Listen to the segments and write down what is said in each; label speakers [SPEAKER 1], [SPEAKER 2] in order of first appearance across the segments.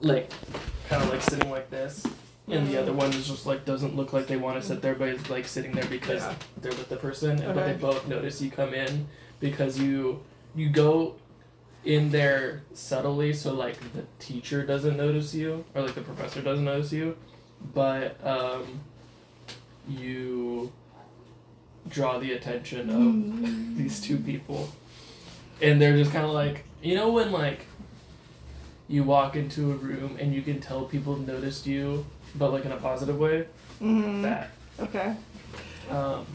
[SPEAKER 1] like kind of like sitting like this, and the other one is just like doesn't look like they want to sit there, but is like sitting there because
[SPEAKER 2] Yeah.
[SPEAKER 1] they're with the person. and But they
[SPEAKER 2] Okay.
[SPEAKER 1] both notice you come in because you you go in there subtly, so like the teacher doesn't notice you or like the professor doesn't notice you, but um, you draw the attention of
[SPEAKER 2] Hmm. Mm-hmm.
[SPEAKER 1] these two people. And they're just kind of like, you know, when like you walk into a room and you can tell people noticed you, but like in a positive way?
[SPEAKER 2] Mm-hmm.
[SPEAKER 1] That.
[SPEAKER 2] Okay.
[SPEAKER 1] Um,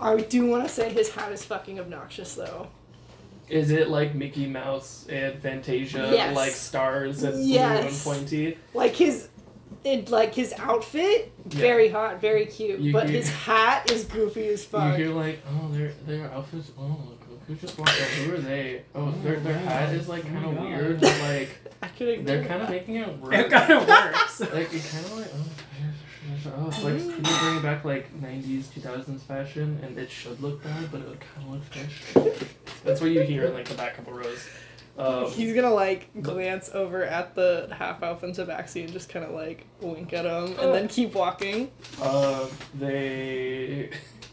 [SPEAKER 2] I do want to say his hat is fucking obnoxious though.
[SPEAKER 1] is it like Mickey Mouse and Fantasia,
[SPEAKER 2] Yes.
[SPEAKER 1] like stars and
[SPEAKER 2] Yes.
[SPEAKER 1] blue and pointy?
[SPEAKER 2] Like his, it, like his outfit, very hot, very cute,
[SPEAKER 1] You
[SPEAKER 2] but
[SPEAKER 1] hear-
[SPEAKER 2] his hat is goofy as fuck.
[SPEAKER 1] You hear like, oh, their their outfits. Oh, look, look who just walked up. Who are they? Oh, their their hat is like
[SPEAKER 3] Oh my
[SPEAKER 1] kind of
[SPEAKER 3] God.
[SPEAKER 1] weird. But, like
[SPEAKER 2] I could ignore
[SPEAKER 1] they're kind of
[SPEAKER 2] that.
[SPEAKER 1] making it work.
[SPEAKER 3] It kind of works.
[SPEAKER 1] like it kind of like oh, oh it's like
[SPEAKER 2] Mm.
[SPEAKER 1] people bringing back like 90s 2000s fashion and it should look bad but it kind of looks fresh that's what you hear in like the back couple rows um,
[SPEAKER 2] He's gonna like glance over at the half elf and Tabaxi and just kind of like wink at him and then keep walking.
[SPEAKER 1] um they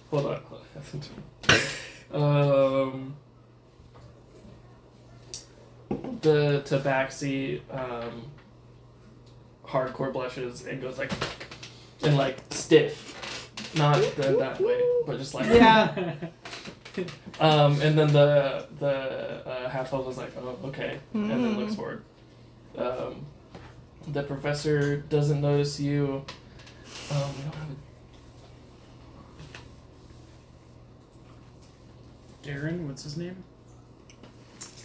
[SPEAKER 1] hold on hold on um the tabaxi um hardcore blushes and goes like and like stiff not the, that way but just like
[SPEAKER 3] yeah.
[SPEAKER 1] Um, and then the the uh, half elf was like, "Oh, okay," and then
[SPEAKER 2] Mm.
[SPEAKER 1] looks forward. Um, the professor doesn't notice you. Um, we don't have
[SPEAKER 3] Darren, what's his name?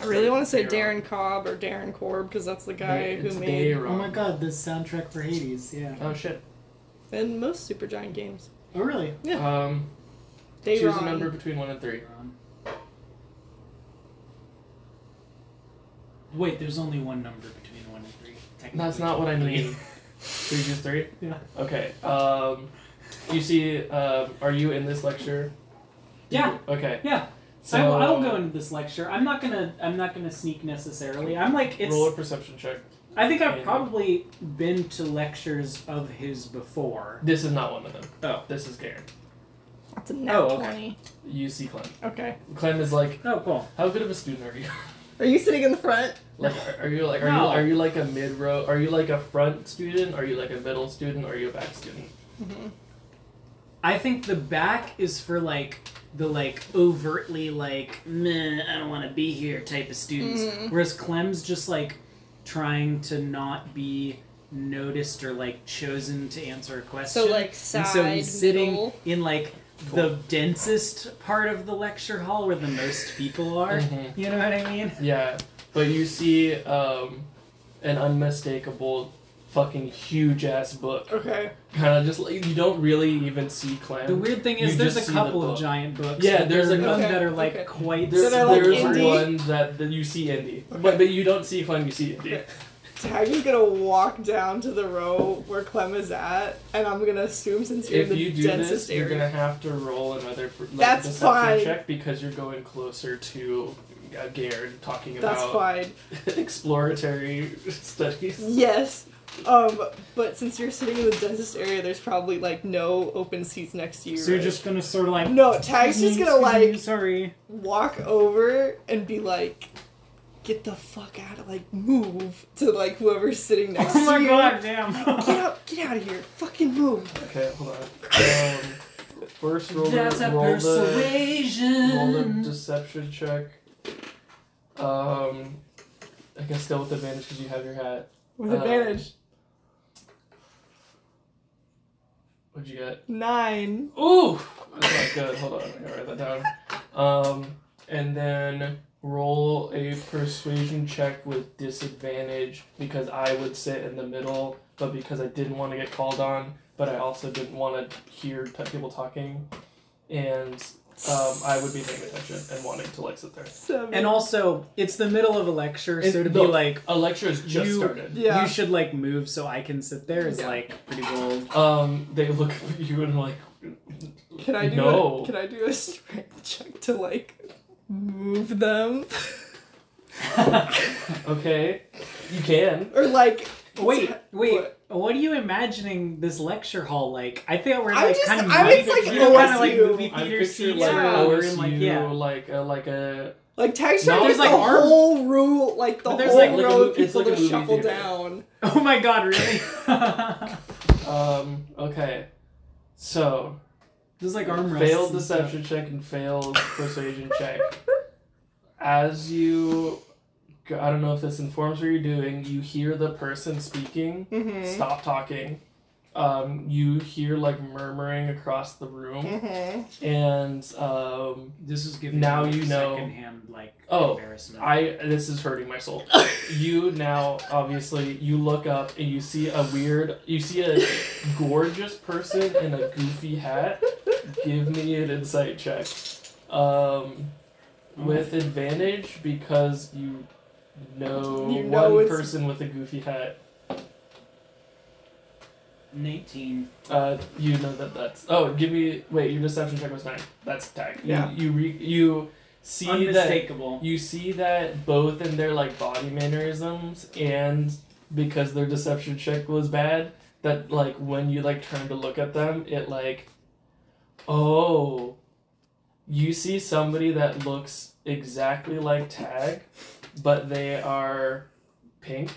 [SPEAKER 2] I really want to say
[SPEAKER 1] Darren.
[SPEAKER 2] Darren Cobb or Darren Korb because that's the
[SPEAKER 1] a
[SPEAKER 2] guy
[SPEAKER 1] day- it's a
[SPEAKER 2] who made
[SPEAKER 1] day wrong.
[SPEAKER 3] Oh my god, the soundtrack for Hades, yeah.
[SPEAKER 1] Oh shit.
[SPEAKER 2] in most Supergiant games.
[SPEAKER 3] Oh, really?
[SPEAKER 2] Yeah.
[SPEAKER 1] Um,
[SPEAKER 2] They
[SPEAKER 1] choose
[SPEAKER 2] wrong.
[SPEAKER 1] a number between one and three.
[SPEAKER 3] Wait, there's only one number between one and three. Technically.
[SPEAKER 1] That's not what I mean. Three choose three.
[SPEAKER 3] yeah.
[SPEAKER 1] Okay. Um, you see, um, are you in this lecture?
[SPEAKER 3] Yeah.
[SPEAKER 1] Okay.
[SPEAKER 3] Yeah.
[SPEAKER 1] So
[SPEAKER 3] I, will, I will go into this lecture. I'm not gonna. I'm not gonna sneak necessarily. I'm like it's.
[SPEAKER 1] roll a perception check.
[SPEAKER 3] I think I've
[SPEAKER 1] Yeah.
[SPEAKER 3] probably been to lectures of his before.
[SPEAKER 1] This is not one of them.
[SPEAKER 3] Oh.
[SPEAKER 1] This is Garen.
[SPEAKER 2] That's a nat
[SPEAKER 3] Oh, okay.
[SPEAKER 2] twenty.
[SPEAKER 1] You see Clem.
[SPEAKER 2] Okay.
[SPEAKER 1] Clem is like,
[SPEAKER 3] Oh, cool.
[SPEAKER 1] how good of a student are you?
[SPEAKER 2] Are you sitting in the front?
[SPEAKER 1] Like, are, are you like, are
[SPEAKER 3] No.
[SPEAKER 1] you are you like a mid row? Are you like a front student? Are you like a middle student? Are you a back student?
[SPEAKER 2] Mm-hmm.
[SPEAKER 3] I think the back is for like the like overtly like meh, I don't want to be here type of students,
[SPEAKER 2] Mm.
[SPEAKER 3] whereas Clem's just like trying to not be noticed or like chosen to answer a question.
[SPEAKER 2] So like
[SPEAKER 3] and
[SPEAKER 2] side.
[SPEAKER 3] so he's sitting
[SPEAKER 2] middle.
[SPEAKER 3] in like the densest part of the lecture hall where the most people are.
[SPEAKER 1] Mhm.
[SPEAKER 3] You know what I mean?
[SPEAKER 1] Yeah, but you see um, an unmistakable fucking huge ass book.
[SPEAKER 2] Okay.
[SPEAKER 1] Kind of just like you don't really even see Clem.
[SPEAKER 3] The weird thing
[SPEAKER 1] Um,
[SPEAKER 3] is
[SPEAKER 1] You
[SPEAKER 3] there's
[SPEAKER 1] just
[SPEAKER 3] a
[SPEAKER 1] see the
[SPEAKER 3] couple
[SPEAKER 1] book.
[SPEAKER 3] of giant books.
[SPEAKER 1] Yeah,
[SPEAKER 3] but
[SPEAKER 1] there's
[SPEAKER 3] there are
[SPEAKER 1] like-
[SPEAKER 3] none
[SPEAKER 2] Okay,
[SPEAKER 3] that are like
[SPEAKER 2] okay.
[SPEAKER 3] quite.
[SPEAKER 1] there's
[SPEAKER 2] that are, like,
[SPEAKER 1] there's
[SPEAKER 2] indie?
[SPEAKER 1] one that, that you see Indy, but but you don't see Clem. You see Indy.
[SPEAKER 2] Okay. Taggy's gonna walk down to the row where Clem is at, and I'm gonna assume since you're
[SPEAKER 1] If
[SPEAKER 2] in the
[SPEAKER 1] you do
[SPEAKER 2] densest
[SPEAKER 1] this, you're
[SPEAKER 2] area.
[SPEAKER 1] gonna have to roll another per- like,
[SPEAKER 2] That's
[SPEAKER 1] deception
[SPEAKER 2] fine.
[SPEAKER 1] check because you're going closer to uh, Garen talking
[SPEAKER 2] That's
[SPEAKER 1] about
[SPEAKER 2] fine.
[SPEAKER 1] exploratory studies.
[SPEAKER 2] Yes. Um, but since you're sitting in the densest area, there's probably like no open seats next to you.
[SPEAKER 3] So you're
[SPEAKER 2] right?
[SPEAKER 3] just gonna sort of like.
[SPEAKER 2] no. Tag's just gonna
[SPEAKER 3] "Excuse me,
[SPEAKER 2] like
[SPEAKER 3] Sorry.
[SPEAKER 2] walk over and be like, "Get the fuck out of like move to like whoever's sitting next
[SPEAKER 3] Oh
[SPEAKER 2] to
[SPEAKER 3] my
[SPEAKER 2] you."
[SPEAKER 3] god,
[SPEAKER 2] Get
[SPEAKER 3] damn.
[SPEAKER 2] out! Get out of here! Fucking move!
[SPEAKER 1] Okay, hold on. Um, first roll, the, roll, the, roll the
[SPEAKER 3] persuasion.
[SPEAKER 1] deception check. Um, I guess still with advantage because you have your hat.
[SPEAKER 2] With
[SPEAKER 1] Uh,
[SPEAKER 2] advantage.
[SPEAKER 1] What'd you get?
[SPEAKER 2] Nine.
[SPEAKER 1] Ooh! That's not good. Hold on. I gotta write that down. Um, and then roll a persuasion check with disadvantage because I would sit in the middle, but because I didn't want to get called on, but I also didn't want to hear t- people talking. And um, I would be paying attention and wanting to like sit there.
[SPEAKER 2] Seven.
[SPEAKER 3] And also, it's the middle of a lecture,
[SPEAKER 1] It-
[SPEAKER 3] so to be
[SPEAKER 1] look,
[SPEAKER 3] like,
[SPEAKER 1] A lecture has just
[SPEAKER 3] You-
[SPEAKER 1] started.
[SPEAKER 2] yeah.
[SPEAKER 3] you should like move so I can sit there is
[SPEAKER 2] Yeah.
[SPEAKER 3] like pretty bold.
[SPEAKER 1] Um, they look at you and like,
[SPEAKER 2] Can I do
[SPEAKER 1] No.
[SPEAKER 2] a, can I do a strength check to like move them?
[SPEAKER 1] Okay, you can.
[SPEAKER 2] Or like
[SPEAKER 3] wait, wait. What?
[SPEAKER 2] What?
[SPEAKER 3] are you imagining this lecture hall like? I think we're
[SPEAKER 2] I'm
[SPEAKER 3] like
[SPEAKER 2] just-
[SPEAKER 3] kind of
[SPEAKER 2] I
[SPEAKER 3] movie
[SPEAKER 2] was, like,
[SPEAKER 3] theater, kind of like
[SPEAKER 2] OSU.
[SPEAKER 3] movie
[SPEAKER 1] I
[SPEAKER 3] theater
[SPEAKER 1] picture
[SPEAKER 3] seats
[SPEAKER 1] like
[SPEAKER 2] Yeah.
[SPEAKER 3] where we're
[SPEAKER 1] OSU,
[SPEAKER 3] in
[SPEAKER 1] like
[SPEAKER 3] like yeah.
[SPEAKER 1] a like a
[SPEAKER 2] like Tax
[SPEAKER 1] No,
[SPEAKER 2] Time
[SPEAKER 1] there's,
[SPEAKER 2] is
[SPEAKER 3] like,
[SPEAKER 2] the
[SPEAKER 3] art-
[SPEAKER 2] whole row, like the
[SPEAKER 3] But there's,
[SPEAKER 2] whole
[SPEAKER 3] like,
[SPEAKER 1] like a
[SPEAKER 2] row of
[SPEAKER 1] mo- it's
[SPEAKER 2] people
[SPEAKER 1] like a
[SPEAKER 2] to
[SPEAKER 1] movie
[SPEAKER 2] shuffle
[SPEAKER 1] theater.
[SPEAKER 2] down.
[SPEAKER 3] Oh my god, really? this
[SPEAKER 1] um. Okay, so
[SPEAKER 3] is like arm wrestling.
[SPEAKER 1] failed deception check and failed persuasion check. As you, I don't know if this informs what you're doing. You hear the person speaking
[SPEAKER 2] Mm-hmm.
[SPEAKER 1] stop talking. Um, you hear like murmuring across the room,
[SPEAKER 2] Mm-hmm.
[SPEAKER 1] and um,
[SPEAKER 3] This is giving
[SPEAKER 1] Now
[SPEAKER 3] me
[SPEAKER 1] you know-
[SPEAKER 3] secondhand like
[SPEAKER 1] Oh,
[SPEAKER 3] embarrassment.
[SPEAKER 1] I this is hurting my soul. you now obviously you look up and you see a weird, you see a gorgeous person in a goofy hat. Give me an insight check, um, with advantage because you know,
[SPEAKER 2] You know
[SPEAKER 1] one
[SPEAKER 2] it's-
[SPEAKER 1] person with a goofy hat.
[SPEAKER 3] Nineteen.
[SPEAKER 1] Uh, you know that that's. Oh, give me. Wait, your deception check was nine. That's tag. You-
[SPEAKER 2] Yeah.
[SPEAKER 1] You re, you see that
[SPEAKER 3] Unmistakable.
[SPEAKER 1] you see that both in their like body mannerisms and because their deception check was bad that like when you like turn to look at them it like oh you see somebody that looks exactly like tag but they are pink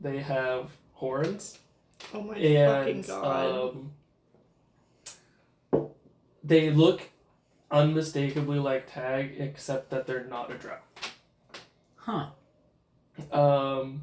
[SPEAKER 1] they have horns
[SPEAKER 2] Oh my fucking
[SPEAKER 1] and
[SPEAKER 2] god.
[SPEAKER 1] um, they look unmistakably like Tag, except that they're not a drow.
[SPEAKER 3] Huh.
[SPEAKER 1] Um,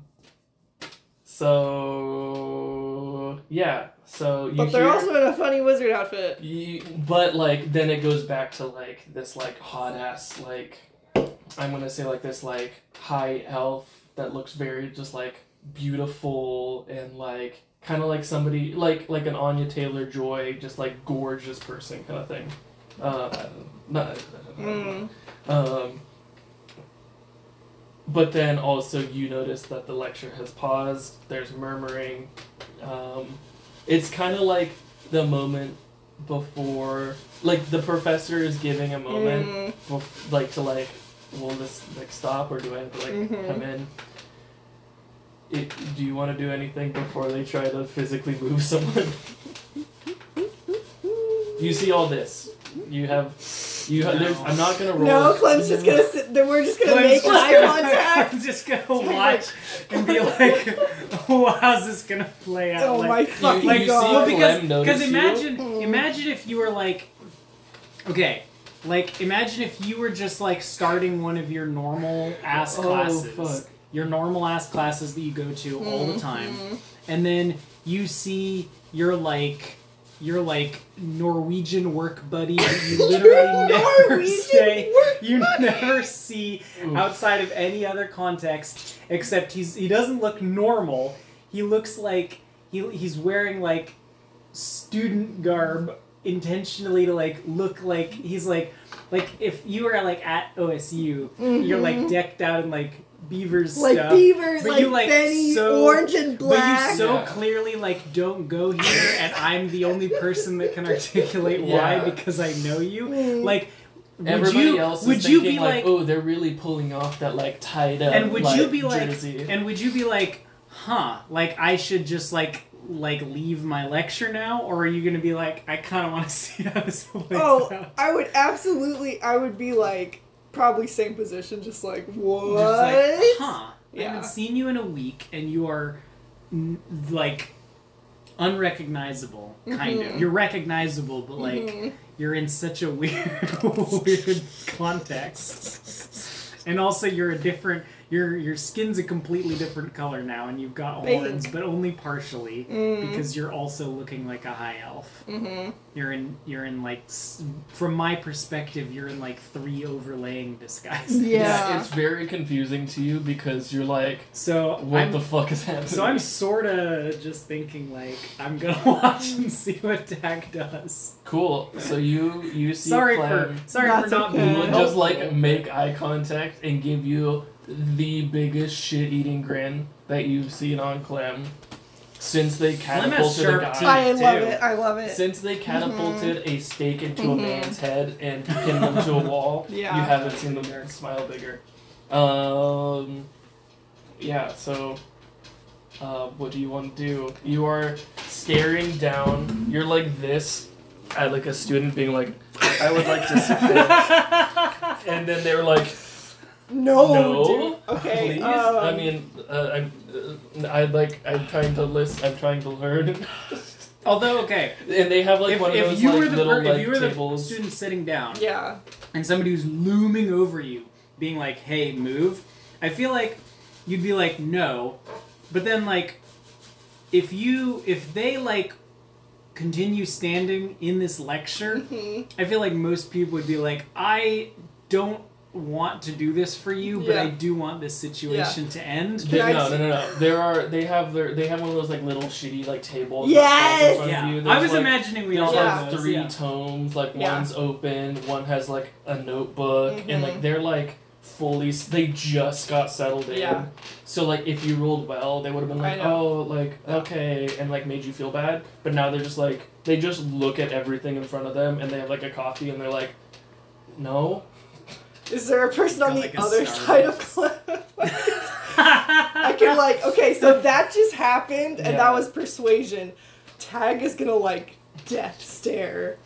[SPEAKER 1] so yeah, so you
[SPEAKER 2] but they're
[SPEAKER 1] hear-
[SPEAKER 2] also in a funny wizard outfit.
[SPEAKER 1] you, but like then it goes back to like this like hot ass like I'm gonna say like this like high elf that looks very just like beautiful and like kind of like somebody like like an Anya Taylor Joy just like gorgeous person kind of thing. Uh, not,
[SPEAKER 2] Mm.
[SPEAKER 1] um, but then also you notice that the lecture has paused. There's murmuring. Um, it's kind of like the moment before, like the professor is giving a moment,
[SPEAKER 2] Mm.
[SPEAKER 1] bef- like to like, will this like stop or do I have to like
[SPEAKER 2] Mhm.
[SPEAKER 1] come in? It, do you want to do anything before they try to physically move someone? you see all this. You have, you. Ha- there's, I'm not gonna roll.
[SPEAKER 2] No, Clem's just gonna sit. Then we're just gonna make eye contact.
[SPEAKER 3] I'm just gonna watch and be like, oh, how's this gonna play out?
[SPEAKER 2] Oh
[SPEAKER 3] like,
[SPEAKER 2] my
[SPEAKER 1] you, you
[SPEAKER 2] fucking
[SPEAKER 1] see
[SPEAKER 2] god.
[SPEAKER 3] Well,
[SPEAKER 1] Clem
[SPEAKER 3] because
[SPEAKER 1] notice
[SPEAKER 3] because
[SPEAKER 1] you.
[SPEAKER 3] imagine
[SPEAKER 2] Mm.
[SPEAKER 3] imagine if you were like, okay, like imagine if you were just like starting one of your normal ass
[SPEAKER 1] Oh,
[SPEAKER 3] classes,
[SPEAKER 1] fuck.
[SPEAKER 3] your normal ass classes that you go to all the time,
[SPEAKER 2] Mhm.
[SPEAKER 3] and then you see your like your like Norwegian work buddy that you literally never
[SPEAKER 2] Norwegian
[SPEAKER 3] say
[SPEAKER 2] work
[SPEAKER 3] you
[SPEAKER 2] buddy.
[SPEAKER 3] never see
[SPEAKER 1] Oof.
[SPEAKER 3] outside of any other context except he's he doesn't look normal. He looks like he he's wearing like student garb intentionally to like look like he's like like if you were like at OSU, you're like decked out in like beavers
[SPEAKER 2] Mm-hmm. Like
[SPEAKER 3] stuff.
[SPEAKER 2] beavers,
[SPEAKER 3] But
[SPEAKER 2] like,
[SPEAKER 3] you, like,
[SPEAKER 2] Benny,
[SPEAKER 3] so-
[SPEAKER 2] orange and
[SPEAKER 3] But you
[SPEAKER 2] black.
[SPEAKER 3] so
[SPEAKER 1] Yeah.
[SPEAKER 3] clearly like don't go here, and I'm the only person that can articulate
[SPEAKER 1] Yeah.
[SPEAKER 3] why because I know you.
[SPEAKER 2] Mm.
[SPEAKER 3] Like, would
[SPEAKER 1] Everybody
[SPEAKER 3] you
[SPEAKER 1] else is
[SPEAKER 3] would you
[SPEAKER 1] thinking
[SPEAKER 3] be
[SPEAKER 1] like, oh, they're really pulling off that like tied up.
[SPEAKER 3] and would you be like,
[SPEAKER 1] jersey.
[SPEAKER 3] and would you be like, huh? Like I should just like like leave my lecture now, or are you gonna be like, I kind of want to see how this plays
[SPEAKER 2] oh,
[SPEAKER 3] out?
[SPEAKER 2] I would absolutely. I would be like probably same position, just like what?
[SPEAKER 3] Just like, huh? I
[SPEAKER 2] Yeah.
[SPEAKER 3] haven't seen you in a week, and you are n- like unrecognizable. Kind
[SPEAKER 2] Mm-hmm.
[SPEAKER 3] of. You're recognizable, but like
[SPEAKER 2] Mhm.
[SPEAKER 3] you're in such a weird, weird context. And also, you're a different. Your your skin's a completely different color now, and you've got
[SPEAKER 2] Pink.
[SPEAKER 3] horns, but only partially
[SPEAKER 2] Mm.
[SPEAKER 3] because you're also looking like a high elf.
[SPEAKER 2] Mhm.
[SPEAKER 3] You're in you're in like s- from my perspective, you're in like three overlaying disguises.
[SPEAKER 2] Yeah.
[SPEAKER 1] it's very confusing to you because you're like,
[SPEAKER 3] So
[SPEAKER 1] what
[SPEAKER 3] I'm
[SPEAKER 1] the fuck is happening?
[SPEAKER 3] so I'm sorta just thinking like I'm gonna watch and see what Dag does.
[SPEAKER 1] cool. So you you see
[SPEAKER 3] Sorry
[SPEAKER 1] Clem
[SPEAKER 3] for sorry
[SPEAKER 2] That's
[SPEAKER 3] for not
[SPEAKER 2] okay.
[SPEAKER 3] being
[SPEAKER 1] who would just
[SPEAKER 3] helpful.
[SPEAKER 1] like make eye contact and give you the biggest shit eating grin that you've seen on Clem since they
[SPEAKER 3] Clem has
[SPEAKER 1] catapulted a
[SPEAKER 3] sharp
[SPEAKER 1] guy.
[SPEAKER 3] teeth.
[SPEAKER 2] I love
[SPEAKER 3] too.
[SPEAKER 2] it. I love it.
[SPEAKER 1] Since they catapulted
[SPEAKER 2] Mm-hmm.
[SPEAKER 1] a stake into a man's head and pinned him to a wall,
[SPEAKER 2] Yeah.
[SPEAKER 1] you haven't seen them smile bigger. Um, yeah, so uh, what do you want to do? You are staring down. You're like this at like a student being like, I would like to sit there. and then they're like,
[SPEAKER 2] No.
[SPEAKER 1] No,
[SPEAKER 2] dude. Okay.
[SPEAKER 1] please.
[SPEAKER 2] um,
[SPEAKER 1] I mean, uh, I'm, uh, I like. I'm trying to list. I'm trying to learn.
[SPEAKER 3] Although, okay,
[SPEAKER 1] And they have like
[SPEAKER 3] if,
[SPEAKER 1] one of
[SPEAKER 3] if
[SPEAKER 1] those
[SPEAKER 3] you
[SPEAKER 1] like
[SPEAKER 3] were the
[SPEAKER 1] little
[SPEAKER 3] per-
[SPEAKER 1] like
[SPEAKER 3] if you were the
[SPEAKER 1] tables.
[SPEAKER 3] student sitting down,
[SPEAKER 2] Yeah.
[SPEAKER 3] and somebody who's looming over you, being like, "Hey, move," I feel like you'd be like, "No," but then like, if you if they like continue standing in this lecture,
[SPEAKER 2] hmm
[SPEAKER 3] I feel like most people would be like, "I don't want to do this for you, but I
[SPEAKER 2] Yeah.
[SPEAKER 3] do want this situation to end."
[SPEAKER 1] They-
[SPEAKER 2] Can I
[SPEAKER 1] no,
[SPEAKER 2] see-
[SPEAKER 1] no, no, no. There are. They have their. They have one of those like little shitty like tables. with
[SPEAKER 2] Yes!
[SPEAKER 1] shelves in front of
[SPEAKER 3] Yeah,
[SPEAKER 1] you.
[SPEAKER 3] I
[SPEAKER 1] There's,
[SPEAKER 3] was
[SPEAKER 1] like,
[SPEAKER 3] imagining we all
[SPEAKER 1] There's
[SPEAKER 2] Yeah.
[SPEAKER 3] have
[SPEAKER 1] like
[SPEAKER 3] those,
[SPEAKER 1] three
[SPEAKER 3] yeah.
[SPEAKER 1] tones. Like
[SPEAKER 2] Yeah.
[SPEAKER 1] one's open, one has like a notebook, and like
[SPEAKER 2] Mhm.
[SPEAKER 1] they're like fully. s- They just got settled in.
[SPEAKER 2] Yeah.
[SPEAKER 1] So like, if you rolled well, they would have been
[SPEAKER 2] I
[SPEAKER 1] like,
[SPEAKER 2] know.
[SPEAKER 1] "Oh, like okay," and like made you feel bad. But now they're just like, they just look at everything in front of them, and they have like a coffee, and they're like, "No."
[SPEAKER 2] Is there a person on
[SPEAKER 3] Got,
[SPEAKER 2] the
[SPEAKER 3] like, a
[SPEAKER 2] other
[SPEAKER 3] star
[SPEAKER 2] side of
[SPEAKER 3] next.
[SPEAKER 2] Clem? I can like okay, so that just happened, and
[SPEAKER 1] Yeah.
[SPEAKER 2] that was persuasion. Tag is gonna like death stare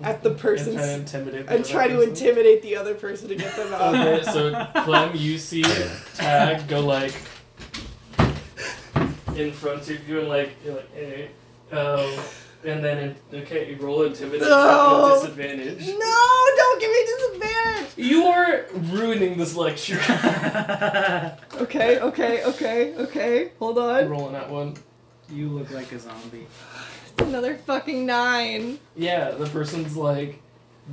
[SPEAKER 2] at the
[SPEAKER 1] and try to
[SPEAKER 2] person's
[SPEAKER 1] intimidate. the
[SPEAKER 2] and
[SPEAKER 1] other
[SPEAKER 2] try to
[SPEAKER 1] person.
[SPEAKER 2] intimidate the other person to get them out.
[SPEAKER 1] Okay, so Clem, you see Tag go like in front of you and like you're like, eh. um, and then in, okay, you roll intimidate
[SPEAKER 2] No.
[SPEAKER 1] at disadvantage.
[SPEAKER 2] No, don't give me disadvantage.
[SPEAKER 1] You are ruining this lecture.
[SPEAKER 2] Okay, okay, okay, okay. Hold on.
[SPEAKER 1] Rolling that one.
[SPEAKER 3] you look like a zombie.
[SPEAKER 2] It's another fucking nine.
[SPEAKER 1] Yeah, the person's like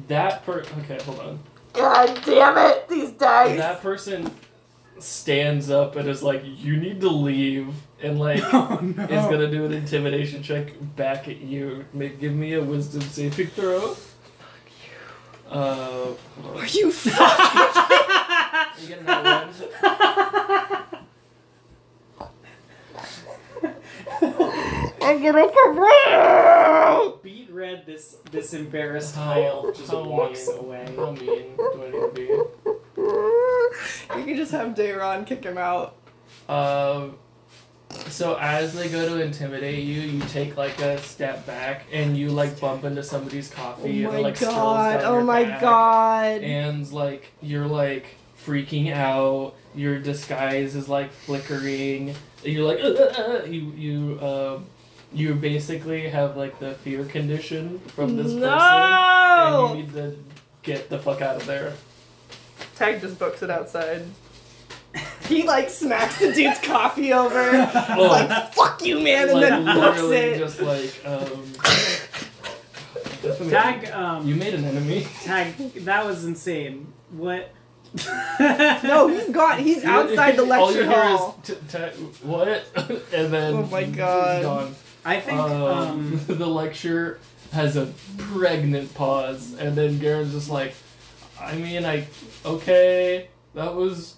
[SPEAKER 1] that per. Okay, hold on.
[SPEAKER 2] God damn it, these dice.
[SPEAKER 1] That person stands up and is like, "You need to leave," and like.
[SPEAKER 3] Oh no!
[SPEAKER 1] Is gonna do an intimidation check back at you. Make give me a wisdom saving throw. Uh, hold on.
[SPEAKER 2] Are you fucking?
[SPEAKER 1] You getting that one?
[SPEAKER 2] I'm gonna come round.
[SPEAKER 3] Beat red this this embarrassed
[SPEAKER 1] How-
[SPEAKER 3] Kyle just
[SPEAKER 1] how
[SPEAKER 3] walks
[SPEAKER 1] mean.
[SPEAKER 3] away.
[SPEAKER 1] How mean do I need to be?
[SPEAKER 2] You can just have Dayron kick him out.
[SPEAKER 1] Um, so as they go to intimidate you, you take like a step back and you like bump into somebody's
[SPEAKER 2] Oh
[SPEAKER 1] coffee and it,
[SPEAKER 2] my
[SPEAKER 1] like spills
[SPEAKER 2] god!
[SPEAKER 1] down
[SPEAKER 2] Oh
[SPEAKER 1] your
[SPEAKER 2] my
[SPEAKER 1] back.
[SPEAKER 2] god!
[SPEAKER 1] And like you're like freaking out. Your disguise is like flickering. You're like "Uh, uh, uh," you you um you basically have like the fear condition from this person, and you
[SPEAKER 2] no!
[SPEAKER 1] need to get the fuck out of there.
[SPEAKER 2] Tag just books it outside. He like smacks the dude's coffee over. He's
[SPEAKER 3] Oh.
[SPEAKER 2] like, "Fuck you, man!" and
[SPEAKER 1] like
[SPEAKER 2] then books
[SPEAKER 1] literally
[SPEAKER 2] it.
[SPEAKER 1] just like um. Oh.
[SPEAKER 3] Tag um
[SPEAKER 1] You made an enemy.
[SPEAKER 3] tag that was insane. What?
[SPEAKER 2] No, he's gone. He's outside the
[SPEAKER 1] All you
[SPEAKER 2] lecture
[SPEAKER 1] hear
[SPEAKER 2] hall.
[SPEAKER 1] is t- t- what, and then
[SPEAKER 2] Oh my
[SPEAKER 1] he's
[SPEAKER 2] God.
[SPEAKER 1] gone.
[SPEAKER 3] I think
[SPEAKER 1] Um,
[SPEAKER 3] um
[SPEAKER 1] the lecture has a pregnant pause, and then Garen's just like, I mean, I okay, that was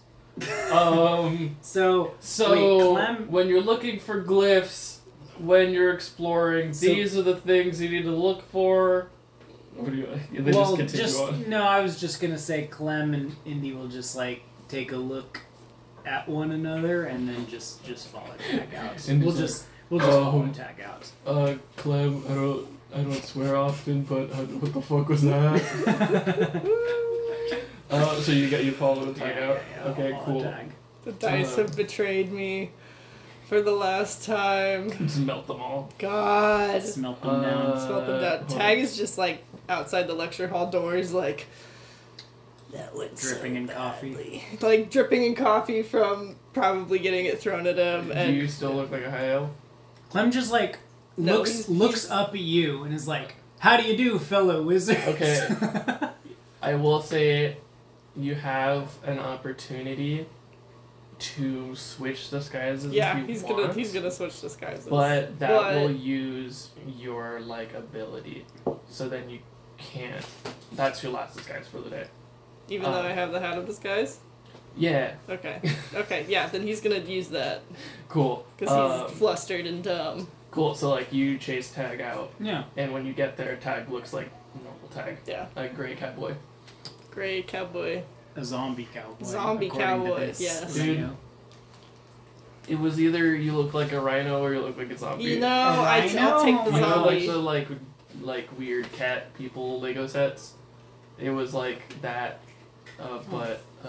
[SPEAKER 1] um.
[SPEAKER 3] so
[SPEAKER 1] So
[SPEAKER 3] Wait, Clem-
[SPEAKER 1] when you're looking for glyphs, when you're exploring,
[SPEAKER 3] So-
[SPEAKER 1] these are the things you need to look for. What do you? They
[SPEAKER 3] well
[SPEAKER 1] just continue on.
[SPEAKER 3] no, I was just gonna say Clem and Indy will just like take a look at one another and then just just follow tag out.
[SPEAKER 1] Indy's
[SPEAKER 3] we'll
[SPEAKER 1] like,
[SPEAKER 3] just we'll just follow
[SPEAKER 1] um,
[SPEAKER 3] tag out.
[SPEAKER 1] Uh, Clem, I don't, I don't swear often, but uh, what the fuck was that? uh, so you got you follow the tag
[SPEAKER 3] Yeah,
[SPEAKER 1] out.
[SPEAKER 3] yeah, yeah,
[SPEAKER 1] Okay,
[SPEAKER 3] follow
[SPEAKER 1] cool.
[SPEAKER 3] tag.
[SPEAKER 2] The dice have betrayed me for the last time.
[SPEAKER 1] Just melt them all.
[SPEAKER 2] God.
[SPEAKER 3] Smelt them down.
[SPEAKER 1] Uh,
[SPEAKER 2] Smelt them down.
[SPEAKER 1] hold
[SPEAKER 2] Tag
[SPEAKER 1] on.
[SPEAKER 2] is just like outside the lecture hall doors, like that went so
[SPEAKER 3] Dripping in coffee.
[SPEAKER 2] badly. like dripping in coffee from probably getting it thrown at him.
[SPEAKER 1] Do
[SPEAKER 2] And
[SPEAKER 1] you still look like a high elf?
[SPEAKER 3] Clem just like
[SPEAKER 2] No,
[SPEAKER 3] looks
[SPEAKER 2] he's-
[SPEAKER 3] looks
[SPEAKER 2] he's-
[SPEAKER 3] up at you and is like, "How do you do, fellow wizards?"
[SPEAKER 1] Okay. I will say, you have an opportunity to switch disguises
[SPEAKER 2] yeah,
[SPEAKER 1] if you
[SPEAKER 2] he's
[SPEAKER 1] want.
[SPEAKER 2] gonna he's gonna switch disguises.
[SPEAKER 1] But that
[SPEAKER 2] But-
[SPEAKER 1] will use your like ability, so then you can't. That's your last disguise for the day.
[SPEAKER 2] even though
[SPEAKER 1] uh,
[SPEAKER 2] I have the hat of disguise.
[SPEAKER 1] Yeah,
[SPEAKER 2] Okay. Okay. Yeah. Then he's gonna use that
[SPEAKER 1] cool.
[SPEAKER 2] because he's
[SPEAKER 1] Um,
[SPEAKER 2] flustered and dumb.
[SPEAKER 1] Cool. So like you chase Tag out,
[SPEAKER 3] Yeah.
[SPEAKER 1] and when you get there, Tag looks like normal Tag,
[SPEAKER 2] Yeah.
[SPEAKER 1] a gray cowboy.
[SPEAKER 2] Gray cowboy.
[SPEAKER 3] a zombie cowboy.
[SPEAKER 2] Zombie
[SPEAKER 3] according to
[SPEAKER 2] cowboy,
[SPEAKER 3] this
[SPEAKER 1] Dude,
[SPEAKER 2] yes.
[SPEAKER 3] video.
[SPEAKER 1] It was either you look like a rhino or you look like a zombie.
[SPEAKER 2] You know, I, I'll take the
[SPEAKER 1] You know, like
[SPEAKER 2] zombie.
[SPEAKER 1] the like like weird cat people Lego sets. It was like that, uh, but uh,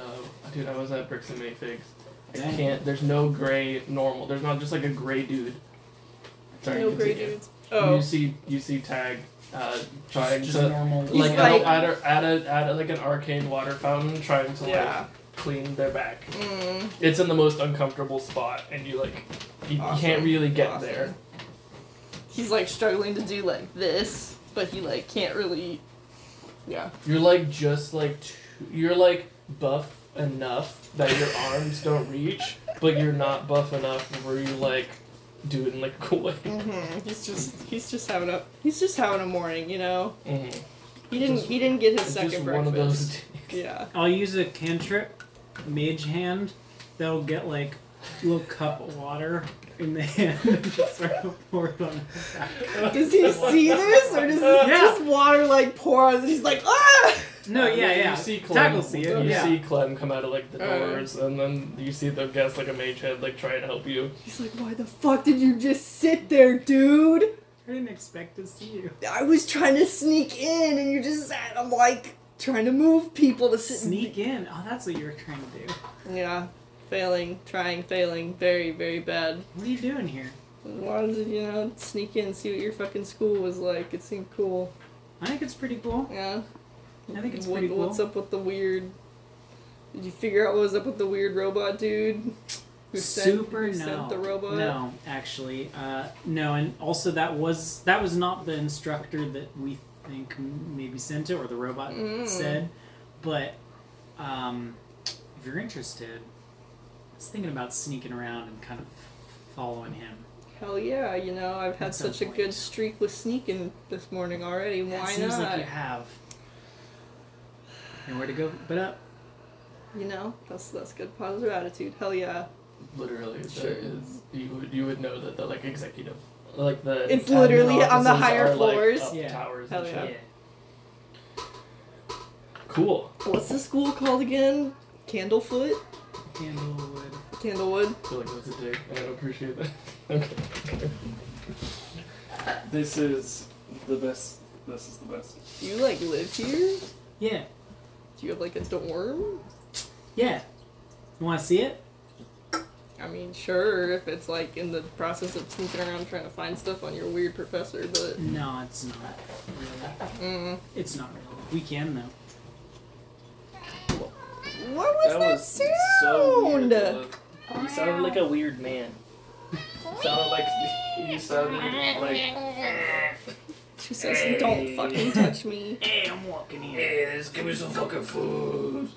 [SPEAKER 1] dude, I was at Bricks and Mayfigs. I
[SPEAKER 3] Dang.
[SPEAKER 1] can't. There's no gray normal. There's not just like a gray dude. Sorry,
[SPEAKER 2] no gray
[SPEAKER 1] continue.
[SPEAKER 2] dudes. Oh,
[SPEAKER 1] You see, you see Tag uh, trying
[SPEAKER 3] Just, just
[SPEAKER 1] to
[SPEAKER 3] normal.
[SPEAKER 1] like,
[SPEAKER 2] He's
[SPEAKER 1] at,
[SPEAKER 2] like-
[SPEAKER 1] a, at, a, at a at a like an arcane water fountain, trying to
[SPEAKER 2] Yeah.
[SPEAKER 1] like clean their back.
[SPEAKER 2] mm,
[SPEAKER 1] It's in the most uncomfortable spot, and you like you, you can't
[SPEAKER 2] Awesome.
[SPEAKER 1] really get
[SPEAKER 2] Awesome.
[SPEAKER 1] there.
[SPEAKER 2] he's like struggling to do like this, but he like can't really. Yeah.
[SPEAKER 1] You're like just like too, you're like buff enough that your arms don't reach, but you're not buff enough where you like do it in like a cool way.
[SPEAKER 2] hmm
[SPEAKER 1] Mm-hmm.
[SPEAKER 2] He's just he's just having a he's just having a morning, you know.
[SPEAKER 1] hmm
[SPEAKER 2] He didn't
[SPEAKER 1] Just-
[SPEAKER 2] he didn't get his
[SPEAKER 1] It's
[SPEAKER 2] second
[SPEAKER 1] just one of
[SPEAKER 2] breakfast.
[SPEAKER 1] those. days.
[SPEAKER 2] Yeah.
[SPEAKER 3] I'll use a cantrip, mage hand. That'll get like a little cup of water in the hand and just sort of pour it on.
[SPEAKER 2] Does he see this or does this
[SPEAKER 3] Yeah.
[SPEAKER 2] just water like pour on? He's like ah.
[SPEAKER 3] No,
[SPEAKER 1] And
[SPEAKER 3] yeah,
[SPEAKER 1] then
[SPEAKER 3] yeah.
[SPEAKER 1] Uh, You see Clem,
[SPEAKER 3] Tag will see it.
[SPEAKER 1] You
[SPEAKER 3] yeah.
[SPEAKER 1] see Clem come out of like the
[SPEAKER 2] Uh.
[SPEAKER 1] doors, and then you see the guest like a mage head like trying to help you.
[SPEAKER 2] He's like, why the fuck did you just sit there, dude?
[SPEAKER 3] I didn't expect to see you.
[SPEAKER 2] I was trying to sneak in, and you just sat. I'm like trying to move people to sit.
[SPEAKER 3] Sneak in. Oh, that's what you were trying to do.
[SPEAKER 2] Yeah, failing, trying, failing, very, very bad.
[SPEAKER 3] What are you doing here?
[SPEAKER 2] Wanted to, you know, sneak in, see what your fucking school was like. It seemed cool.
[SPEAKER 3] I think it's pretty cool.
[SPEAKER 2] Yeah.
[SPEAKER 3] I think it's pretty
[SPEAKER 2] What's
[SPEAKER 3] cool.
[SPEAKER 2] up with the weird? Did you figure out what was up with the weird robot dude? Who sent,
[SPEAKER 3] Super
[SPEAKER 2] who
[SPEAKER 3] no.
[SPEAKER 2] sent the robot?
[SPEAKER 3] No, actually, uh, no, and also that was that was not the instructor that we think m- maybe sent it or the robot
[SPEAKER 2] Mm.
[SPEAKER 3] said, but um, if you're interested, I was thinking about sneaking around and kind of following him.
[SPEAKER 2] Hell yeah! You know, I've had
[SPEAKER 3] At some
[SPEAKER 2] such a
[SPEAKER 3] point.
[SPEAKER 2] good streak with sneaking this morning already.
[SPEAKER 3] Yeah, it
[SPEAKER 2] Why
[SPEAKER 3] seems
[SPEAKER 2] not?
[SPEAKER 3] like you have nowhere to go but up.
[SPEAKER 2] You know, that's that's good positive attitude. Hell yeah.
[SPEAKER 1] Literally, that
[SPEAKER 2] Sure.
[SPEAKER 1] is- you would you would know that the like executive, like the
[SPEAKER 2] It's
[SPEAKER 1] admin
[SPEAKER 2] literally on the
[SPEAKER 1] offices
[SPEAKER 2] higher
[SPEAKER 1] are, like,
[SPEAKER 2] floors.
[SPEAKER 1] up
[SPEAKER 3] Yeah.
[SPEAKER 1] towers
[SPEAKER 2] Hell
[SPEAKER 1] and
[SPEAKER 2] Yeah.
[SPEAKER 1] shit. Cool.
[SPEAKER 2] What's the school called again? Candlefoot?
[SPEAKER 3] Candlewood.
[SPEAKER 2] Candlewood?
[SPEAKER 1] I feel like that's a dig, and I don't appreciate that. okay.
[SPEAKER 4] This is the best. This is the best.
[SPEAKER 2] Do you like live here?
[SPEAKER 3] Yeah,
[SPEAKER 2] Do you have like a dorm?
[SPEAKER 3] yeah. You want to see it?
[SPEAKER 2] I mean, sure, if it's like in the process of sneaking around trying to find stuff on your weird professor, but
[SPEAKER 3] No, it's not. Really.
[SPEAKER 2] mm,
[SPEAKER 3] It's not really. We can though.
[SPEAKER 2] what was that, sound?
[SPEAKER 4] so weird. Look,
[SPEAKER 1] You sounded like a weird man.
[SPEAKER 4] Sounded like you sounded like.
[SPEAKER 2] she says, "Don't fucking touch me."
[SPEAKER 3] Hey, I'm walking here.
[SPEAKER 4] Hey, just give me some fucking food.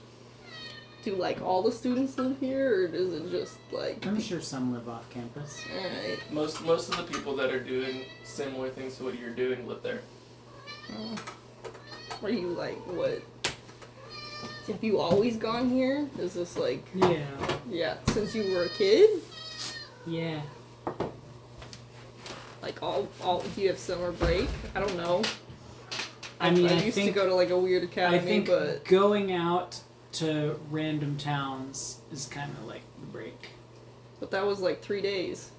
[SPEAKER 2] Do like all the students live here, or is it just like?
[SPEAKER 3] I'm sure some live off campus.
[SPEAKER 2] Alright.
[SPEAKER 1] Most most of the people that are doing similar things to what you're doing live there.
[SPEAKER 2] uh, Are you like what? Have you always gone here? Is this like
[SPEAKER 3] Yeah,
[SPEAKER 2] yeah since you were a kid?
[SPEAKER 3] yeah.
[SPEAKER 2] Like all all do you have summer break? I don't know.
[SPEAKER 3] I mean,
[SPEAKER 2] I,
[SPEAKER 3] I,
[SPEAKER 2] used
[SPEAKER 3] think
[SPEAKER 2] to go to like a weird academy,
[SPEAKER 3] I think
[SPEAKER 2] but
[SPEAKER 3] going out to random towns is kind of like the break.
[SPEAKER 2] but that was like three days.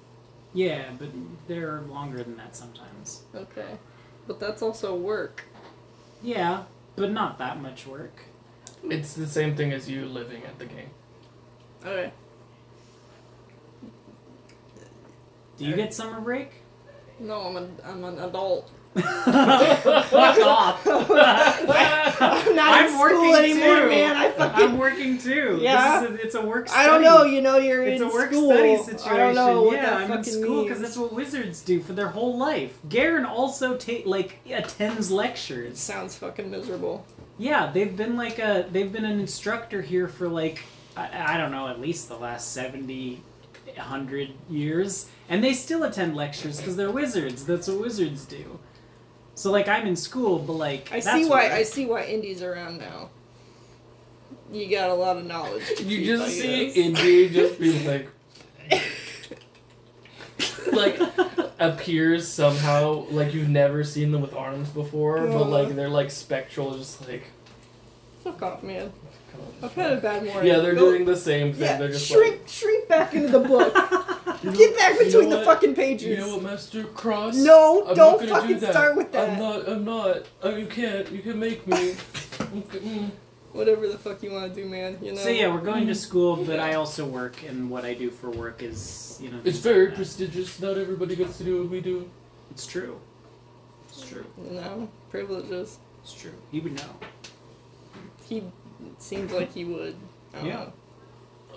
[SPEAKER 3] Yeah, but they're longer than that sometimes.
[SPEAKER 2] Okay, but that's also work.
[SPEAKER 3] Yeah, but not that much work.
[SPEAKER 1] It's the same thing as you living at the game.
[SPEAKER 2] Okay.
[SPEAKER 3] Do you get summer break?
[SPEAKER 2] No, I'm an I'm an adult.
[SPEAKER 3] Fuck off!
[SPEAKER 2] I'm not
[SPEAKER 3] I'm
[SPEAKER 2] in
[SPEAKER 3] working
[SPEAKER 2] school anymore,
[SPEAKER 3] too.
[SPEAKER 2] man. I
[SPEAKER 3] I'm
[SPEAKER 2] fucking.
[SPEAKER 3] working too. This
[SPEAKER 2] Yeah.
[SPEAKER 3] is a- it's a work.
[SPEAKER 2] I don't
[SPEAKER 3] study.
[SPEAKER 2] know. You know, you're
[SPEAKER 3] It's
[SPEAKER 2] in
[SPEAKER 3] a work
[SPEAKER 2] school.
[SPEAKER 3] study situation.
[SPEAKER 2] I don't know what
[SPEAKER 3] yeah,
[SPEAKER 2] that
[SPEAKER 3] I'm in
[SPEAKER 2] fucking
[SPEAKER 3] school
[SPEAKER 2] means.
[SPEAKER 3] that's what wizards do for their whole life. Garen also ta- like attends lectures.
[SPEAKER 2] sounds fucking miserable.
[SPEAKER 3] Yeah, they've been like a they've been an instructor here for like I, I don't know at least the last 70 100 years and they still attend lectures because they're wizards that's what wizards do so like i'm in school but like
[SPEAKER 2] I
[SPEAKER 3] that's
[SPEAKER 2] see why
[SPEAKER 3] work.
[SPEAKER 2] I see why Indy's around now. You got a lot of knowledge.
[SPEAKER 1] You just see
[SPEAKER 2] Yes.
[SPEAKER 1] Indy just being like, like appears somehow like you've never seen them with arms before, but like they're like spectral, just like
[SPEAKER 2] Fuck off, man.
[SPEAKER 1] Come on.
[SPEAKER 2] I've had a bad morning.
[SPEAKER 1] Yeah, they're
[SPEAKER 2] Go-
[SPEAKER 1] doing the same thing.
[SPEAKER 2] Yeah,
[SPEAKER 1] they're just
[SPEAKER 2] shrink, shrink back into the book.
[SPEAKER 1] like, you know-
[SPEAKER 2] Get back
[SPEAKER 1] you know
[SPEAKER 2] between the
[SPEAKER 1] what?
[SPEAKER 2] fucking
[SPEAKER 1] You
[SPEAKER 2] pages.
[SPEAKER 1] know what, Master Cross?
[SPEAKER 2] no,
[SPEAKER 1] I'm not
[SPEAKER 2] don't
[SPEAKER 1] gonna
[SPEAKER 2] fucking
[SPEAKER 1] do that.
[SPEAKER 2] start with that.
[SPEAKER 1] I'm not. I'm not. Oh, you can't. You can make me. Okay, mm.
[SPEAKER 2] Whatever the fuck you want to do, man. You know.
[SPEAKER 3] So yeah, we're going to
[SPEAKER 2] Mm-hmm.
[SPEAKER 3] school, but I also work, and what I do for work is, you know,
[SPEAKER 1] It's
[SPEAKER 3] things like
[SPEAKER 1] very
[SPEAKER 3] that.
[SPEAKER 1] prestigious. Not everybody gets to do what we do.
[SPEAKER 3] It's true. It's true.
[SPEAKER 2] No privileges.
[SPEAKER 3] It's true. He would know.
[SPEAKER 2] He seems like he would. I don't
[SPEAKER 3] Yeah.
[SPEAKER 2] know.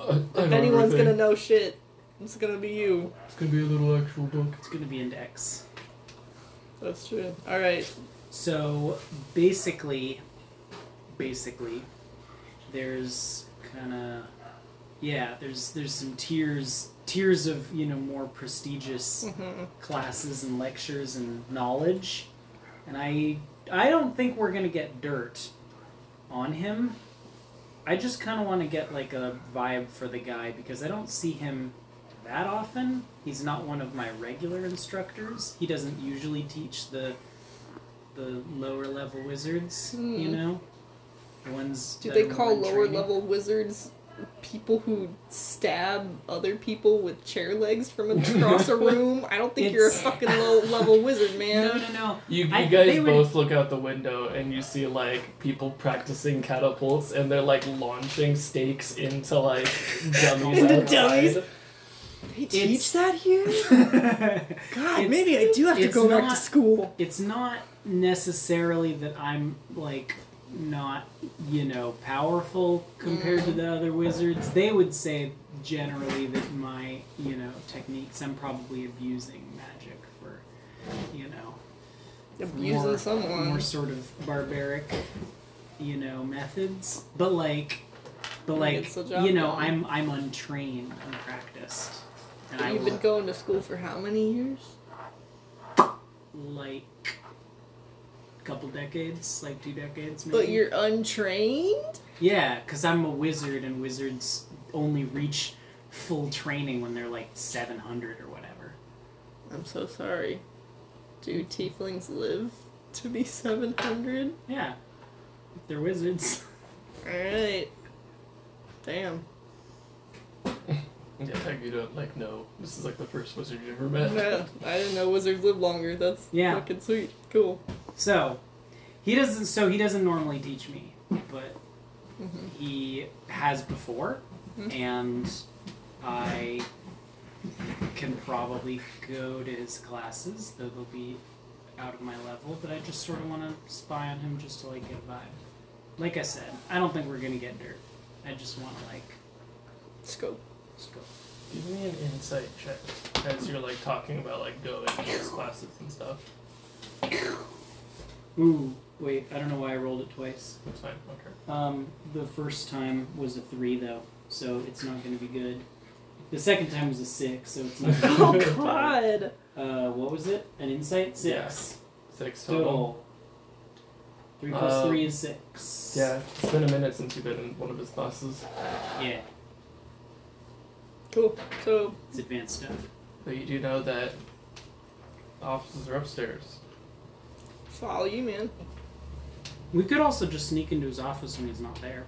[SPEAKER 1] I, I
[SPEAKER 2] If
[SPEAKER 1] know
[SPEAKER 2] anyone's
[SPEAKER 1] everything.
[SPEAKER 2] gonna know shit, it's gonna be you.
[SPEAKER 1] It's gonna be a little actual book.
[SPEAKER 3] It's gonna be index.
[SPEAKER 2] That's true. All right.
[SPEAKER 3] So basically, basically, there's kind of yeah. There's there's some tiers tiers of you know more prestigious
[SPEAKER 2] Mhm.
[SPEAKER 3] classes and lectures and knowledge, and I I don't think we're gonna get dirt on him. I just kind of want to get like a vibe for the guy because I don't see him that often. He's not one of my regular instructors. He doesn't usually teach the the lower level wizards, you
[SPEAKER 2] Hmm.
[SPEAKER 3] know. The ones
[SPEAKER 2] Do
[SPEAKER 3] that
[SPEAKER 2] they
[SPEAKER 3] are more
[SPEAKER 2] call
[SPEAKER 3] in
[SPEAKER 2] lower
[SPEAKER 3] training.
[SPEAKER 2] level wizards people who stab other people with chair legs from across a room? I don't think you're a
[SPEAKER 3] It's-
[SPEAKER 2] fucking low level wizard, man.
[SPEAKER 3] No, no, no.
[SPEAKER 1] You, you
[SPEAKER 3] I-
[SPEAKER 1] guys
[SPEAKER 3] they would-
[SPEAKER 1] both look out the window and you see like people practicing catapults and they're like launching stakes into like dummies
[SPEAKER 2] Into
[SPEAKER 1] outside.
[SPEAKER 2] dummies? They teach
[SPEAKER 3] It's-
[SPEAKER 2] that here? God,
[SPEAKER 3] It's-
[SPEAKER 2] maybe I do have to
[SPEAKER 3] it's
[SPEAKER 2] go back
[SPEAKER 3] not-
[SPEAKER 2] to school.
[SPEAKER 3] it's not necessarily that I'm like not, you know, powerful compared
[SPEAKER 2] Mm.
[SPEAKER 3] to the other wizards. They would say generally that my, you know, techniques I'm probably abusing magic for, you know,
[SPEAKER 2] Abusing
[SPEAKER 3] more,
[SPEAKER 2] someone.
[SPEAKER 3] more sort of barbaric, you know, methods. But like but like
[SPEAKER 2] Gets the job
[SPEAKER 3] you know,
[SPEAKER 2] done.
[SPEAKER 3] I'm I'm untrained, unpracticed. And I
[SPEAKER 2] You've
[SPEAKER 3] will
[SPEAKER 2] been going to school for how many years?
[SPEAKER 3] like couple decades, like two decades maybe.
[SPEAKER 2] But you're untrained?
[SPEAKER 3] Yeah, because I'm a wizard, and wizards only reach full training when they're like 700 or whatever.
[SPEAKER 2] I'm so sorry. Do tieflings live to be 700?
[SPEAKER 3] Yeah, if they're wizards.
[SPEAKER 2] Alright. Damn.
[SPEAKER 1] Yeah, like, you don't like know. This is like the first wizard you ever met.
[SPEAKER 2] Yeah, I didn't know wizards live longer. That's
[SPEAKER 3] Yeah.
[SPEAKER 2] fucking sweet. Cool.
[SPEAKER 3] So, he doesn't. So he doesn't normally teach me, but he has before,
[SPEAKER 2] Mhm.
[SPEAKER 3] and I can probably go to his classes, though they'll be out of my level. But I just sort of want to spy on him just to like get a vibe. Like I said, I don't think we're gonna get dirt. I just want to like
[SPEAKER 2] Scope.
[SPEAKER 3] just go.
[SPEAKER 1] Give me an insight check as you're like talking about like going to these classes and stuff.
[SPEAKER 3] Ooh, wait, I don't know why I rolled it twice.
[SPEAKER 1] It's fine. Okay.
[SPEAKER 3] Um, the first time was a three though, so it's not gonna be good. The second time was a six, so it's not. Gonna
[SPEAKER 2] Oh
[SPEAKER 3] be good.
[SPEAKER 2] god!
[SPEAKER 3] Uh, what was it? An insight six
[SPEAKER 1] Six total.
[SPEAKER 3] total. Three plus
[SPEAKER 1] Uh,
[SPEAKER 3] three is six.
[SPEAKER 1] Yeah, it's been a minute since you've been in one of his classes,
[SPEAKER 3] Yeah,
[SPEAKER 2] Cool. So,
[SPEAKER 3] it's advanced stuff.
[SPEAKER 1] but you do know that offices are upstairs.
[SPEAKER 2] follow you, man.
[SPEAKER 3] We could also just sneak into his office when he's not there.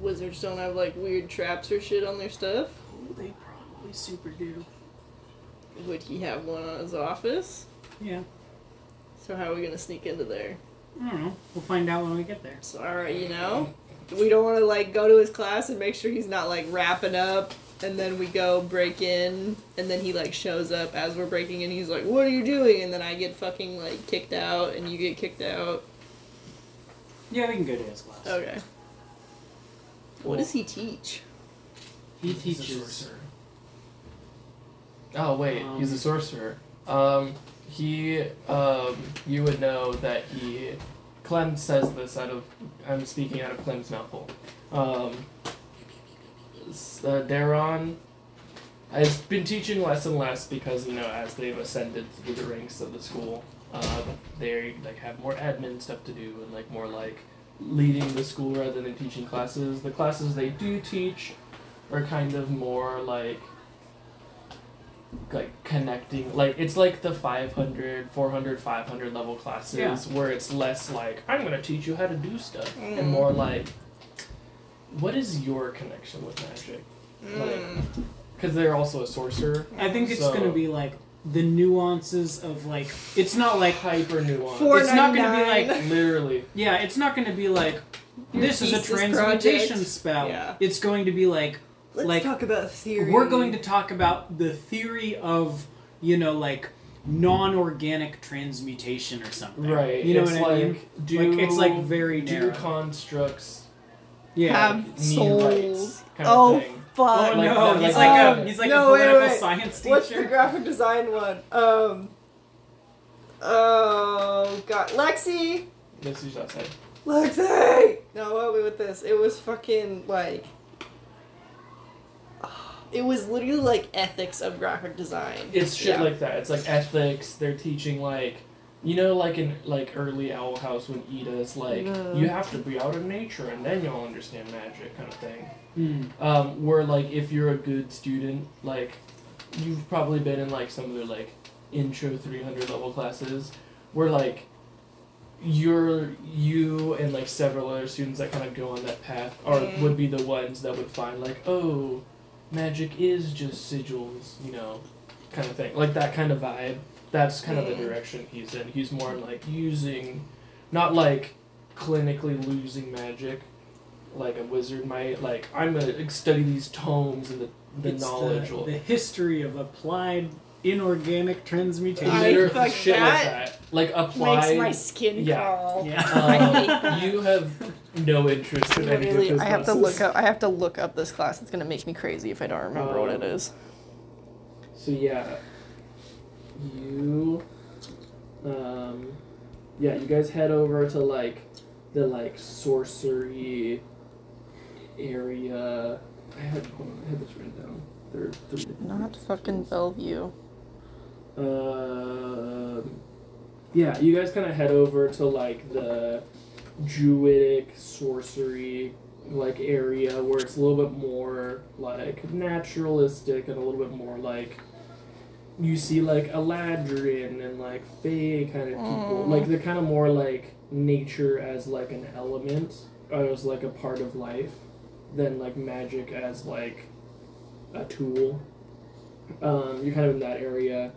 [SPEAKER 2] Wizards don't have like weird traps or shit on their stuff.
[SPEAKER 3] Oh, they probably super do.
[SPEAKER 2] Would he have one on his office?
[SPEAKER 3] Yeah,
[SPEAKER 2] So how are we gonna sneak into there?
[SPEAKER 3] I don't know. We'll find out when we get there.
[SPEAKER 2] Sorry, you know? We don't wanna like go to his class and make sure he's not like wrapping up and then we go break in and then he like shows up as we're breaking in he's like, What are you doing? And then I get fucking like kicked out and you get kicked out.
[SPEAKER 3] Yeah, we can go to his class.
[SPEAKER 2] Okay.
[SPEAKER 3] Cool.
[SPEAKER 2] What does he teach?
[SPEAKER 3] He
[SPEAKER 1] He's a
[SPEAKER 3] teaches.
[SPEAKER 1] sorcerer. Oh wait, he's a
[SPEAKER 3] Um,
[SPEAKER 1] sorcerer. Um, he, um, you would know that he. Clem says this out of. I'm speaking out of Clem's mouthful. Um, s- uh, Daron has been teaching less and less because you know as they've ascended through the ranks of the school, um, they like have more admin stuff to do and like more like leading the school rather than teaching classes. The classes they do teach are kind of more like like connecting like it's like the 500 400 500 level classes
[SPEAKER 3] Yeah.
[SPEAKER 1] where it's less like i'm going to teach you how to do stuff
[SPEAKER 2] Mm.
[SPEAKER 1] and more like what is your connection with magic
[SPEAKER 2] Mm.
[SPEAKER 1] because they're also a sorcerer
[SPEAKER 3] I think it's
[SPEAKER 1] So-
[SPEAKER 3] gonna be like the nuances of like it's not like
[SPEAKER 1] hyper nuanced
[SPEAKER 2] Four-
[SPEAKER 3] it's not gonna be
[SPEAKER 2] $4.99.
[SPEAKER 3] like
[SPEAKER 1] literally
[SPEAKER 3] yeah it's not gonna be like
[SPEAKER 2] Your
[SPEAKER 3] this is a
[SPEAKER 2] thesis
[SPEAKER 3] transmutation
[SPEAKER 2] project.
[SPEAKER 3] spell.
[SPEAKER 2] Yeah.
[SPEAKER 3] It's going to be like
[SPEAKER 2] Let's
[SPEAKER 3] Like,
[SPEAKER 2] talk about theory.
[SPEAKER 3] We're going to talk about the theory of, you know, like non-organic transmutation or something.
[SPEAKER 1] right
[SPEAKER 3] You know
[SPEAKER 1] it's
[SPEAKER 3] what
[SPEAKER 1] like
[SPEAKER 3] I mean?
[SPEAKER 1] do
[SPEAKER 3] like it's like very
[SPEAKER 1] do
[SPEAKER 3] narrow.
[SPEAKER 1] constructs
[SPEAKER 3] yeah.
[SPEAKER 2] have
[SPEAKER 1] need
[SPEAKER 2] souls.
[SPEAKER 1] rights kind
[SPEAKER 2] Oh
[SPEAKER 1] of thing
[SPEAKER 2] fuck!
[SPEAKER 1] like
[SPEAKER 3] oh no,
[SPEAKER 1] that,
[SPEAKER 3] he's
[SPEAKER 1] like
[SPEAKER 3] like
[SPEAKER 1] that.
[SPEAKER 3] a he's like
[SPEAKER 2] No,
[SPEAKER 3] a
[SPEAKER 2] wait,
[SPEAKER 3] political
[SPEAKER 2] wait.
[SPEAKER 3] science
[SPEAKER 2] What's the
[SPEAKER 3] teacher.
[SPEAKER 2] graphic design one? Um. Oh god, Lexi,
[SPEAKER 1] this is outside
[SPEAKER 2] Lexi! No, what were we with this? It was fucking like. It was literally like ethics of graphic design.
[SPEAKER 1] it's shit
[SPEAKER 2] Yeah.
[SPEAKER 1] like that. It's like ethics. They're teaching like, you know, like in like early Owl House when Ida's like,
[SPEAKER 2] Yeah.
[SPEAKER 1] you have to be out of nature and then you'll understand magic kind of thing.
[SPEAKER 3] Hmm.
[SPEAKER 1] Um, where like if you're a good student, like you've probably been in like some of their like intro three hundred level classes, where like you're you and like several other students that kind of go on that path are
[SPEAKER 2] Mhm.
[SPEAKER 1] would be the ones that would find like oh magic is just sigils you know kind of thing like that kind of vibe that's kind of
[SPEAKER 2] Mhm.
[SPEAKER 1] the direction he's in he's more in like using not like clinically losing magic like a wizard might like i'm gonna study these tomes and the, the
[SPEAKER 3] It's
[SPEAKER 1] knowledge
[SPEAKER 3] the,
[SPEAKER 1] will
[SPEAKER 3] the history of applied inorganic transmutation.
[SPEAKER 2] I
[SPEAKER 1] Literally
[SPEAKER 2] fuck
[SPEAKER 1] shit
[SPEAKER 2] that.
[SPEAKER 1] like that like
[SPEAKER 2] Makes
[SPEAKER 1] apply
[SPEAKER 2] my skin
[SPEAKER 1] yeah.
[SPEAKER 2] crawl.
[SPEAKER 3] yeah.
[SPEAKER 1] um,
[SPEAKER 2] I hate that.
[SPEAKER 1] you have no interest in any of
[SPEAKER 2] Literally,
[SPEAKER 1] those
[SPEAKER 2] I have to
[SPEAKER 1] classes.
[SPEAKER 2] look up. I have to look up this class. It's gonna make me crazy if I don't remember what it is.
[SPEAKER 1] So yeah, you, um, yeah, you guys head over to like the like sorcery area. I had hold on, I had this written down. There are three different
[SPEAKER 2] Not fucking Bellevue.
[SPEAKER 1] Um, yeah, you guys kind of head over to like the druidic sorcery like area where it's a little bit more like naturalistic and a little bit more like you see like Eladrin and like Fae kind of people.
[SPEAKER 2] Mm.
[SPEAKER 1] Like they're kind of more like nature as like an element or as like a part of life than like magic as like a tool. Um, you're kind of in that area.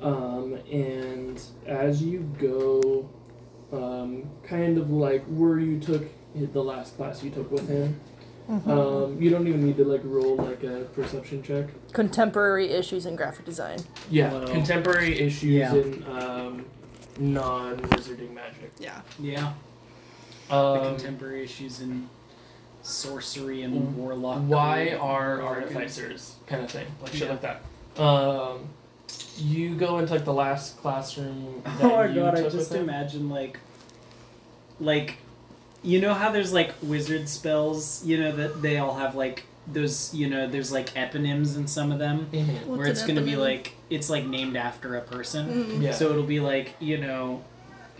[SPEAKER 1] Um, and as you go, um, kind of like where you took the last class you took with him,
[SPEAKER 3] Mm-hmm.
[SPEAKER 1] um, you don't even need to like roll like a perception check.
[SPEAKER 2] Contemporary issues in graphic design.
[SPEAKER 1] Yeah,
[SPEAKER 3] Hello.
[SPEAKER 1] contemporary issues
[SPEAKER 3] Yeah.
[SPEAKER 1] in um, non-wizarding magic.
[SPEAKER 2] Yeah.
[SPEAKER 3] yeah. The
[SPEAKER 1] Um,
[SPEAKER 3] contemporary issues in sorcery and warlock.
[SPEAKER 1] why are artificers kind of thing, like shit
[SPEAKER 3] Yeah.
[SPEAKER 1] like that. Um, you go into like the last classroom. That
[SPEAKER 3] Oh my
[SPEAKER 1] you
[SPEAKER 3] god, I
[SPEAKER 1] took
[SPEAKER 3] just
[SPEAKER 1] with him.
[SPEAKER 3] imagine like like you know how there's like wizard spells, you know that they all have like those, you know, there's like eponyms in some of them
[SPEAKER 1] Mhm.
[SPEAKER 2] What's
[SPEAKER 3] where it's
[SPEAKER 2] an
[SPEAKER 3] going to be
[SPEAKER 2] eponym?
[SPEAKER 3] like it's like named after a person.
[SPEAKER 2] Mm.
[SPEAKER 1] Yeah.
[SPEAKER 3] So it'll be like, you know,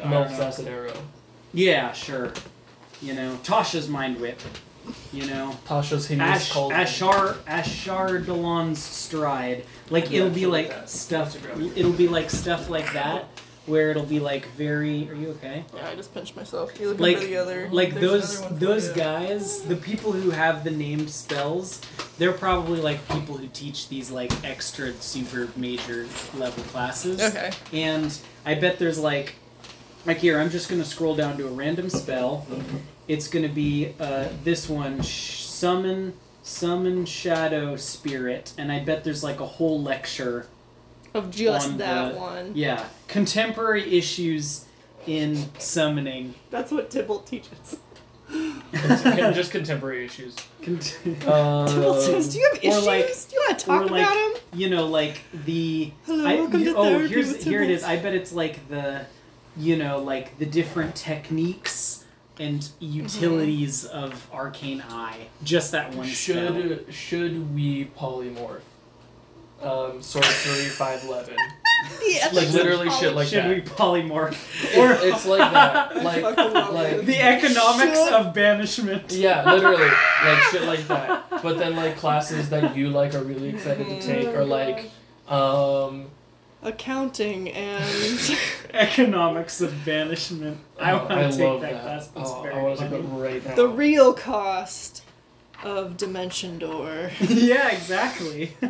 [SPEAKER 3] I don't know.
[SPEAKER 1] Melf's arrow.
[SPEAKER 3] Yeah, sure. You know, Tasha's mind whip, you know.
[SPEAKER 1] Tasha's hideous
[SPEAKER 3] Ash,
[SPEAKER 1] cauldron.
[SPEAKER 3] Ashar Ashar Delon's stride. Like
[SPEAKER 1] Yeah,
[SPEAKER 3] it'll be
[SPEAKER 1] sure,
[SPEAKER 3] like
[SPEAKER 1] that-
[SPEAKER 3] stuff.
[SPEAKER 1] that's a graphic.
[SPEAKER 3] It'll be like stuff like that, where it'll be like very. Are you okay?
[SPEAKER 2] Yeah, I just pinched myself. You looking
[SPEAKER 3] Like-
[SPEAKER 2] for the other?
[SPEAKER 3] Like
[SPEAKER 2] there's
[SPEAKER 3] those
[SPEAKER 2] another one for
[SPEAKER 3] those
[SPEAKER 2] you.
[SPEAKER 3] guys, the people who have the named spells, they're probably like people who teach these like extra super major level classes.
[SPEAKER 2] Okay.
[SPEAKER 3] And I bet there's like, like here, I'm just gonna scroll down to a random spell. It's gonna be uh, this one, sh- summon summon shadow spirit, and I bet there's like a whole lecture.
[SPEAKER 2] Of just
[SPEAKER 3] On
[SPEAKER 2] that
[SPEAKER 3] the-
[SPEAKER 2] one.
[SPEAKER 3] Yeah, contemporary issues in summoning.
[SPEAKER 2] That's what Tybalt teaches.
[SPEAKER 1] Con- just contemporary issues.
[SPEAKER 3] Cont-
[SPEAKER 1] Um,
[SPEAKER 2] Tybalt says, "Do you have
[SPEAKER 3] or
[SPEAKER 2] issues?
[SPEAKER 3] like-
[SPEAKER 2] Do you want to talk
[SPEAKER 3] or like-
[SPEAKER 2] about them?"
[SPEAKER 3] you know, like the
[SPEAKER 2] Hello,
[SPEAKER 3] I,
[SPEAKER 2] welcome
[SPEAKER 3] you-
[SPEAKER 2] to
[SPEAKER 3] oh,
[SPEAKER 2] therapy
[SPEAKER 3] here's
[SPEAKER 2] with
[SPEAKER 3] here it
[SPEAKER 2] Tybalt.
[SPEAKER 3] is. I bet it's like the, you know, like the different techniques and utilities of arcane eye. Just that one spell.
[SPEAKER 1] Um, should should we polymorph? Um, sorcery five eleven.
[SPEAKER 2] Yeah,
[SPEAKER 1] Like literally shit like
[SPEAKER 3] should
[SPEAKER 1] that.
[SPEAKER 3] we polymorph?
[SPEAKER 1] It's- it's like that, like-
[SPEAKER 2] Fucking love
[SPEAKER 1] like-
[SPEAKER 2] it.
[SPEAKER 3] the economics
[SPEAKER 2] Should-
[SPEAKER 3] of banishment.
[SPEAKER 1] Yeah, literally, like shit like that. But then like classes that you like are really excited to take, or like Um,
[SPEAKER 2] Accounting and
[SPEAKER 3] Economics of banishment. I
[SPEAKER 1] oh,
[SPEAKER 3] want to take
[SPEAKER 1] love
[SPEAKER 3] that, class. That's
[SPEAKER 1] Oh,
[SPEAKER 3] very
[SPEAKER 1] I want to take
[SPEAKER 3] funny.
[SPEAKER 1] it right now.
[SPEAKER 2] the real cost of Dimension Door.
[SPEAKER 3] yeah, exactly.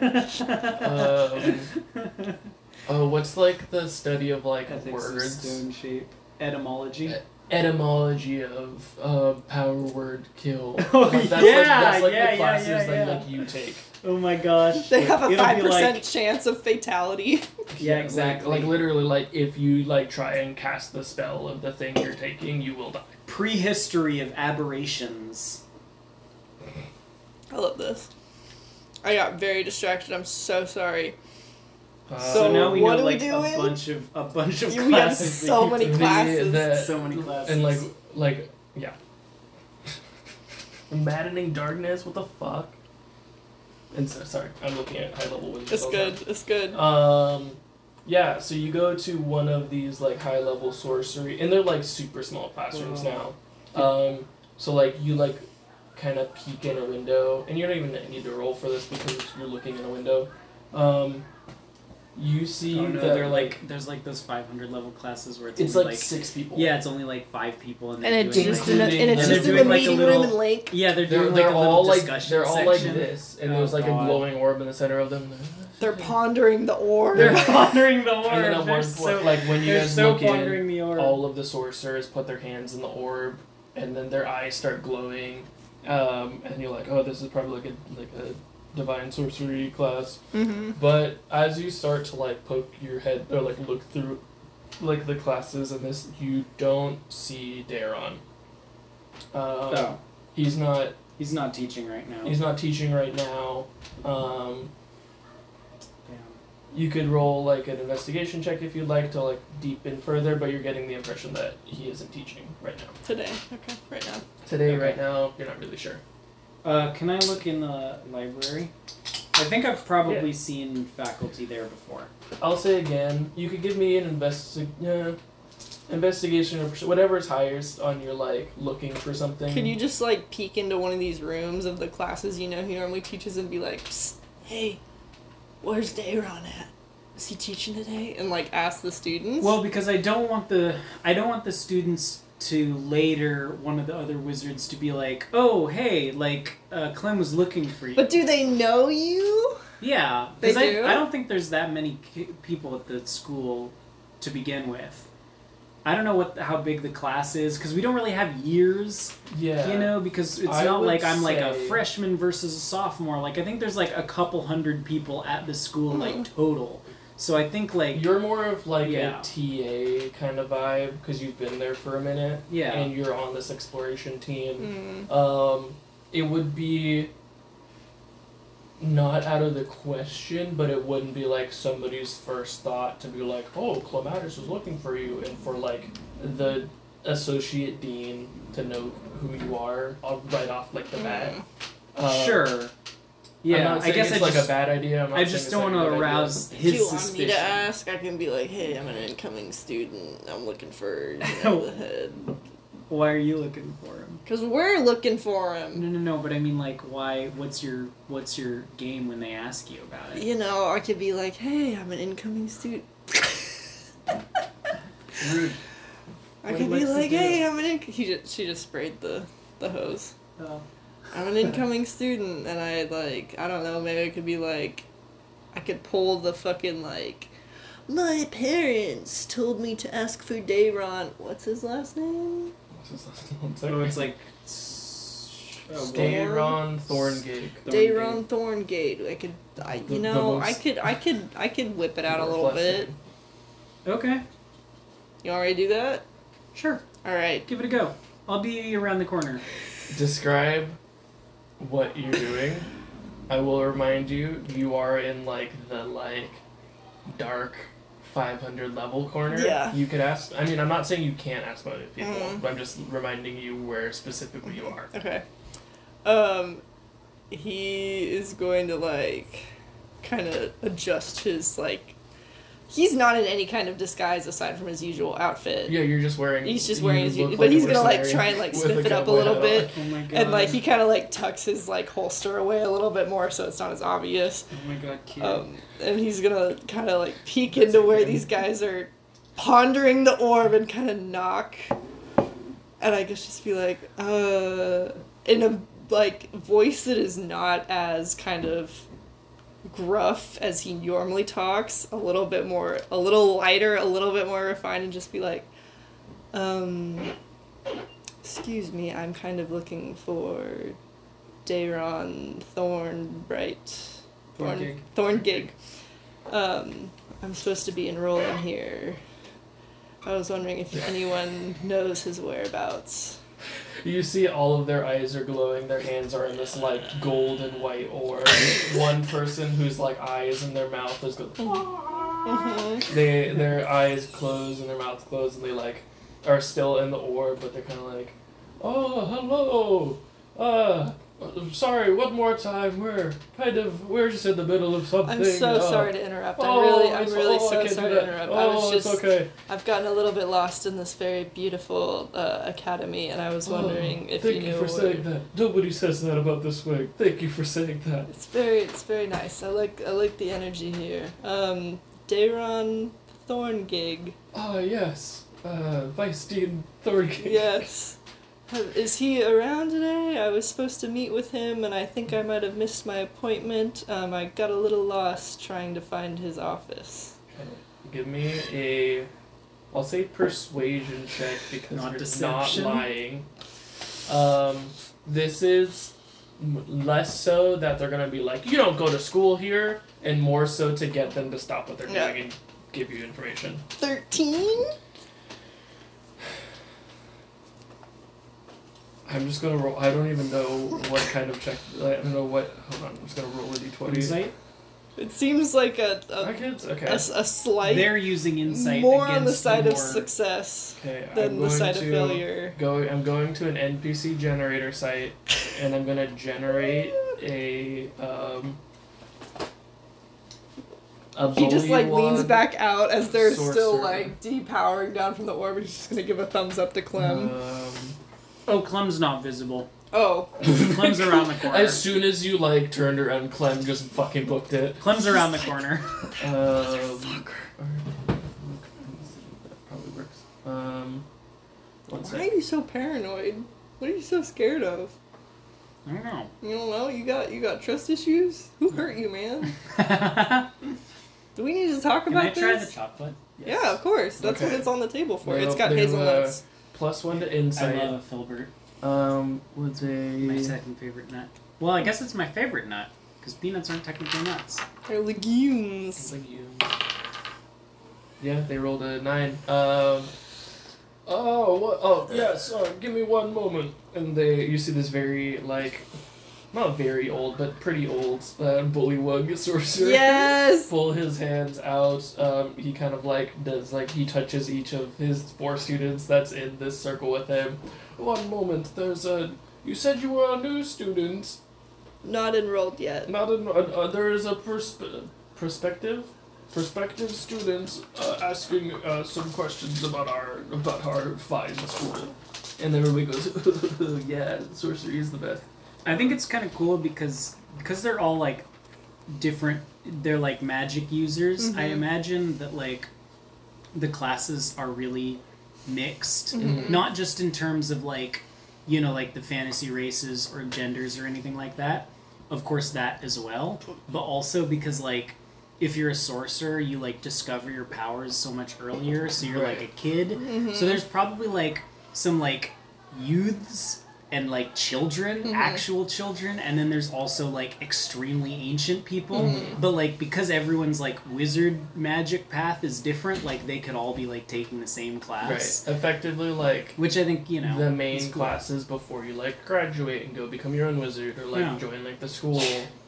[SPEAKER 1] Um, oh, what's like the study of like
[SPEAKER 3] Ethics of
[SPEAKER 1] words?
[SPEAKER 3] stone shape. Etymology.
[SPEAKER 1] Eh. Etymology of uh, power word kill.
[SPEAKER 3] Oh,
[SPEAKER 1] like, that's
[SPEAKER 3] yeah,
[SPEAKER 1] like, that's like
[SPEAKER 3] yeah, yeah,
[SPEAKER 1] the classes
[SPEAKER 3] yeah,
[SPEAKER 1] that
[SPEAKER 3] yeah.
[SPEAKER 1] like you take.
[SPEAKER 3] Oh my gosh.
[SPEAKER 2] They have a
[SPEAKER 3] It'll
[SPEAKER 2] five
[SPEAKER 3] be
[SPEAKER 2] percent
[SPEAKER 3] like-
[SPEAKER 2] chance of fatality.
[SPEAKER 3] Yeah,
[SPEAKER 1] like-
[SPEAKER 3] exactly.
[SPEAKER 1] Like, literally, like if you like try and cast the spell of the thing you're taking, you will die.
[SPEAKER 3] Prehistory of aberrations.
[SPEAKER 2] I love this. I got very distracted. I'm so sorry.
[SPEAKER 1] Uh,
[SPEAKER 2] So
[SPEAKER 3] so now we
[SPEAKER 2] what
[SPEAKER 3] know
[SPEAKER 2] are we
[SPEAKER 3] like
[SPEAKER 2] doing?
[SPEAKER 3] a bunch of a bunch of
[SPEAKER 2] You- we have
[SPEAKER 3] classes. that
[SPEAKER 2] so
[SPEAKER 3] you
[SPEAKER 2] many
[SPEAKER 3] took.
[SPEAKER 1] the-
[SPEAKER 2] classes.
[SPEAKER 1] the-
[SPEAKER 3] So many classes.
[SPEAKER 1] And like, like, yeah. Maddening darkness. What the fuck? And so, sorry, I'm looking at high level wisdom.
[SPEAKER 2] It's good. It's good.
[SPEAKER 1] Um, yeah. So you go to one of these like high level sorcery, and they're like super small classrooms
[SPEAKER 3] Wow.
[SPEAKER 1] now. Um, so like you like kind of peek in a window, and you don't even need to roll for this because you're looking in a window. Um, you see
[SPEAKER 3] Oh no,
[SPEAKER 1] that
[SPEAKER 3] they're like there's like those 500 level classes where it's,
[SPEAKER 1] it's like,
[SPEAKER 3] only, like,
[SPEAKER 1] six people.
[SPEAKER 3] yeah, it's only like five people and they're
[SPEAKER 2] And it's
[SPEAKER 3] doing
[SPEAKER 2] just
[SPEAKER 3] like,
[SPEAKER 2] in a, and it's
[SPEAKER 1] They're
[SPEAKER 2] just in the
[SPEAKER 3] doing, like, a
[SPEAKER 2] meeting
[SPEAKER 3] little-
[SPEAKER 2] room in Lake.
[SPEAKER 3] yeah, they're
[SPEAKER 1] They're,
[SPEAKER 3] doing
[SPEAKER 1] they're
[SPEAKER 3] like a little
[SPEAKER 1] all like
[SPEAKER 3] discussion
[SPEAKER 1] they're all like
[SPEAKER 3] section.
[SPEAKER 1] this, and
[SPEAKER 3] Oh,
[SPEAKER 1] there's like
[SPEAKER 3] God.
[SPEAKER 1] a glowing orb in the center of them.
[SPEAKER 2] They're pondering the orb.
[SPEAKER 3] They're pondering the
[SPEAKER 1] And then at
[SPEAKER 3] orb. They're
[SPEAKER 1] one
[SPEAKER 3] so
[SPEAKER 1] point, like when you
[SPEAKER 3] they're
[SPEAKER 1] guys
[SPEAKER 3] so
[SPEAKER 1] look in,
[SPEAKER 3] pondering the orb.
[SPEAKER 1] all of the sorcerers put their hands in the orb and then their eyes start glowing um, and you're like oh this is probably like a like a divine sorcery class
[SPEAKER 2] mm-hmm.
[SPEAKER 1] but as you start to like poke your head or like look through like the classes and this you don't see Daron. Um,
[SPEAKER 3] oh,
[SPEAKER 1] he's not
[SPEAKER 3] he's not teaching right now.
[SPEAKER 1] he's not teaching right now um,
[SPEAKER 3] Damn.
[SPEAKER 1] you could roll like an investigation check if you'd like to like deepen further but you're getting the impression that he isn't teaching right now
[SPEAKER 2] Today. Okay. Right now.
[SPEAKER 1] Today,
[SPEAKER 3] Okay.
[SPEAKER 1] right now, you're not really sure.
[SPEAKER 3] Uh, can I look in the library? I think I've probably seen faculty there before.
[SPEAKER 1] I'll say again. You could give me an investi- uh, investigation or perce- whatever is highest on your like looking for something.
[SPEAKER 2] Could you just like peek into one of these rooms of the classes you know he normally teaches and be like, Psst, "Hey, where's Dayron at? Is he teaching today?" And like ask the students.
[SPEAKER 3] Well, because I don't want the I don't want the students to later one of the other wizards to be like, oh hey, like uh, Clem was looking for you.
[SPEAKER 2] but do they know you?
[SPEAKER 3] yeah,
[SPEAKER 2] They
[SPEAKER 3] 'cause I,
[SPEAKER 2] do?
[SPEAKER 3] I don't think there's that many ki- people at the school to begin with. I don't know what how big the class is because we don't really have years,
[SPEAKER 1] Yeah.
[SPEAKER 3] you know, because it's
[SPEAKER 1] I
[SPEAKER 3] not
[SPEAKER 1] would
[SPEAKER 3] like I'm like a
[SPEAKER 1] say-
[SPEAKER 3] freshman versus a sophomore. Like I think there's like a couple hundred people at the school like
[SPEAKER 2] Mm-hmm.
[SPEAKER 3] total. So I think like
[SPEAKER 1] You're more of like
[SPEAKER 3] Yeah.
[SPEAKER 1] a TA kind of vibe because you've been there for a minute
[SPEAKER 3] yeah.
[SPEAKER 1] and you're on this exploration team.
[SPEAKER 2] Mm.
[SPEAKER 1] Um, it would be not out of the question, but it wouldn't be like somebody's first thought to be like, "Oh, Clematis is looking for you," and for like the associate dean to know who you are uh, right off like the bat. Uh,
[SPEAKER 3] sure.
[SPEAKER 1] I'm
[SPEAKER 3] Yeah,
[SPEAKER 1] not
[SPEAKER 3] I
[SPEAKER 1] saying
[SPEAKER 3] guess
[SPEAKER 1] it's
[SPEAKER 3] I
[SPEAKER 1] like
[SPEAKER 3] just
[SPEAKER 1] a bad idea. I'm not
[SPEAKER 3] I
[SPEAKER 1] saying
[SPEAKER 3] just
[SPEAKER 1] it's, like,
[SPEAKER 3] don't
[SPEAKER 1] a
[SPEAKER 3] want to
[SPEAKER 1] good idea.
[SPEAKER 3] arouse
[SPEAKER 2] Do
[SPEAKER 3] his
[SPEAKER 2] you want
[SPEAKER 3] suspicion.
[SPEAKER 2] me to ask? I can be like, "Hey, I'm an incoming student. I'm looking for you know, the head."
[SPEAKER 3] Why are you looking for him?
[SPEAKER 2] Cause we're looking for him.
[SPEAKER 3] No, no, no. But I mean, like, why? What's your What's your game when they ask you about it?
[SPEAKER 2] You know, I could be like, "Hey, I'm an incoming student."
[SPEAKER 1] Rude.
[SPEAKER 2] I
[SPEAKER 3] What
[SPEAKER 2] could
[SPEAKER 3] do you
[SPEAKER 2] be
[SPEAKER 3] like to
[SPEAKER 2] like,
[SPEAKER 3] do?
[SPEAKER 2] "Hey, I'm an inc-. He just, she just sprayed the the hose.
[SPEAKER 3] Oh.
[SPEAKER 2] I'm an incoming student, and I like I don't know. Maybe I could be like, I could pull the fucking like, my parents told me to ask for Dayron. What's his last name?
[SPEAKER 1] What's his last name?
[SPEAKER 3] So it's like. s- oh, well,
[SPEAKER 2] Stan-
[SPEAKER 1] Dayron Thorngate.
[SPEAKER 2] Dayron Thorngate. I could, I,
[SPEAKER 1] The-
[SPEAKER 2] you
[SPEAKER 1] the
[SPEAKER 2] know, I
[SPEAKER 1] most-
[SPEAKER 2] could, I could, I could whip it out a
[SPEAKER 1] Worth
[SPEAKER 2] little
[SPEAKER 1] less
[SPEAKER 2] bit.
[SPEAKER 1] than-
[SPEAKER 3] Okay,
[SPEAKER 2] You already do that?
[SPEAKER 3] sure.
[SPEAKER 2] All right.
[SPEAKER 3] Give it a go. I'll be around the corner.
[SPEAKER 1] Describe what you're doing. I will remind you, you are in like the like dark 500 level corner.
[SPEAKER 2] Yeah.
[SPEAKER 1] You could ask. I mean, I'm not saying you can't ask about it, people.
[SPEAKER 2] Mhm.
[SPEAKER 1] but I'm just reminding you where specifically you are.
[SPEAKER 2] Okay. Um, he is going to like kind of adjust his like He's not in any kind of disguise aside from his usual outfit.
[SPEAKER 1] Yeah, you're just wearing.
[SPEAKER 2] He's just wearing his
[SPEAKER 1] look
[SPEAKER 2] uni-
[SPEAKER 1] like
[SPEAKER 2] but
[SPEAKER 1] a
[SPEAKER 2] he's gonna like
[SPEAKER 1] mercenary
[SPEAKER 2] try and like
[SPEAKER 1] with
[SPEAKER 2] sniff it up a
[SPEAKER 1] cowboy
[SPEAKER 2] little
[SPEAKER 1] hat
[SPEAKER 2] bit,
[SPEAKER 4] Oh my god.
[SPEAKER 2] and like he kind of like tucks his like holster away a little bit more so it's not as obvious.
[SPEAKER 4] Oh my god, cute.
[SPEAKER 2] Um, and he's gonna kind of like peek into where these guys are pondering the orb and kind of knock, and I guess just be like, uh, in a like voice that is not as kind of gruff as he normally talks, a little bit more, a little lighter, a little bit more refined, and just be like, um, excuse me, I'm kind of looking for Dayron Thornbright. Thorn,
[SPEAKER 4] Thorngig.
[SPEAKER 2] Thorn gig. Um, I'm supposed to be enrolling here. I was wondering if anyone knows his whereabouts.
[SPEAKER 1] You see, all of their eyes are glowing. Their hands are in this like gold and white orb. One person whose like eyes and their mouth is go-
[SPEAKER 2] Mhm.
[SPEAKER 1] they their eyes close and their mouth closed and they like are still in the orb, but they're kind of like, oh hello, uh. Sorry, one more time. We're kind of we're just in the middle of something.
[SPEAKER 2] I'm so
[SPEAKER 1] uh,
[SPEAKER 2] sorry to interrupt. I'm
[SPEAKER 1] Oh,
[SPEAKER 2] really, I'm
[SPEAKER 1] it's-
[SPEAKER 2] really
[SPEAKER 1] oh, I
[SPEAKER 2] so
[SPEAKER 1] can't do
[SPEAKER 2] sorry to
[SPEAKER 1] that.
[SPEAKER 2] interrupt.
[SPEAKER 1] Oh,
[SPEAKER 2] I was just,
[SPEAKER 1] it's okay.
[SPEAKER 2] I've gotten a little bit lost in this very beautiful uh, academy, and I was wondering
[SPEAKER 1] Oh,
[SPEAKER 2] if
[SPEAKER 1] thank
[SPEAKER 2] you
[SPEAKER 1] you,
[SPEAKER 2] knew.
[SPEAKER 1] for
[SPEAKER 2] where-
[SPEAKER 1] saying that. Nobody says that about this wig. Thank you for saying that.
[SPEAKER 2] It's very, it's very nice. I like, I like the energy here. Um, Dayron Thorngig.
[SPEAKER 1] Ah, yes. Uh, Vice Dean Thorgate.
[SPEAKER 2] Yes. Have- Is he around today? I was supposed to meet with him, and I think I might have missed my appointment. Um, I got a little lost trying to find his office.
[SPEAKER 1] Give me a. I'll say persuasion check because
[SPEAKER 3] Not
[SPEAKER 1] you're
[SPEAKER 3] deception.
[SPEAKER 1] not lying. Um, this is m- less so that they're gonna be like, you don't go to school here, and more so to get them to stop what they're
[SPEAKER 2] Yeah.
[SPEAKER 1] doing and give you information.
[SPEAKER 2] 13?
[SPEAKER 1] I'm just gonna roll. I don't even know what kind of check. I don't know what. Hold on. I'm just gonna roll a d20.
[SPEAKER 3] Insight?
[SPEAKER 2] It seems like a, a,
[SPEAKER 1] I can.
[SPEAKER 2] a
[SPEAKER 1] Okay.
[SPEAKER 2] s- a slight,
[SPEAKER 3] They're using insight
[SPEAKER 2] more
[SPEAKER 3] against
[SPEAKER 2] on the side of
[SPEAKER 3] more-
[SPEAKER 2] success
[SPEAKER 1] Okay. I'm
[SPEAKER 2] than the
[SPEAKER 1] going
[SPEAKER 2] side
[SPEAKER 1] to
[SPEAKER 2] of failure.
[SPEAKER 1] Go. I'm going to an NPC generator site, and I'm gonna generate a um. A
[SPEAKER 2] He just like leans
[SPEAKER 1] Bullywog.
[SPEAKER 2] back out as they're still
[SPEAKER 1] sorcerer.
[SPEAKER 2] like depowering down from the orb, and he's just gonna give a thumbs up to Clem.
[SPEAKER 1] Uh, um,
[SPEAKER 3] Oh, Clem's not visible.
[SPEAKER 2] oh,
[SPEAKER 3] Clem's around the corner.
[SPEAKER 1] As soon as you like turned around, Clem just fucking booked it.
[SPEAKER 3] Clem's around the corner.
[SPEAKER 1] Um, alright, that probably works. Um, one
[SPEAKER 2] why are
[SPEAKER 1] sec.
[SPEAKER 2] you so paranoid? What are you so scared of?
[SPEAKER 3] I don't know.
[SPEAKER 2] You don't know. You got you got trust issues. Who hurt you, man?
[SPEAKER 3] Can
[SPEAKER 2] Do we need to talk about
[SPEAKER 3] I try
[SPEAKER 2] this?
[SPEAKER 3] the chocolate?
[SPEAKER 2] yeah, of course. That's what
[SPEAKER 1] Okay.
[SPEAKER 2] it's on the table for.
[SPEAKER 1] Well,
[SPEAKER 2] it's got
[SPEAKER 1] then, uh,
[SPEAKER 2] hazelnuts.
[SPEAKER 1] Plus one to
[SPEAKER 3] I
[SPEAKER 1] insight.
[SPEAKER 3] love Filbert.
[SPEAKER 1] Um, would
[SPEAKER 3] My
[SPEAKER 1] they?
[SPEAKER 3] second favorite nut. Well, I guess it's my favorite nut because peanuts aren't technically nuts.
[SPEAKER 2] They're legumes.
[SPEAKER 1] Like you. Yeah, they rolled a nine. Um. Oh, what? Oh, yes. Uh, give me one moment. And they, you see this very like, not very old, but pretty old uh, bullywug sorcerer.
[SPEAKER 2] Yes.
[SPEAKER 1] Pull his hands out. Um, he kind of like does like he touches each of his four students that's in this circle with him. One moment. There's a. You said you were a new student.
[SPEAKER 2] Not enrolled yet.
[SPEAKER 1] Not an, uh, uh, there is a persp- perspective, prospective students uh, asking uh, some questions about our about our fine school, and everybody goes, "Yeah, sorcery is the best."
[SPEAKER 3] I think it's kind of cool because because they're all like different. They're like magic users. I imagine that like the classes are really mixed, not just in terms of like you know like the fantasy races or genders or anything like that. Of course, that as well, but also because like if you're a sorcerer, you like discover your powers so much earlier, so you're like a kid. So there's probably like some like youths and like children,
[SPEAKER 2] Mm-hmm.
[SPEAKER 3] actual children, and then there's also like extremely ancient people.
[SPEAKER 2] Mm-hmm.
[SPEAKER 3] But like because everyone's like wizard magic path is different, like they could all be like taking the same class.
[SPEAKER 1] Right, effectively like
[SPEAKER 3] Which I think, you know,
[SPEAKER 1] the main
[SPEAKER 3] is cool.
[SPEAKER 1] classes before you like graduate and go become your own wizard or like
[SPEAKER 3] Yeah.
[SPEAKER 1] join like the school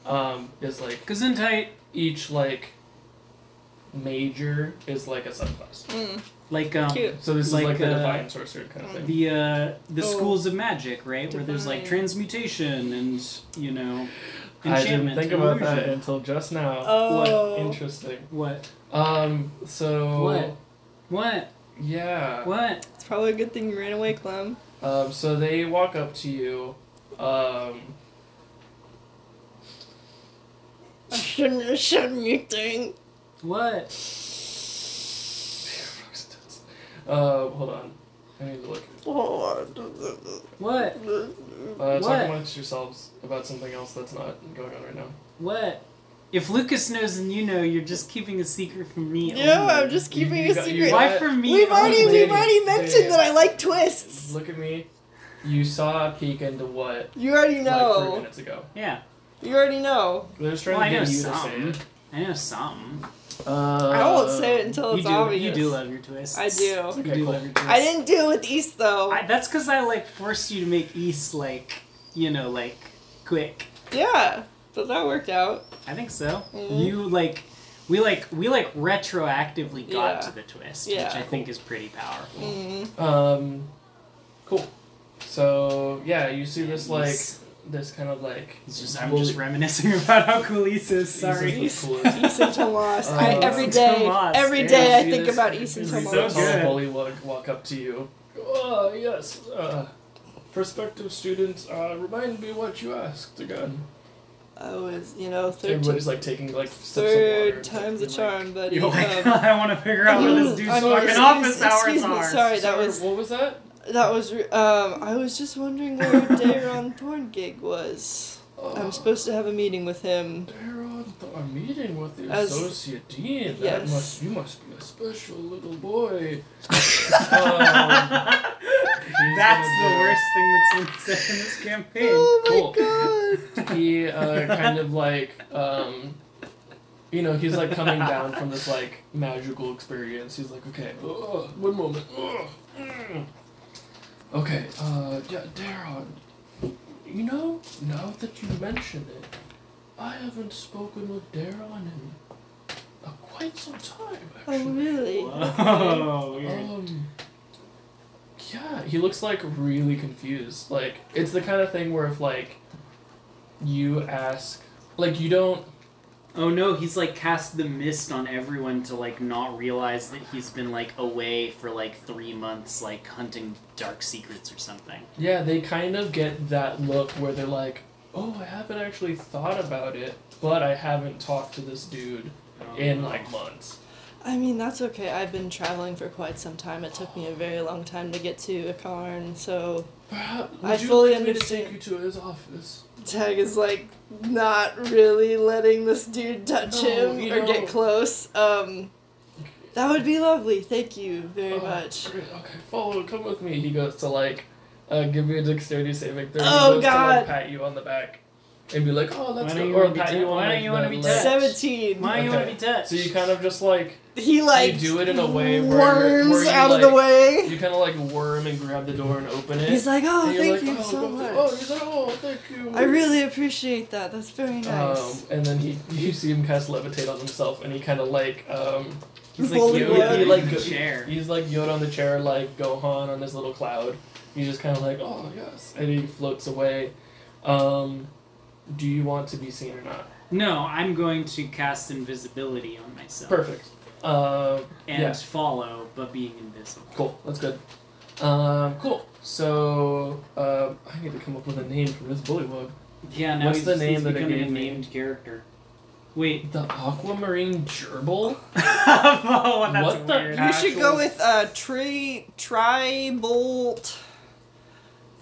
[SPEAKER 1] um, is like
[SPEAKER 3] Gesundheit,
[SPEAKER 1] each like major is like a subclass.
[SPEAKER 2] Hmm.
[SPEAKER 3] like um
[SPEAKER 2] Cute.
[SPEAKER 1] So this
[SPEAKER 3] Like,
[SPEAKER 1] is like the
[SPEAKER 3] uh,
[SPEAKER 1] divine sorcerer kind of thing.
[SPEAKER 3] the uh the
[SPEAKER 2] Oh.
[SPEAKER 3] schools of magic, right? Where there's like
[SPEAKER 2] Divine.
[SPEAKER 3] transmutation and you know
[SPEAKER 1] I didn't
[SPEAKER 3] Enchantment.
[SPEAKER 1] think about that
[SPEAKER 3] illusion.
[SPEAKER 1] until just now.
[SPEAKER 2] Oh.
[SPEAKER 1] Interesting.
[SPEAKER 3] What?
[SPEAKER 1] Um. So.
[SPEAKER 3] What? What?
[SPEAKER 1] Yeah.
[SPEAKER 3] What?
[SPEAKER 2] It's probably a good thing you ran away, Clem.
[SPEAKER 1] Um. So they walk up to you. Um.
[SPEAKER 2] I shouldn't have shut anything.
[SPEAKER 3] What?
[SPEAKER 1] Uh. Hold on. I need to look.
[SPEAKER 2] Oh.
[SPEAKER 3] What?
[SPEAKER 1] Uh, talk
[SPEAKER 3] What?
[SPEAKER 1] amongst yourselves about something else that's not going on right now.
[SPEAKER 3] What? If Lucas knows and you know, you're just keeping a secret from me.
[SPEAKER 2] Yeah, oh.
[SPEAKER 3] only.
[SPEAKER 2] I'm just keeping
[SPEAKER 1] You
[SPEAKER 2] a
[SPEAKER 1] got- you
[SPEAKER 2] secret.
[SPEAKER 1] got-
[SPEAKER 3] Why from me?
[SPEAKER 2] We've already
[SPEAKER 3] only?
[SPEAKER 2] we've already mentioned that I like twists.
[SPEAKER 1] Look at me. You saw a peek into what
[SPEAKER 2] You already
[SPEAKER 1] like three
[SPEAKER 2] know.
[SPEAKER 1] minutes ago.
[SPEAKER 3] Yeah,
[SPEAKER 2] You already know.
[SPEAKER 1] They're just trying
[SPEAKER 3] well, I
[SPEAKER 1] to
[SPEAKER 3] know
[SPEAKER 1] get you to
[SPEAKER 3] some.
[SPEAKER 1] say it.
[SPEAKER 3] I know some.
[SPEAKER 1] Uh,
[SPEAKER 2] I won't say it until
[SPEAKER 3] you
[SPEAKER 2] it's
[SPEAKER 3] do.
[SPEAKER 2] obvious.
[SPEAKER 3] You do love your twists.
[SPEAKER 2] I do.
[SPEAKER 3] You
[SPEAKER 1] Okay,
[SPEAKER 3] do
[SPEAKER 1] cool.
[SPEAKER 3] love your twists.
[SPEAKER 2] I didn't deal with East though.
[SPEAKER 3] I, that's because I like forced you to make East like you know like quick.
[SPEAKER 2] yeah, but that worked out.
[SPEAKER 3] I think so.
[SPEAKER 2] Mhm.
[SPEAKER 3] You like we like we like retroactively got
[SPEAKER 2] Yeah.
[SPEAKER 3] to the twist,
[SPEAKER 2] Yeah.
[SPEAKER 3] which I think is pretty powerful.
[SPEAKER 2] Mm.
[SPEAKER 1] Um, cool. So yeah, you see this like
[SPEAKER 3] Yes.
[SPEAKER 1] this kind of like.
[SPEAKER 3] It's just I'm
[SPEAKER 1] woolly-
[SPEAKER 3] just reminiscing about how cool East is.
[SPEAKER 1] This
[SPEAKER 3] Sorry.
[SPEAKER 1] is the coolest.
[SPEAKER 2] East and Tomas.
[SPEAKER 1] Uh,
[SPEAKER 2] I, every
[SPEAKER 3] Oh, East
[SPEAKER 2] day,
[SPEAKER 3] and Tomas,
[SPEAKER 2] every
[SPEAKER 3] yeah.
[SPEAKER 2] day I
[SPEAKER 1] You see
[SPEAKER 2] think
[SPEAKER 1] this-
[SPEAKER 2] about East and
[SPEAKER 1] this
[SPEAKER 3] He's
[SPEAKER 2] Tomas.
[SPEAKER 3] so
[SPEAKER 1] Tall
[SPEAKER 3] good.
[SPEAKER 1] bully walk, walk up to you. Oh yes. Uh, prospective students, uh, remind me what you asked again.
[SPEAKER 2] I was, you know,
[SPEAKER 1] Mm-hmm. Everybody's
[SPEAKER 2] third,
[SPEAKER 1] like taking like sips of water.
[SPEAKER 2] third
[SPEAKER 1] It's
[SPEAKER 2] time's a
[SPEAKER 1] like, you're like,
[SPEAKER 2] charm, buddy.
[SPEAKER 3] You're like,
[SPEAKER 2] Um,
[SPEAKER 3] I want to figure out where this dude's
[SPEAKER 2] I'm-
[SPEAKER 3] fucking
[SPEAKER 2] excuse-
[SPEAKER 3] office hours
[SPEAKER 2] excuse me,
[SPEAKER 3] are.
[SPEAKER 2] sorry. that
[SPEAKER 1] "Sir,
[SPEAKER 2] was-
[SPEAKER 1] What was that?
[SPEAKER 2] That was. Re- um, I was just wondering where Daron Thorn gig was. I'm supposed to have a meeting with him.
[SPEAKER 1] Oh, They're on th- a meeting with the
[SPEAKER 2] As-
[SPEAKER 1] associate dean. That
[SPEAKER 2] Yes.
[SPEAKER 1] must you must be a special little boy.
[SPEAKER 3] Oh,
[SPEAKER 1] um, he's
[SPEAKER 3] That's the
[SPEAKER 1] gonna do-
[SPEAKER 3] worst thing that's been said in this campaign.
[SPEAKER 2] Oh my
[SPEAKER 1] cool.
[SPEAKER 2] god!
[SPEAKER 1] He uh, kind of like um, you know he's like coming down from this like magical experience. He's like, okay, ugh, one moment. ugh, mm. Okay, uh, yeah, Daron. You know, now that you mention it, I haven't spoken with Daron in uh, quite some time. Actually.
[SPEAKER 2] Oh really?
[SPEAKER 3] Whoa, Oh, weird.
[SPEAKER 1] Um, yeah, he looks like really confused. Like it's the kind of thing where if like you ask, like you don't.
[SPEAKER 3] Oh no, he's like cast the mist on everyone to like not realize that he's been like away for like three months, like hunting dark secrets or something.
[SPEAKER 1] Yeah, they kind of get that look where they're like, "Oh, I haven't actually thought about it, but I haven't talked to this dude in like months."
[SPEAKER 2] I mean, that's okay. I've been traveling for quite some time. It took me a very long time to get to Akarn, so
[SPEAKER 1] Perhaps would
[SPEAKER 2] I
[SPEAKER 1] you
[SPEAKER 2] fully
[SPEAKER 1] like me to
[SPEAKER 2] understand.
[SPEAKER 1] take you to his office.
[SPEAKER 2] Tag is like not really letting this dude touch
[SPEAKER 1] No,
[SPEAKER 2] him
[SPEAKER 1] you
[SPEAKER 2] or
[SPEAKER 1] know-
[SPEAKER 2] get close. Um, that would be lovely. Thank you very
[SPEAKER 1] Oh,
[SPEAKER 2] much.
[SPEAKER 1] great, Okay, follow. Come with me. He goes to like, uh, give me a dexterity saving throw.
[SPEAKER 2] Oh,
[SPEAKER 1] he goes To,
[SPEAKER 2] God.
[SPEAKER 1] like, pat you on the back, and be like, "Oh, let's go,"
[SPEAKER 3] Why don't you
[SPEAKER 1] or
[SPEAKER 3] wanna be
[SPEAKER 1] pat
[SPEAKER 3] tou-
[SPEAKER 1] you on
[SPEAKER 3] why
[SPEAKER 1] like,
[SPEAKER 3] don't you wanna
[SPEAKER 1] the
[SPEAKER 3] be
[SPEAKER 1] leg.
[SPEAKER 3] touched?
[SPEAKER 2] Seventeen.
[SPEAKER 3] Why do you want to
[SPEAKER 1] Okay.
[SPEAKER 3] be touched?
[SPEAKER 1] So you kind of just like
[SPEAKER 2] He like
[SPEAKER 1] do it in a way where-
[SPEAKER 2] worms
[SPEAKER 1] where you,
[SPEAKER 2] out of
[SPEAKER 1] like-
[SPEAKER 2] the way.
[SPEAKER 1] you kind of like worm and grab the door and open it.
[SPEAKER 2] He's like, oh,
[SPEAKER 1] and you're
[SPEAKER 2] thank
[SPEAKER 1] like,
[SPEAKER 2] you
[SPEAKER 1] oh,
[SPEAKER 2] so
[SPEAKER 1] go-
[SPEAKER 2] much.
[SPEAKER 1] Oh, he's like, oh, thank you.
[SPEAKER 2] I really appreciate that. That's very nice.
[SPEAKER 1] Um, and then he, you see him cast levitate on himself, and he kind of like, um,
[SPEAKER 3] he's like
[SPEAKER 2] Holy
[SPEAKER 3] Yoda
[SPEAKER 2] word.
[SPEAKER 3] in
[SPEAKER 1] Like,
[SPEAKER 3] the chair.
[SPEAKER 1] he's like Yoda on the chair, like Gohan on his little cloud. He's just kind of like, oh yes, and he floats away. Um, do you want to be seen or not?
[SPEAKER 3] No, I'm going to cast invisibility on myself
[SPEAKER 1] Perfect. Um,
[SPEAKER 3] and
[SPEAKER 1] yeah.
[SPEAKER 3] follow, but being invisible.
[SPEAKER 1] Cool. That's good. Um, cool. So uh, I need to come up with a name for this bullywug.
[SPEAKER 3] Yeah, now
[SPEAKER 1] What's
[SPEAKER 3] he's,
[SPEAKER 1] the name
[SPEAKER 3] he's
[SPEAKER 1] that they
[SPEAKER 3] becoming
[SPEAKER 1] gave
[SPEAKER 3] a
[SPEAKER 1] me?
[SPEAKER 3] named character. Wait.
[SPEAKER 1] The Aquamarine Gerbil.
[SPEAKER 3] oh, that's
[SPEAKER 1] What the-
[SPEAKER 3] weird.
[SPEAKER 2] You should go
[SPEAKER 1] actual-
[SPEAKER 2] with uh, tri tribolt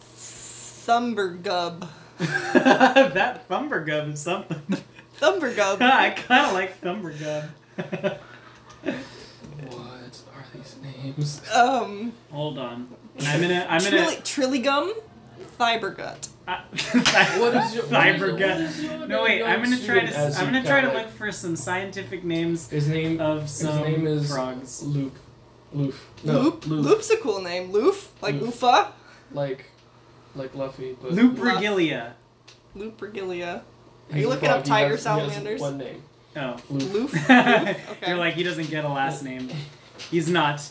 [SPEAKER 2] thumbergub.
[SPEAKER 3] that Thumbergum is something.
[SPEAKER 1] Oh.
[SPEAKER 3] I
[SPEAKER 2] Thumbergub.
[SPEAKER 3] kind of like Thumbergum.
[SPEAKER 1] What are these names?
[SPEAKER 2] um,
[SPEAKER 3] Hold on. I'm gonna. I'm gonna.
[SPEAKER 2] trilli- trilligum, fibergut.
[SPEAKER 3] I-
[SPEAKER 1] What is your? What is your- what
[SPEAKER 3] Thumbergum.
[SPEAKER 1] is your
[SPEAKER 3] No wait,
[SPEAKER 1] name?
[SPEAKER 3] I'm gonna try to.
[SPEAKER 1] As
[SPEAKER 3] s-
[SPEAKER 1] you
[SPEAKER 3] I'm gonna try to
[SPEAKER 1] kinda
[SPEAKER 3] look for some scientific names
[SPEAKER 1] His name
[SPEAKER 3] of some
[SPEAKER 1] name is-
[SPEAKER 3] frogs.
[SPEAKER 1] Loop. Loof. No,
[SPEAKER 2] Loop. Loop's a cool name. Loof, like
[SPEAKER 1] Loof.
[SPEAKER 2] Ufa.
[SPEAKER 1] Like, like Luffy, but.
[SPEAKER 3] Lubrigilia.
[SPEAKER 2] Loop regalia.
[SPEAKER 1] He's
[SPEAKER 2] Are you
[SPEAKER 1] a
[SPEAKER 2] looking
[SPEAKER 1] frog.
[SPEAKER 2] up
[SPEAKER 1] He
[SPEAKER 2] tiger
[SPEAKER 1] has- he has
[SPEAKER 2] salamanders?
[SPEAKER 1] One name.
[SPEAKER 3] Oh.
[SPEAKER 1] Loof.
[SPEAKER 2] Loof. Loof? Okay.
[SPEAKER 3] You're like he doesn't get a last name. He's not.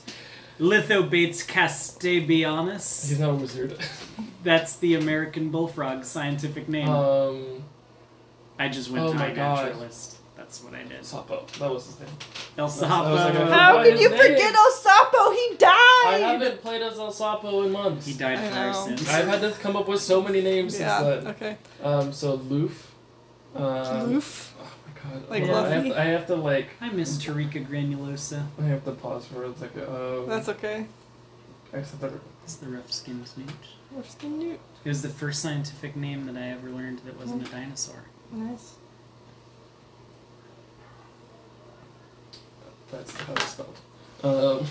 [SPEAKER 3] Lithobates castabianus.
[SPEAKER 1] He's not a wizard.
[SPEAKER 3] That's the American bullfrog scientific name.
[SPEAKER 1] um.
[SPEAKER 3] I just went
[SPEAKER 1] Oh
[SPEAKER 3] to
[SPEAKER 1] my
[SPEAKER 3] my
[SPEAKER 1] God.
[SPEAKER 3] naturalist. That's what I did.
[SPEAKER 1] Sapo. That was his name.
[SPEAKER 3] El
[SPEAKER 4] That's- that was like
[SPEAKER 3] Sapo.
[SPEAKER 4] a-
[SPEAKER 2] How
[SPEAKER 1] What
[SPEAKER 2] could
[SPEAKER 1] is
[SPEAKER 2] you
[SPEAKER 1] it?
[SPEAKER 2] forget Osapo? He
[SPEAKER 1] I
[SPEAKER 2] died.
[SPEAKER 1] haven't played as El Sapo in months.
[SPEAKER 3] He died
[SPEAKER 2] I
[SPEAKER 3] from our
[SPEAKER 2] know.
[SPEAKER 3] sins.
[SPEAKER 1] I've had to come up with so many names
[SPEAKER 2] yeah.
[SPEAKER 1] since then.
[SPEAKER 2] Okay.
[SPEAKER 1] Um, so Loof. Um,
[SPEAKER 2] Loof.
[SPEAKER 1] Oh my god.
[SPEAKER 2] Like
[SPEAKER 1] Hold on, I, have
[SPEAKER 2] Luffy?
[SPEAKER 1] to, I have to like.
[SPEAKER 3] I miss Tarika Granulosa.
[SPEAKER 1] I have to pause for a second. Um,
[SPEAKER 2] That's okay.
[SPEAKER 1] except that-
[SPEAKER 3] It's the rough skinned newt.
[SPEAKER 2] What's the new?
[SPEAKER 3] It was the first scientific name that I ever learned that wasn't a
[SPEAKER 2] Hmm.
[SPEAKER 3] dinosaur.
[SPEAKER 2] Nice.
[SPEAKER 1] that's how it's spelled. Um,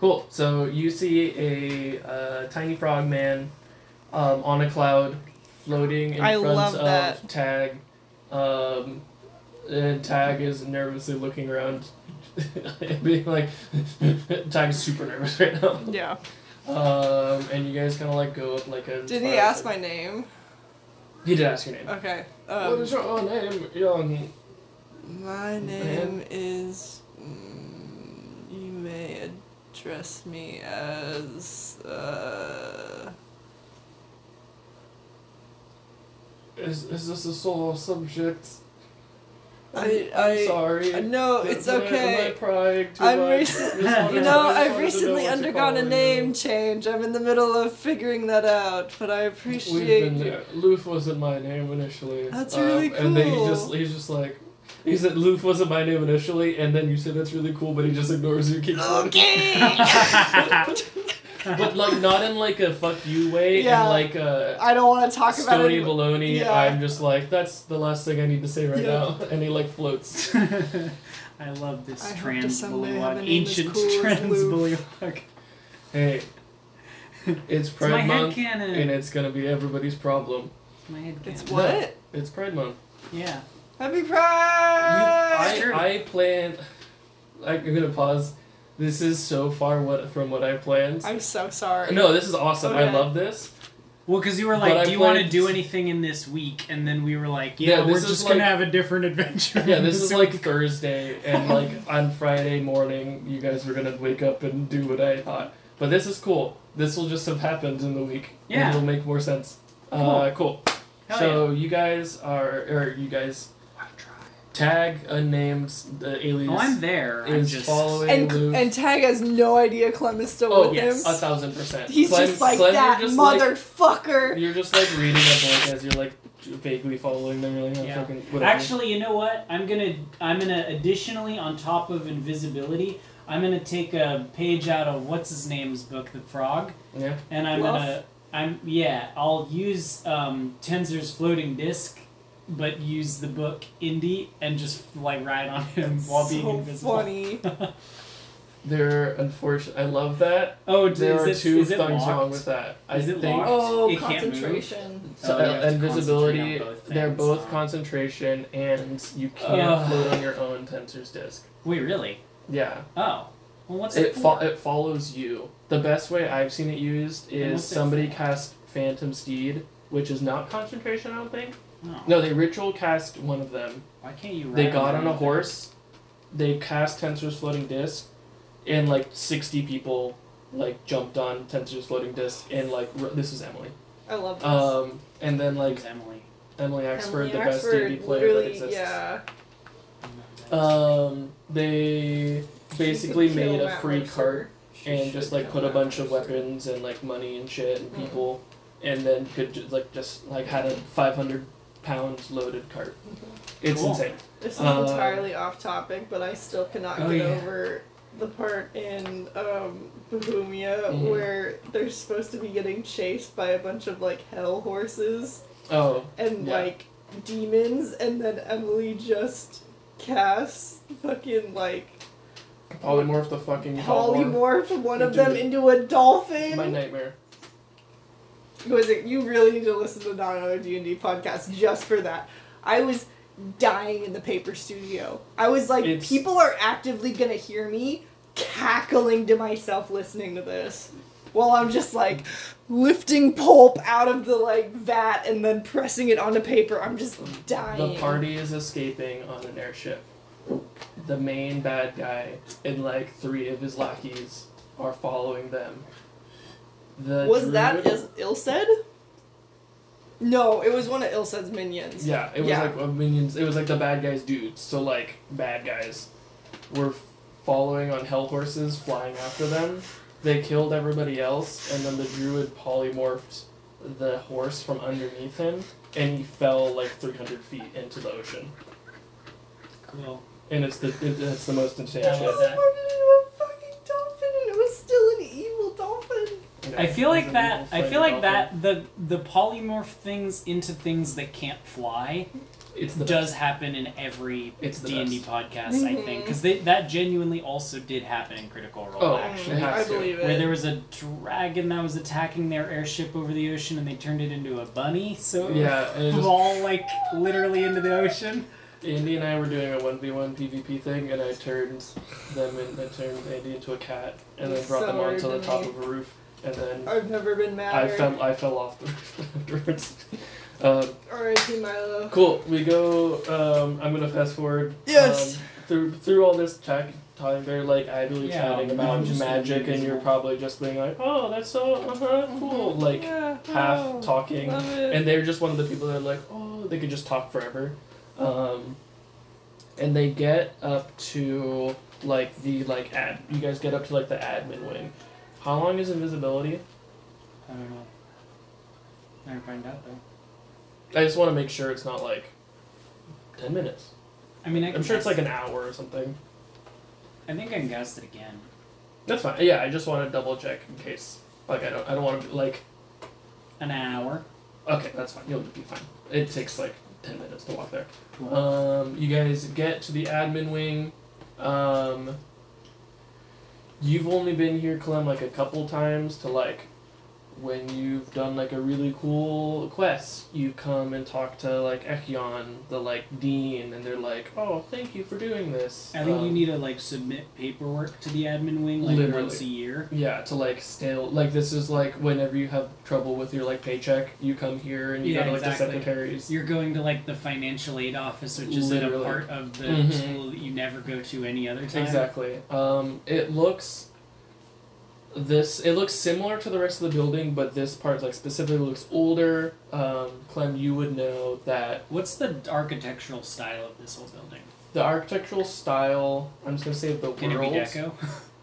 [SPEAKER 1] cool. So you see a uh, tiny frog man um, on a cloud floating in
[SPEAKER 2] I
[SPEAKER 1] front
[SPEAKER 2] love
[SPEAKER 1] of
[SPEAKER 2] that.
[SPEAKER 1] Tag. Um, and Tag is nervously looking around, being like, Tag's super nervous right now.
[SPEAKER 2] Yeah.
[SPEAKER 1] Um, and you guys kind of like go up like a.
[SPEAKER 2] Did he ask my name?
[SPEAKER 1] He did ask your name.
[SPEAKER 2] Okay.
[SPEAKER 1] what
[SPEAKER 2] Um,
[SPEAKER 1] is your own name, young?
[SPEAKER 2] my name is. mm, You may address me as. Uh,
[SPEAKER 1] Is, is this a sore subject?
[SPEAKER 2] I.
[SPEAKER 1] am
[SPEAKER 2] I.
[SPEAKER 1] sorry.
[SPEAKER 2] No, it's
[SPEAKER 1] Am I- am I
[SPEAKER 2] okay.
[SPEAKER 1] prying too
[SPEAKER 2] I'm
[SPEAKER 1] much?
[SPEAKER 2] recent-
[SPEAKER 1] Just wanted-
[SPEAKER 2] You
[SPEAKER 1] I
[SPEAKER 2] know,
[SPEAKER 1] just wanted
[SPEAKER 2] I've
[SPEAKER 1] to
[SPEAKER 2] recently
[SPEAKER 1] know what to
[SPEAKER 2] undergone a
[SPEAKER 1] call you.
[SPEAKER 2] name change. I'm in the middle of figuring that out, but I
[SPEAKER 1] We've
[SPEAKER 2] appreciate
[SPEAKER 1] been
[SPEAKER 2] you.
[SPEAKER 1] there. Loof wasn't my name initially.
[SPEAKER 2] That's
[SPEAKER 1] um,
[SPEAKER 2] really
[SPEAKER 1] And then he
[SPEAKER 2] cool.
[SPEAKER 1] just he's just like he said Loof wasn't my name initially, and then you said that's really cool, but he just ignores you. Keeps going.
[SPEAKER 2] Okay!
[SPEAKER 1] but like not in like a fuck you way,
[SPEAKER 2] Yeah.
[SPEAKER 1] and like a
[SPEAKER 2] I don't want to talk about
[SPEAKER 1] Stony
[SPEAKER 2] it.
[SPEAKER 1] baloney.
[SPEAKER 2] Yeah.
[SPEAKER 1] I'm just like, that's the last thing I need to say right
[SPEAKER 2] Yeah.
[SPEAKER 1] now. And he like floats.
[SPEAKER 3] I love this
[SPEAKER 2] I hope to
[SPEAKER 3] trans
[SPEAKER 2] someday have a
[SPEAKER 3] bullywog,
[SPEAKER 2] name
[SPEAKER 3] ancient
[SPEAKER 2] as cool as
[SPEAKER 3] trans
[SPEAKER 2] Loof.
[SPEAKER 3] bullywog.
[SPEAKER 1] Hey, it's
[SPEAKER 3] It's my
[SPEAKER 1] Pride Month, and
[SPEAKER 3] headcanon.
[SPEAKER 1] it's gonna be everybody's problem.
[SPEAKER 3] It's my headcanon.
[SPEAKER 2] It's
[SPEAKER 1] Yeah.
[SPEAKER 2] what?
[SPEAKER 1] It's Pride Month.
[SPEAKER 3] Yeah.
[SPEAKER 2] Happy
[SPEAKER 1] You,
[SPEAKER 2] Pride!
[SPEAKER 1] I,
[SPEAKER 3] true.
[SPEAKER 1] I plan. I'm gonna pause. This is so far what from what I planned.
[SPEAKER 2] I'm so sorry.
[SPEAKER 1] No, this is awesome. I
[SPEAKER 2] Okay.
[SPEAKER 1] love this.
[SPEAKER 3] Well, because you were
[SPEAKER 1] But
[SPEAKER 3] like,
[SPEAKER 1] I
[SPEAKER 3] "Do you want to
[SPEAKER 1] played-
[SPEAKER 3] do anything in this week?" And then we were like,
[SPEAKER 1] Yeah,
[SPEAKER 3] "Yeah, we're
[SPEAKER 1] this is
[SPEAKER 3] just
[SPEAKER 1] like-
[SPEAKER 3] gonna have a different adventure."
[SPEAKER 1] Yeah, this is like
[SPEAKER 3] week."
[SPEAKER 1] Thursday, and like on Friday morning, you guys were gonna wake up and do what I thought. But this is cool. This will just have happened in the week.
[SPEAKER 3] Yeah.
[SPEAKER 1] and it'll make more sense. Uh, cool.
[SPEAKER 3] Hell
[SPEAKER 1] so you guys are, or you guys tag unnamed the alias
[SPEAKER 3] Oh, I'm there. I'm
[SPEAKER 1] is
[SPEAKER 3] just
[SPEAKER 1] following
[SPEAKER 2] and,
[SPEAKER 1] Lou.
[SPEAKER 2] and Tag has no idea Clem is still
[SPEAKER 1] Oh,
[SPEAKER 2] with
[SPEAKER 3] yes.
[SPEAKER 2] him.
[SPEAKER 1] a thousand percent.
[SPEAKER 2] He's
[SPEAKER 1] Clem-
[SPEAKER 2] just like
[SPEAKER 1] Clem, you're
[SPEAKER 2] that
[SPEAKER 1] just like-
[SPEAKER 2] motherfucker.
[SPEAKER 1] You're just like reading a book as you're like vaguely following them. You're like, "Oh,
[SPEAKER 3] Yeah.
[SPEAKER 1] fucking whatever."
[SPEAKER 3] Actually, you know what? I'm gonna I'm gonna additionally on top of invisibility, I'm gonna take a page out of what's his name's book, The Frog,
[SPEAKER 1] yeah.
[SPEAKER 3] and I'm
[SPEAKER 2] Fluff?
[SPEAKER 3] gonna I'm yeah I'll use um, Tenzer's floating disc, but use the book Indie and just like ride on him while being
[SPEAKER 2] so
[SPEAKER 3] invisible.
[SPEAKER 2] funny.
[SPEAKER 1] They're unfortunate. I love that.
[SPEAKER 3] Oh, d-
[SPEAKER 1] There
[SPEAKER 3] is
[SPEAKER 1] are
[SPEAKER 3] it,
[SPEAKER 1] two
[SPEAKER 3] is it
[SPEAKER 1] things
[SPEAKER 3] locked?
[SPEAKER 1] wrong with that. I
[SPEAKER 3] Is it
[SPEAKER 1] think
[SPEAKER 3] locked?
[SPEAKER 2] Oh,
[SPEAKER 3] It can't move.
[SPEAKER 2] concentration.
[SPEAKER 1] So,
[SPEAKER 3] Oh, you have to
[SPEAKER 1] and visibility,
[SPEAKER 3] concentrate on both
[SPEAKER 1] they're
[SPEAKER 3] things.
[SPEAKER 1] both concentration, and you can't
[SPEAKER 3] Ugh.
[SPEAKER 1] float on your own tensor's disc.
[SPEAKER 3] Wait, really?
[SPEAKER 1] Yeah,
[SPEAKER 3] Oh, well, what's it,
[SPEAKER 1] it fo-
[SPEAKER 3] for?
[SPEAKER 1] it follows you. The best way I've seen it used
[SPEAKER 3] And
[SPEAKER 1] is
[SPEAKER 3] what's it
[SPEAKER 1] somebody
[SPEAKER 3] for?
[SPEAKER 1] cast Phantom Steed, which is not concentration. I don't think.
[SPEAKER 3] No.
[SPEAKER 1] No, they ritual cast one of them.
[SPEAKER 3] Oh, Why can't you? Ride
[SPEAKER 1] They got on a
[SPEAKER 3] him?
[SPEAKER 1] horse, they cast Tensor's floating disc, and like sixty people like jumped on Tensor's floating disc, and like r- this was Emily.
[SPEAKER 2] I love this.
[SPEAKER 1] Um, and then like
[SPEAKER 3] Who's Emily.
[SPEAKER 1] Emily Axford,
[SPEAKER 2] Emily
[SPEAKER 1] the best
[SPEAKER 2] Axford,
[SPEAKER 1] D&D player that
[SPEAKER 2] literally,
[SPEAKER 1] exists.
[SPEAKER 2] Yeah.
[SPEAKER 1] Um, they basically
[SPEAKER 2] She could
[SPEAKER 1] made
[SPEAKER 2] kill
[SPEAKER 1] a
[SPEAKER 2] Matt
[SPEAKER 1] free
[SPEAKER 2] Mercer.
[SPEAKER 1] cart
[SPEAKER 2] She
[SPEAKER 1] and
[SPEAKER 2] should
[SPEAKER 1] just like
[SPEAKER 2] kill
[SPEAKER 1] put a
[SPEAKER 2] Matt
[SPEAKER 1] bunch of
[SPEAKER 2] Mercer.
[SPEAKER 1] weapons and like money and shit and
[SPEAKER 2] Mhm.
[SPEAKER 1] people, and then could just like just like had a five hundred pound loaded cart.
[SPEAKER 2] Mm-hmm.
[SPEAKER 1] It's
[SPEAKER 3] Cool.
[SPEAKER 1] insane.
[SPEAKER 2] This is
[SPEAKER 1] Uh,
[SPEAKER 2] entirely off topic, but I still cannot
[SPEAKER 3] Oh,
[SPEAKER 2] get
[SPEAKER 3] yeah.
[SPEAKER 2] over the part in um, Bohemia
[SPEAKER 1] Mhm.
[SPEAKER 2] where they're supposed to be getting chased by a bunch of like hell horses
[SPEAKER 1] Oh,
[SPEAKER 2] and
[SPEAKER 1] Yeah.
[SPEAKER 2] like demons, and then Emily just casts fucking like
[SPEAKER 1] polymorph the fucking polymorph.
[SPEAKER 2] polymorph one of
[SPEAKER 1] Dude.
[SPEAKER 2] them into a dolphin.
[SPEAKER 1] My nightmare.
[SPEAKER 2] was it you really need to listen to the not another d&d podcast just for that i was dying in the paper studio i was like
[SPEAKER 1] It's-
[SPEAKER 2] people are actively gonna hear me cackling to myself listening to this while i'm just like lifting pulp out of the like vat and then pressing it onto paper i'm just dying
[SPEAKER 1] The party is escaping on an airship. The main bad guy and like three of his lackeys are following them. The
[SPEAKER 2] was that
[SPEAKER 1] druid-
[SPEAKER 2] as ill said No, it was one of Ilsa's minions.
[SPEAKER 1] Yeah, it was
[SPEAKER 2] Yeah.
[SPEAKER 1] like uh, minions. It was like the bad guys' dudes. So like bad guys were following on hell horses, flying after them. They killed everybody else, and then the druid polymorphed the horse from underneath him, and he fell like three hundred feet into the ocean.
[SPEAKER 3] Cool.
[SPEAKER 1] And it's the it, it's the most insane
[SPEAKER 2] She
[SPEAKER 1] shit.
[SPEAKER 2] was murdered into a fucking dolphin and it was still an evil dolphin.
[SPEAKER 1] Yeah,
[SPEAKER 3] I feel
[SPEAKER 1] it was
[SPEAKER 3] like
[SPEAKER 1] an
[SPEAKER 3] that.
[SPEAKER 1] evil
[SPEAKER 3] I
[SPEAKER 1] fighting
[SPEAKER 3] feel like
[SPEAKER 1] dolphin.
[SPEAKER 3] that. The the polymorph things into things that can't fly
[SPEAKER 1] It's the
[SPEAKER 3] does
[SPEAKER 1] best.
[SPEAKER 3] happen in every
[SPEAKER 1] It's the
[SPEAKER 3] D and D
[SPEAKER 1] best.
[SPEAKER 3] podcast, I
[SPEAKER 2] Mhm.
[SPEAKER 3] think, because that genuinely also did happen in Critical Role.
[SPEAKER 1] Oh,
[SPEAKER 3] actually.
[SPEAKER 1] it has
[SPEAKER 2] Mm, I
[SPEAKER 1] to.
[SPEAKER 2] believe
[SPEAKER 3] Where
[SPEAKER 2] it.
[SPEAKER 3] there was a dragon that was attacking their airship over the ocean, and they turned it into a bunny, so it
[SPEAKER 1] Yeah, and it
[SPEAKER 3] would
[SPEAKER 1] just
[SPEAKER 3] fall like literally into the ocean.
[SPEAKER 1] Andy and I were doing a one v one PvP thing, and I turned them and I turned Andy into a cat, and then
[SPEAKER 2] That's
[SPEAKER 1] brought
[SPEAKER 2] so
[SPEAKER 1] them onto the
[SPEAKER 2] weird to
[SPEAKER 1] top
[SPEAKER 2] me.
[SPEAKER 1] of a roof, and
[SPEAKER 3] Oh,
[SPEAKER 1] then
[SPEAKER 2] I've never been
[SPEAKER 1] I
[SPEAKER 2] madder.
[SPEAKER 1] fell I fell off the roof afterwards. Um,
[SPEAKER 2] R.I.P. Milo.
[SPEAKER 1] cool. We go. Um, I'm gonna fast forward.
[SPEAKER 2] Yes.
[SPEAKER 1] Um, through through all this chat time, they're like idly
[SPEAKER 3] Yeah,
[SPEAKER 1] chatting
[SPEAKER 3] I'm
[SPEAKER 1] about
[SPEAKER 3] just gonna
[SPEAKER 1] magic,
[SPEAKER 3] do
[SPEAKER 1] and
[SPEAKER 3] this
[SPEAKER 1] you're
[SPEAKER 3] one.
[SPEAKER 1] probably just being like, "Oh, that's so uh huh, cool." Like
[SPEAKER 2] yeah,
[SPEAKER 1] half
[SPEAKER 2] oh,
[SPEAKER 1] talking,
[SPEAKER 2] love it.
[SPEAKER 1] and they're just one of the people that are like, oh, they could just talk forever. Um, and they get up to like the like ad. You guys get up to like the admin wing. How long is invisibility?
[SPEAKER 3] I don't know. Never find out though.
[SPEAKER 1] I just want to make sure it's not like ten minutes.
[SPEAKER 3] I mean, I can
[SPEAKER 1] I'm sure it's
[SPEAKER 3] guess-
[SPEAKER 1] like an hour or something.
[SPEAKER 3] I think I can guess it again.
[SPEAKER 1] That's fine. Yeah, I just want to double check in case like I don't I don't want to like
[SPEAKER 3] An hour.
[SPEAKER 1] okay that's fine you'll be fine. It takes like ten minutes to walk there.
[SPEAKER 3] Cool.
[SPEAKER 1] Um, you guys get to the admin wing. Um, you've only been here, Clem, like a couple times to like when you've done like a really cool quest. You come and talk to like Echion, the like dean, and they're like, "Oh, thank you for doing this."
[SPEAKER 3] I think you
[SPEAKER 1] Um,
[SPEAKER 3] need to like submit paperwork to the admin wing like
[SPEAKER 1] Literally.
[SPEAKER 3] once a year.
[SPEAKER 1] Yeah, to like still like this is like whenever you have trouble with your like paycheck, you come here and you
[SPEAKER 3] Yeah,
[SPEAKER 1] go to like
[SPEAKER 3] exactly.
[SPEAKER 1] the secretaries.
[SPEAKER 3] You're going to like the financial aid office, which is in a
[SPEAKER 1] Literally.
[SPEAKER 3] part of the
[SPEAKER 1] Mhm.
[SPEAKER 3] school that you never go to any other time.
[SPEAKER 1] Exactly. Um, it looks this it looks similar to the rest of the building, but this part like specifically looks older. Um, Clem, you would know that
[SPEAKER 3] What's the architectural style of this whole building?
[SPEAKER 1] the architectural style. I'm just gonna say the
[SPEAKER 3] Can
[SPEAKER 1] world.
[SPEAKER 3] it be deco?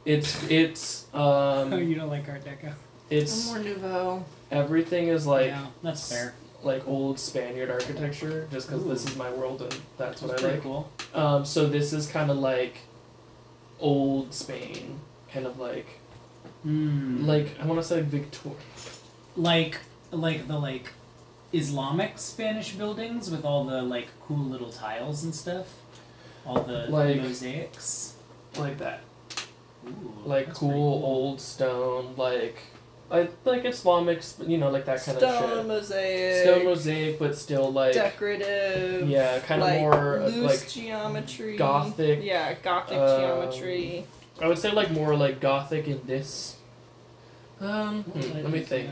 [SPEAKER 1] It's it's
[SPEAKER 3] oh,
[SPEAKER 1] um
[SPEAKER 3] you don't like Art Deco?
[SPEAKER 2] I'm
[SPEAKER 1] it's
[SPEAKER 2] more nouveau.
[SPEAKER 1] everything is like
[SPEAKER 3] yeah, that's fair.
[SPEAKER 1] like old Spaniard architecture. Just because this
[SPEAKER 3] Ooh.
[SPEAKER 1] is my world and that's what
[SPEAKER 3] That's
[SPEAKER 1] I
[SPEAKER 3] pretty
[SPEAKER 1] like.
[SPEAKER 3] cool.
[SPEAKER 1] Um, so this is kind of like old Spain, kind of like
[SPEAKER 3] Mm.
[SPEAKER 1] like I want to say Victor.
[SPEAKER 3] like like the like Islamic Spanish buildings with all the like cool little tiles and stuff, all the
[SPEAKER 1] Like-
[SPEAKER 3] mosaics.
[SPEAKER 1] like that
[SPEAKER 3] Ooh,
[SPEAKER 1] like
[SPEAKER 3] that's
[SPEAKER 1] cool,
[SPEAKER 3] pretty
[SPEAKER 1] old stone like like like islamic sp- you know like that kind
[SPEAKER 2] Stone
[SPEAKER 1] of shit
[SPEAKER 2] mosaic.
[SPEAKER 1] stone mosaic but still like
[SPEAKER 2] decorative.
[SPEAKER 1] yeah kind of
[SPEAKER 2] like,
[SPEAKER 1] more uh,
[SPEAKER 2] loose
[SPEAKER 1] like
[SPEAKER 2] geometry.
[SPEAKER 1] gothic,
[SPEAKER 2] Yeah, gothic
[SPEAKER 1] um,
[SPEAKER 2] geometry.
[SPEAKER 1] i would say like more like gothic in this um
[SPEAKER 3] cool. uh,
[SPEAKER 1] hmm, let me think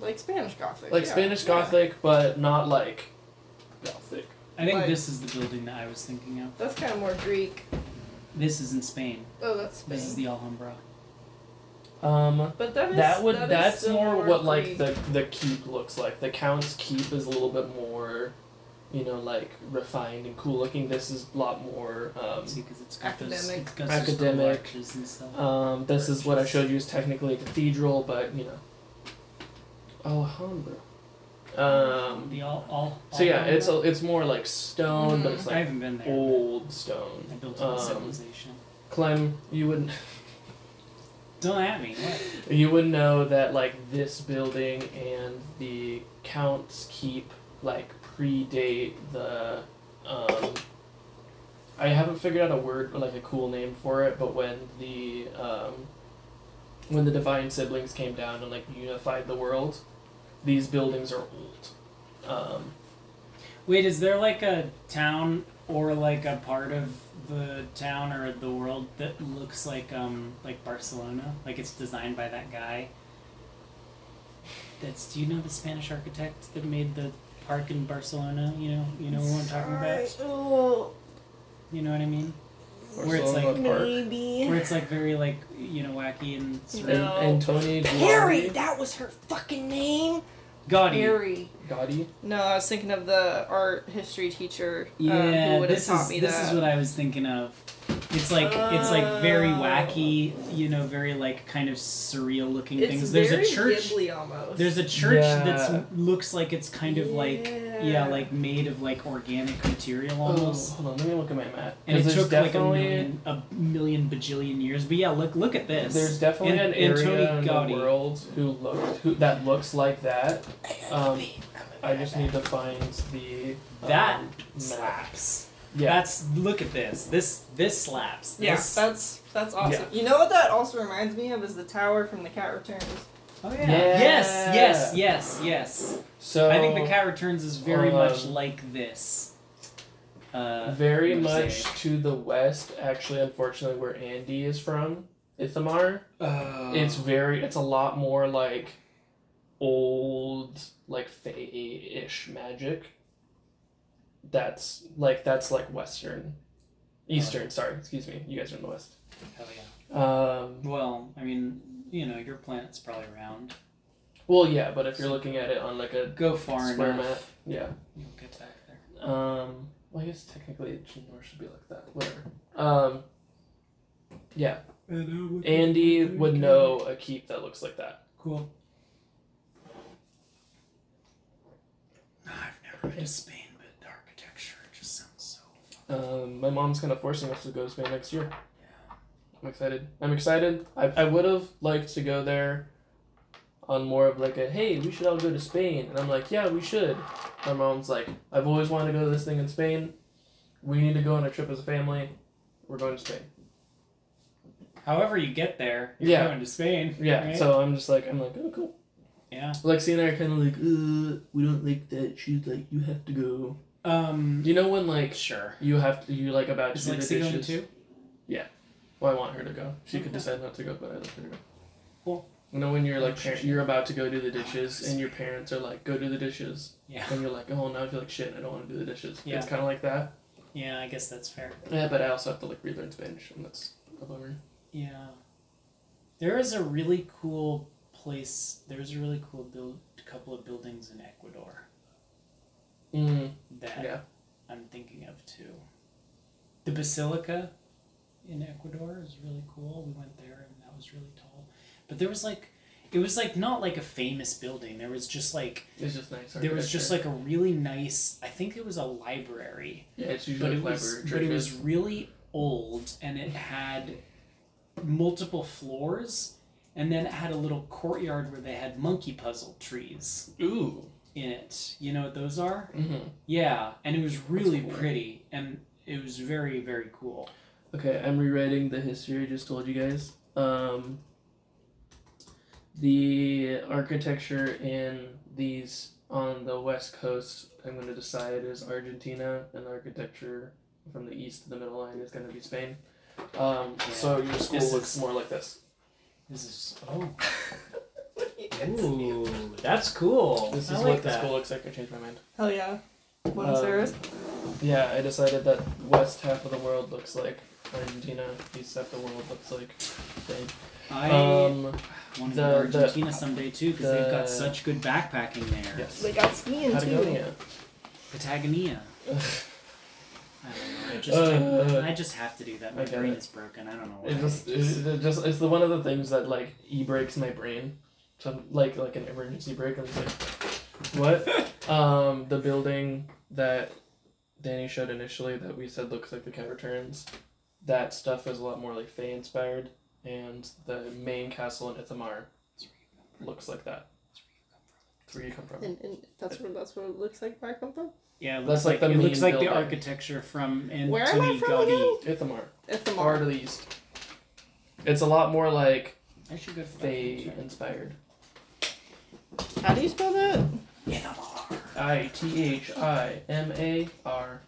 [SPEAKER 2] Like Spanish gothic.
[SPEAKER 1] like
[SPEAKER 2] yeah,
[SPEAKER 1] spanish
[SPEAKER 2] yeah.
[SPEAKER 1] gothic but not like gothic
[SPEAKER 3] I think
[SPEAKER 2] Like-
[SPEAKER 3] this is the building that I was thinking of.
[SPEAKER 2] That's kind of more Greek.
[SPEAKER 3] This is in Spain.
[SPEAKER 2] Oh, that's
[SPEAKER 3] This is
[SPEAKER 2] Spain.
[SPEAKER 3] the Alhambra.
[SPEAKER 1] um
[SPEAKER 2] But that is
[SPEAKER 1] that would
[SPEAKER 2] that is
[SPEAKER 1] that's
[SPEAKER 2] still
[SPEAKER 1] more
[SPEAKER 2] more
[SPEAKER 1] what like
[SPEAKER 2] Greek.
[SPEAKER 1] the the keep looks like the count's keep is a little bit more you know like refined and cool looking this is a lot more um,
[SPEAKER 3] See, because it's got those,
[SPEAKER 2] Academic.
[SPEAKER 3] it's got those little
[SPEAKER 1] Academic.
[SPEAKER 3] arches and stuff.
[SPEAKER 1] Um, this is what I showed you is technically a cathedral, but you know, Alhambra. Um,
[SPEAKER 3] the all, all,
[SPEAKER 1] so yeah, it's a,
[SPEAKER 3] Alhambra?
[SPEAKER 1] it's more like stone, but it's
[SPEAKER 3] Mm-hmm. I
[SPEAKER 1] like
[SPEAKER 3] haven't been there. but
[SPEAKER 1] old stone.
[SPEAKER 3] I built a
[SPEAKER 1] Um,
[SPEAKER 3] civilization.
[SPEAKER 1] Clem, you wouldn't
[SPEAKER 3] Don't at me. What?
[SPEAKER 1] you would know that like this building and the Count's Keep like predate the. Um, I haven't figured out a word or like a cool name for it, but when the um, when the divine siblings came down and like unified the world, these buildings are old. Um,
[SPEAKER 3] Wait, is there like a town or like a part of the town or the world that looks like um like Barcelona? Like it's designed by that guy. That's do you know the Spanish architect that made the park in Barcelona? You know, you know what I'm talking about.
[SPEAKER 2] Alright, oh,
[SPEAKER 3] You know what I mean?
[SPEAKER 1] Or
[SPEAKER 3] Where it's
[SPEAKER 1] Solomon
[SPEAKER 3] like-
[SPEAKER 1] Park.
[SPEAKER 3] where
[SPEAKER 2] Maybe.
[SPEAKER 3] it's like very like you know wacky and sort
[SPEAKER 1] And
[SPEAKER 3] of
[SPEAKER 2] No.
[SPEAKER 1] Antoni
[SPEAKER 2] Perry!
[SPEAKER 1] Gotti.
[SPEAKER 2] That was her fucking name!
[SPEAKER 3] gaudy.
[SPEAKER 2] Perry.
[SPEAKER 1] Gotti.
[SPEAKER 2] No, I was thinking of the art history teacher uh,
[SPEAKER 3] Yeah,
[SPEAKER 2] who would have
[SPEAKER 3] this
[SPEAKER 2] taught
[SPEAKER 3] is
[SPEAKER 2] me
[SPEAKER 3] this
[SPEAKER 2] that.
[SPEAKER 3] is what I was thinking of. It's like it's like very
[SPEAKER 2] Oh.
[SPEAKER 3] wacky, you know, very like kind of surreal looking
[SPEAKER 2] it's
[SPEAKER 3] things.
[SPEAKER 2] very
[SPEAKER 3] There's a church.
[SPEAKER 2] Ghibli almost.
[SPEAKER 3] There's a church
[SPEAKER 1] Yeah.
[SPEAKER 3] that's looks like it's kind of like yeah,
[SPEAKER 2] Yeah.
[SPEAKER 3] like made of like organic material
[SPEAKER 1] Oh,
[SPEAKER 3] almost.
[SPEAKER 1] hold on, let me look at my map.
[SPEAKER 3] And it
[SPEAKER 1] 'Cause there's
[SPEAKER 3] took like a
[SPEAKER 1] definitely
[SPEAKER 3] million, a million bajillion years. But yeah, look look at this.
[SPEAKER 1] There's definitely
[SPEAKER 3] An-
[SPEAKER 1] an area
[SPEAKER 3] Antoni
[SPEAKER 1] in
[SPEAKER 3] Gaudi.
[SPEAKER 1] the world who looked who that looks like that. Um, I just need to find the um,
[SPEAKER 3] That
[SPEAKER 1] map.
[SPEAKER 3] slaps.
[SPEAKER 1] Yeah,
[SPEAKER 3] That's look at this. This this slaps.
[SPEAKER 2] yeah,
[SPEAKER 3] This-
[SPEAKER 2] that's that's awesome.
[SPEAKER 1] Yeah.
[SPEAKER 2] You know what that also reminds me of is the tower from The Cat Returns.
[SPEAKER 3] oh yeah.
[SPEAKER 1] Yeah.
[SPEAKER 3] Yes, yes, yes, yes.
[SPEAKER 1] so
[SPEAKER 3] I think the Cat Returns is very much
[SPEAKER 1] um,
[SPEAKER 3] like this. Uh,
[SPEAKER 1] very
[SPEAKER 3] what
[SPEAKER 1] much
[SPEAKER 3] is
[SPEAKER 1] to the west. Actually, unfortunately, where Andy is from, Ithamar.
[SPEAKER 3] Uh,
[SPEAKER 1] It's very. It's a lot more like old, like fae-ish magic. That's like that's like Western,
[SPEAKER 3] Uh.
[SPEAKER 1] Eastern. Sorry, excuse me. You guys are in the West.
[SPEAKER 3] hell yeah.
[SPEAKER 1] Um,
[SPEAKER 3] Well, I mean, you know, your planet's probably round.
[SPEAKER 1] well, yeah, but if you're looking at it on like a
[SPEAKER 3] Go far
[SPEAKER 1] square
[SPEAKER 3] enough,
[SPEAKER 1] map, yeah.
[SPEAKER 3] you'll get back there.
[SPEAKER 1] Um, well, I guess technically Genor should be like that. Whatever. Um, Andy would know a keep that looks like that.
[SPEAKER 3] Cool. I've never been to Spain, but the architecture just sounds so.
[SPEAKER 1] Um, my mom's kind of forcing us to go to Spain next year. I'm excited. I'm excited. I, I would have liked to go there on more of like a hey, we should all go to Spain. And I'm like, yeah, we should. My mom's like, I've always wanted to go to this thing in Spain. We need to go on a trip as a family. We're going to Spain.
[SPEAKER 3] However you get there, you're
[SPEAKER 1] Yeah.
[SPEAKER 3] going to Spain.
[SPEAKER 1] Yeah.
[SPEAKER 3] right?
[SPEAKER 1] So I'm just like, I'm like, oh, cool.
[SPEAKER 3] yeah.
[SPEAKER 1] Lexi and I are kind of like, uh, we don't like that. She's like, you have to go.
[SPEAKER 3] Um.
[SPEAKER 1] You know when like
[SPEAKER 3] Sure.
[SPEAKER 1] you have to, you like about to
[SPEAKER 3] Is
[SPEAKER 1] do the
[SPEAKER 3] Lexi going
[SPEAKER 1] dishes?
[SPEAKER 3] too?
[SPEAKER 1] Well, I want her to go. She could
[SPEAKER 3] Okay.
[SPEAKER 1] decide not to go, but I like her to go.
[SPEAKER 3] Cool.
[SPEAKER 1] You know when you're like par- you're about to go do the dishes and your parents are like, "Go do the dishes,"
[SPEAKER 3] Yeah.
[SPEAKER 1] and you're like, "Oh, now I feel like shit. I don't want to do the dishes."
[SPEAKER 3] Yeah.
[SPEAKER 1] It's kind of like that.
[SPEAKER 3] Yeah, I guess that's fair.
[SPEAKER 1] Yeah, but I also have to like relearn Spanish, and that's a bummer.
[SPEAKER 3] Yeah. There is a really cool place. There's a really cool build, couple of buildings in Ecuador
[SPEAKER 1] Mm,
[SPEAKER 3] that
[SPEAKER 1] yeah.
[SPEAKER 3] I'm thinking of too. The Basilica in Ecuador is really cool. We went there and that was really tall. But there was like, it was like not like a famous building. There was just like,
[SPEAKER 1] It's just nice.
[SPEAKER 3] there was just
[SPEAKER 1] architecture.
[SPEAKER 3] like a really nice, I think it was a library
[SPEAKER 1] yeah, it's
[SPEAKER 3] but
[SPEAKER 1] usually
[SPEAKER 3] it
[SPEAKER 1] like
[SPEAKER 3] was
[SPEAKER 1] library
[SPEAKER 3] but it was
[SPEAKER 1] churches.
[SPEAKER 3] really old and it had multiple floors and then it had a little courtyard where they had monkey puzzle trees
[SPEAKER 1] Ooh.
[SPEAKER 3] in it you know what those are
[SPEAKER 1] hmm
[SPEAKER 3] yeah and it was really
[SPEAKER 1] cool.
[SPEAKER 3] pretty and it was very very cool
[SPEAKER 1] Okay, I'm rewriting the history I just told you guys. Um, the architecture in these on the west coast, I'm going to decide is Argentina, and the architecture from the east to the middle line is going to be Spain. Um, So your school
[SPEAKER 3] This
[SPEAKER 1] looks
[SPEAKER 3] is-
[SPEAKER 1] more like this.
[SPEAKER 3] this is oh
[SPEAKER 2] It's-
[SPEAKER 3] ooh that's cool
[SPEAKER 1] This
[SPEAKER 3] I
[SPEAKER 1] is
[SPEAKER 3] like
[SPEAKER 1] what the
[SPEAKER 3] that.
[SPEAKER 1] school looks like. I changed my mind.
[SPEAKER 2] Hell yeah. Buenos
[SPEAKER 3] Uh,
[SPEAKER 1] Um,
[SPEAKER 2] Aires.
[SPEAKER 1] Yeah, I decided that west half of the world looks like Argentina, east half of the world looks like Spain.
[SPEAKER 3] I
[SPEAKER 1] Um,
[SPEAKER 3] want to
[SPEAKER 1] the-
[SPEAKER 3] go to
[SPEAKER 1] the-
[SPEAKER 3] Argentina someday too because they've got
[SPEAKER 1] the-
[SPEAKER 3] such good backpacking there
[SPEAKER 1] yes.
[SPEAKER 2] They got skiing too.
[SPEAKER 1] Patagonia.
[SPEAKER 3] Patagonia I don't know. I just,
[SPEAKER 1] Uh,
[SPEAKER 3] I, just have to do that.
[SPEAKER 1] I
[SPEAKER 3] My
[SPEAKER 1] get
[SPEAKER 3] brain
[SPEAKER 1] it.
[SPEAKER 3] is broken. I don't know why.
[SPEAKER 1] It just, it, it just, it's the one of the things that like e breaks my brain, so like like an emergency break. I'm just like, what? um, the building that Danny showed initially that we said looks like the cat returns, that stuff is a lot more like Fey inspired, and the main castle in Ithamar looks like that. That's where you come from.
[SPEAKER 2] And, and that's where that's what it looks like where I come from.
[SPEAKER 3] yeah, it
[SPEAKER 1] That's
[SPEAKER 3] looks
[SPEAKER 1] like
[SPEAKER 3] like,
[SPEAKER 1] the
[SPEAKER 3] it looks
[SPEAKER 1] main
[SPEAKER 3] like the
[SPEAKER 1] building.
[SPEAKER 3] architecture from E Antoni
[SPEAKER 2] Where am I from
[SPEAKER 3] Gaudi.
[SPEAKER 2] again?
[SPEAKER 1] Ithamar,
[SPEAKER 2] It's the
[SPEAKER 1] far to
[SPEAKER 2] mark.
[SPEAKER 1] the east. It's a lot more like
[SPEAKER 3] I should go to
[SPEAKER 1] Fey inspired.
[SPEAKER 2] How do you spell that?
[SPEAKER 1] I T H I M A R.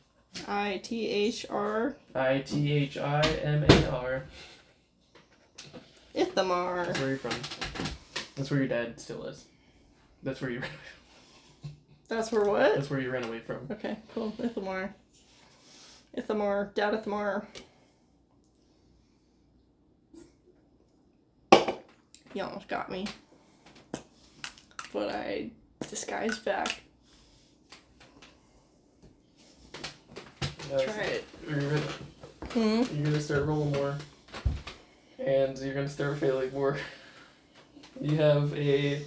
[SPEAKER 2] I T H R
[SPEAKER 1] I T H I M A R.
[SPEAKER 2] Ithamar.
[SPEAKER 1] That's where you're from. That's where your dad still is. That's where you.
[SPEAKER 2] That's where what?
[SPEAKER 1] That's where you ran away from.
[SPEAKER 2] Okay, cool. Ithamar. Ithamar. Dad Ithamar. He almost got me. But I disguised back.
[SPEAKER 1] That's-
[SPEAKER 2] Try it.
[SPEAKER 1] You're gonna,
[SPEAKER 2] Hmm?
[SPEAKER 1] you're gonna start rolling more, and you're gonna start failing more. You have a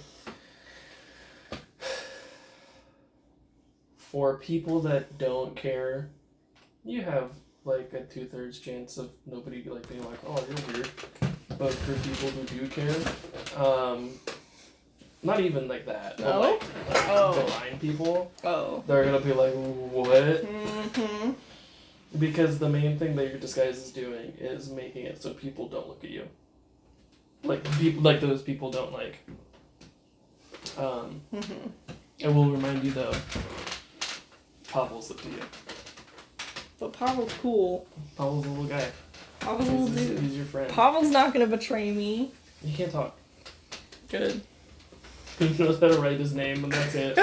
[SPEAKER 1] for people that don't care. You have like a two thirds chance of nobody like being like, "Oh, you're weird," but for people who do care, um, not even like that. but,
[SPEAKER 2] No?
[SPEAKER 1] like, like,
[SPEAKER 2] Oh.
[SPEAKER 1] blind people,
[SPEAKER 2] Oh.
[SPEAKER 1] they're gonna be like, "What?"
[SPEAKER 2] Mm-hmm.
[SPEAKER 1] Because the main thing that your disguise is doing is making it so people don't look at you. Like people, like those people don't like. Um,
[SPEAKER 2] Mm-hmm.
[SPEAKER 1] I will remind you though. Pavel's up to you.
[SPEAKER 2] But Pavel's cool.
[SPEAKER 1] Pavel's a little guy.
[SPEAKER 2] Pavel's a
[SPEAKER 1] He's,
[SPEAKER 2] little
[SPEAKER 1] he's-
[SPEAKER 2] Oh, dude.
[SPEAKER 1] he's your friend.
[SPEAKER 2] Pavel's not gonna betray me.
[SPEAKER 1] he can't talk.
[SPEAKER 2] Good.
[SPEAKER 1] He knows how to write his name, and that's it.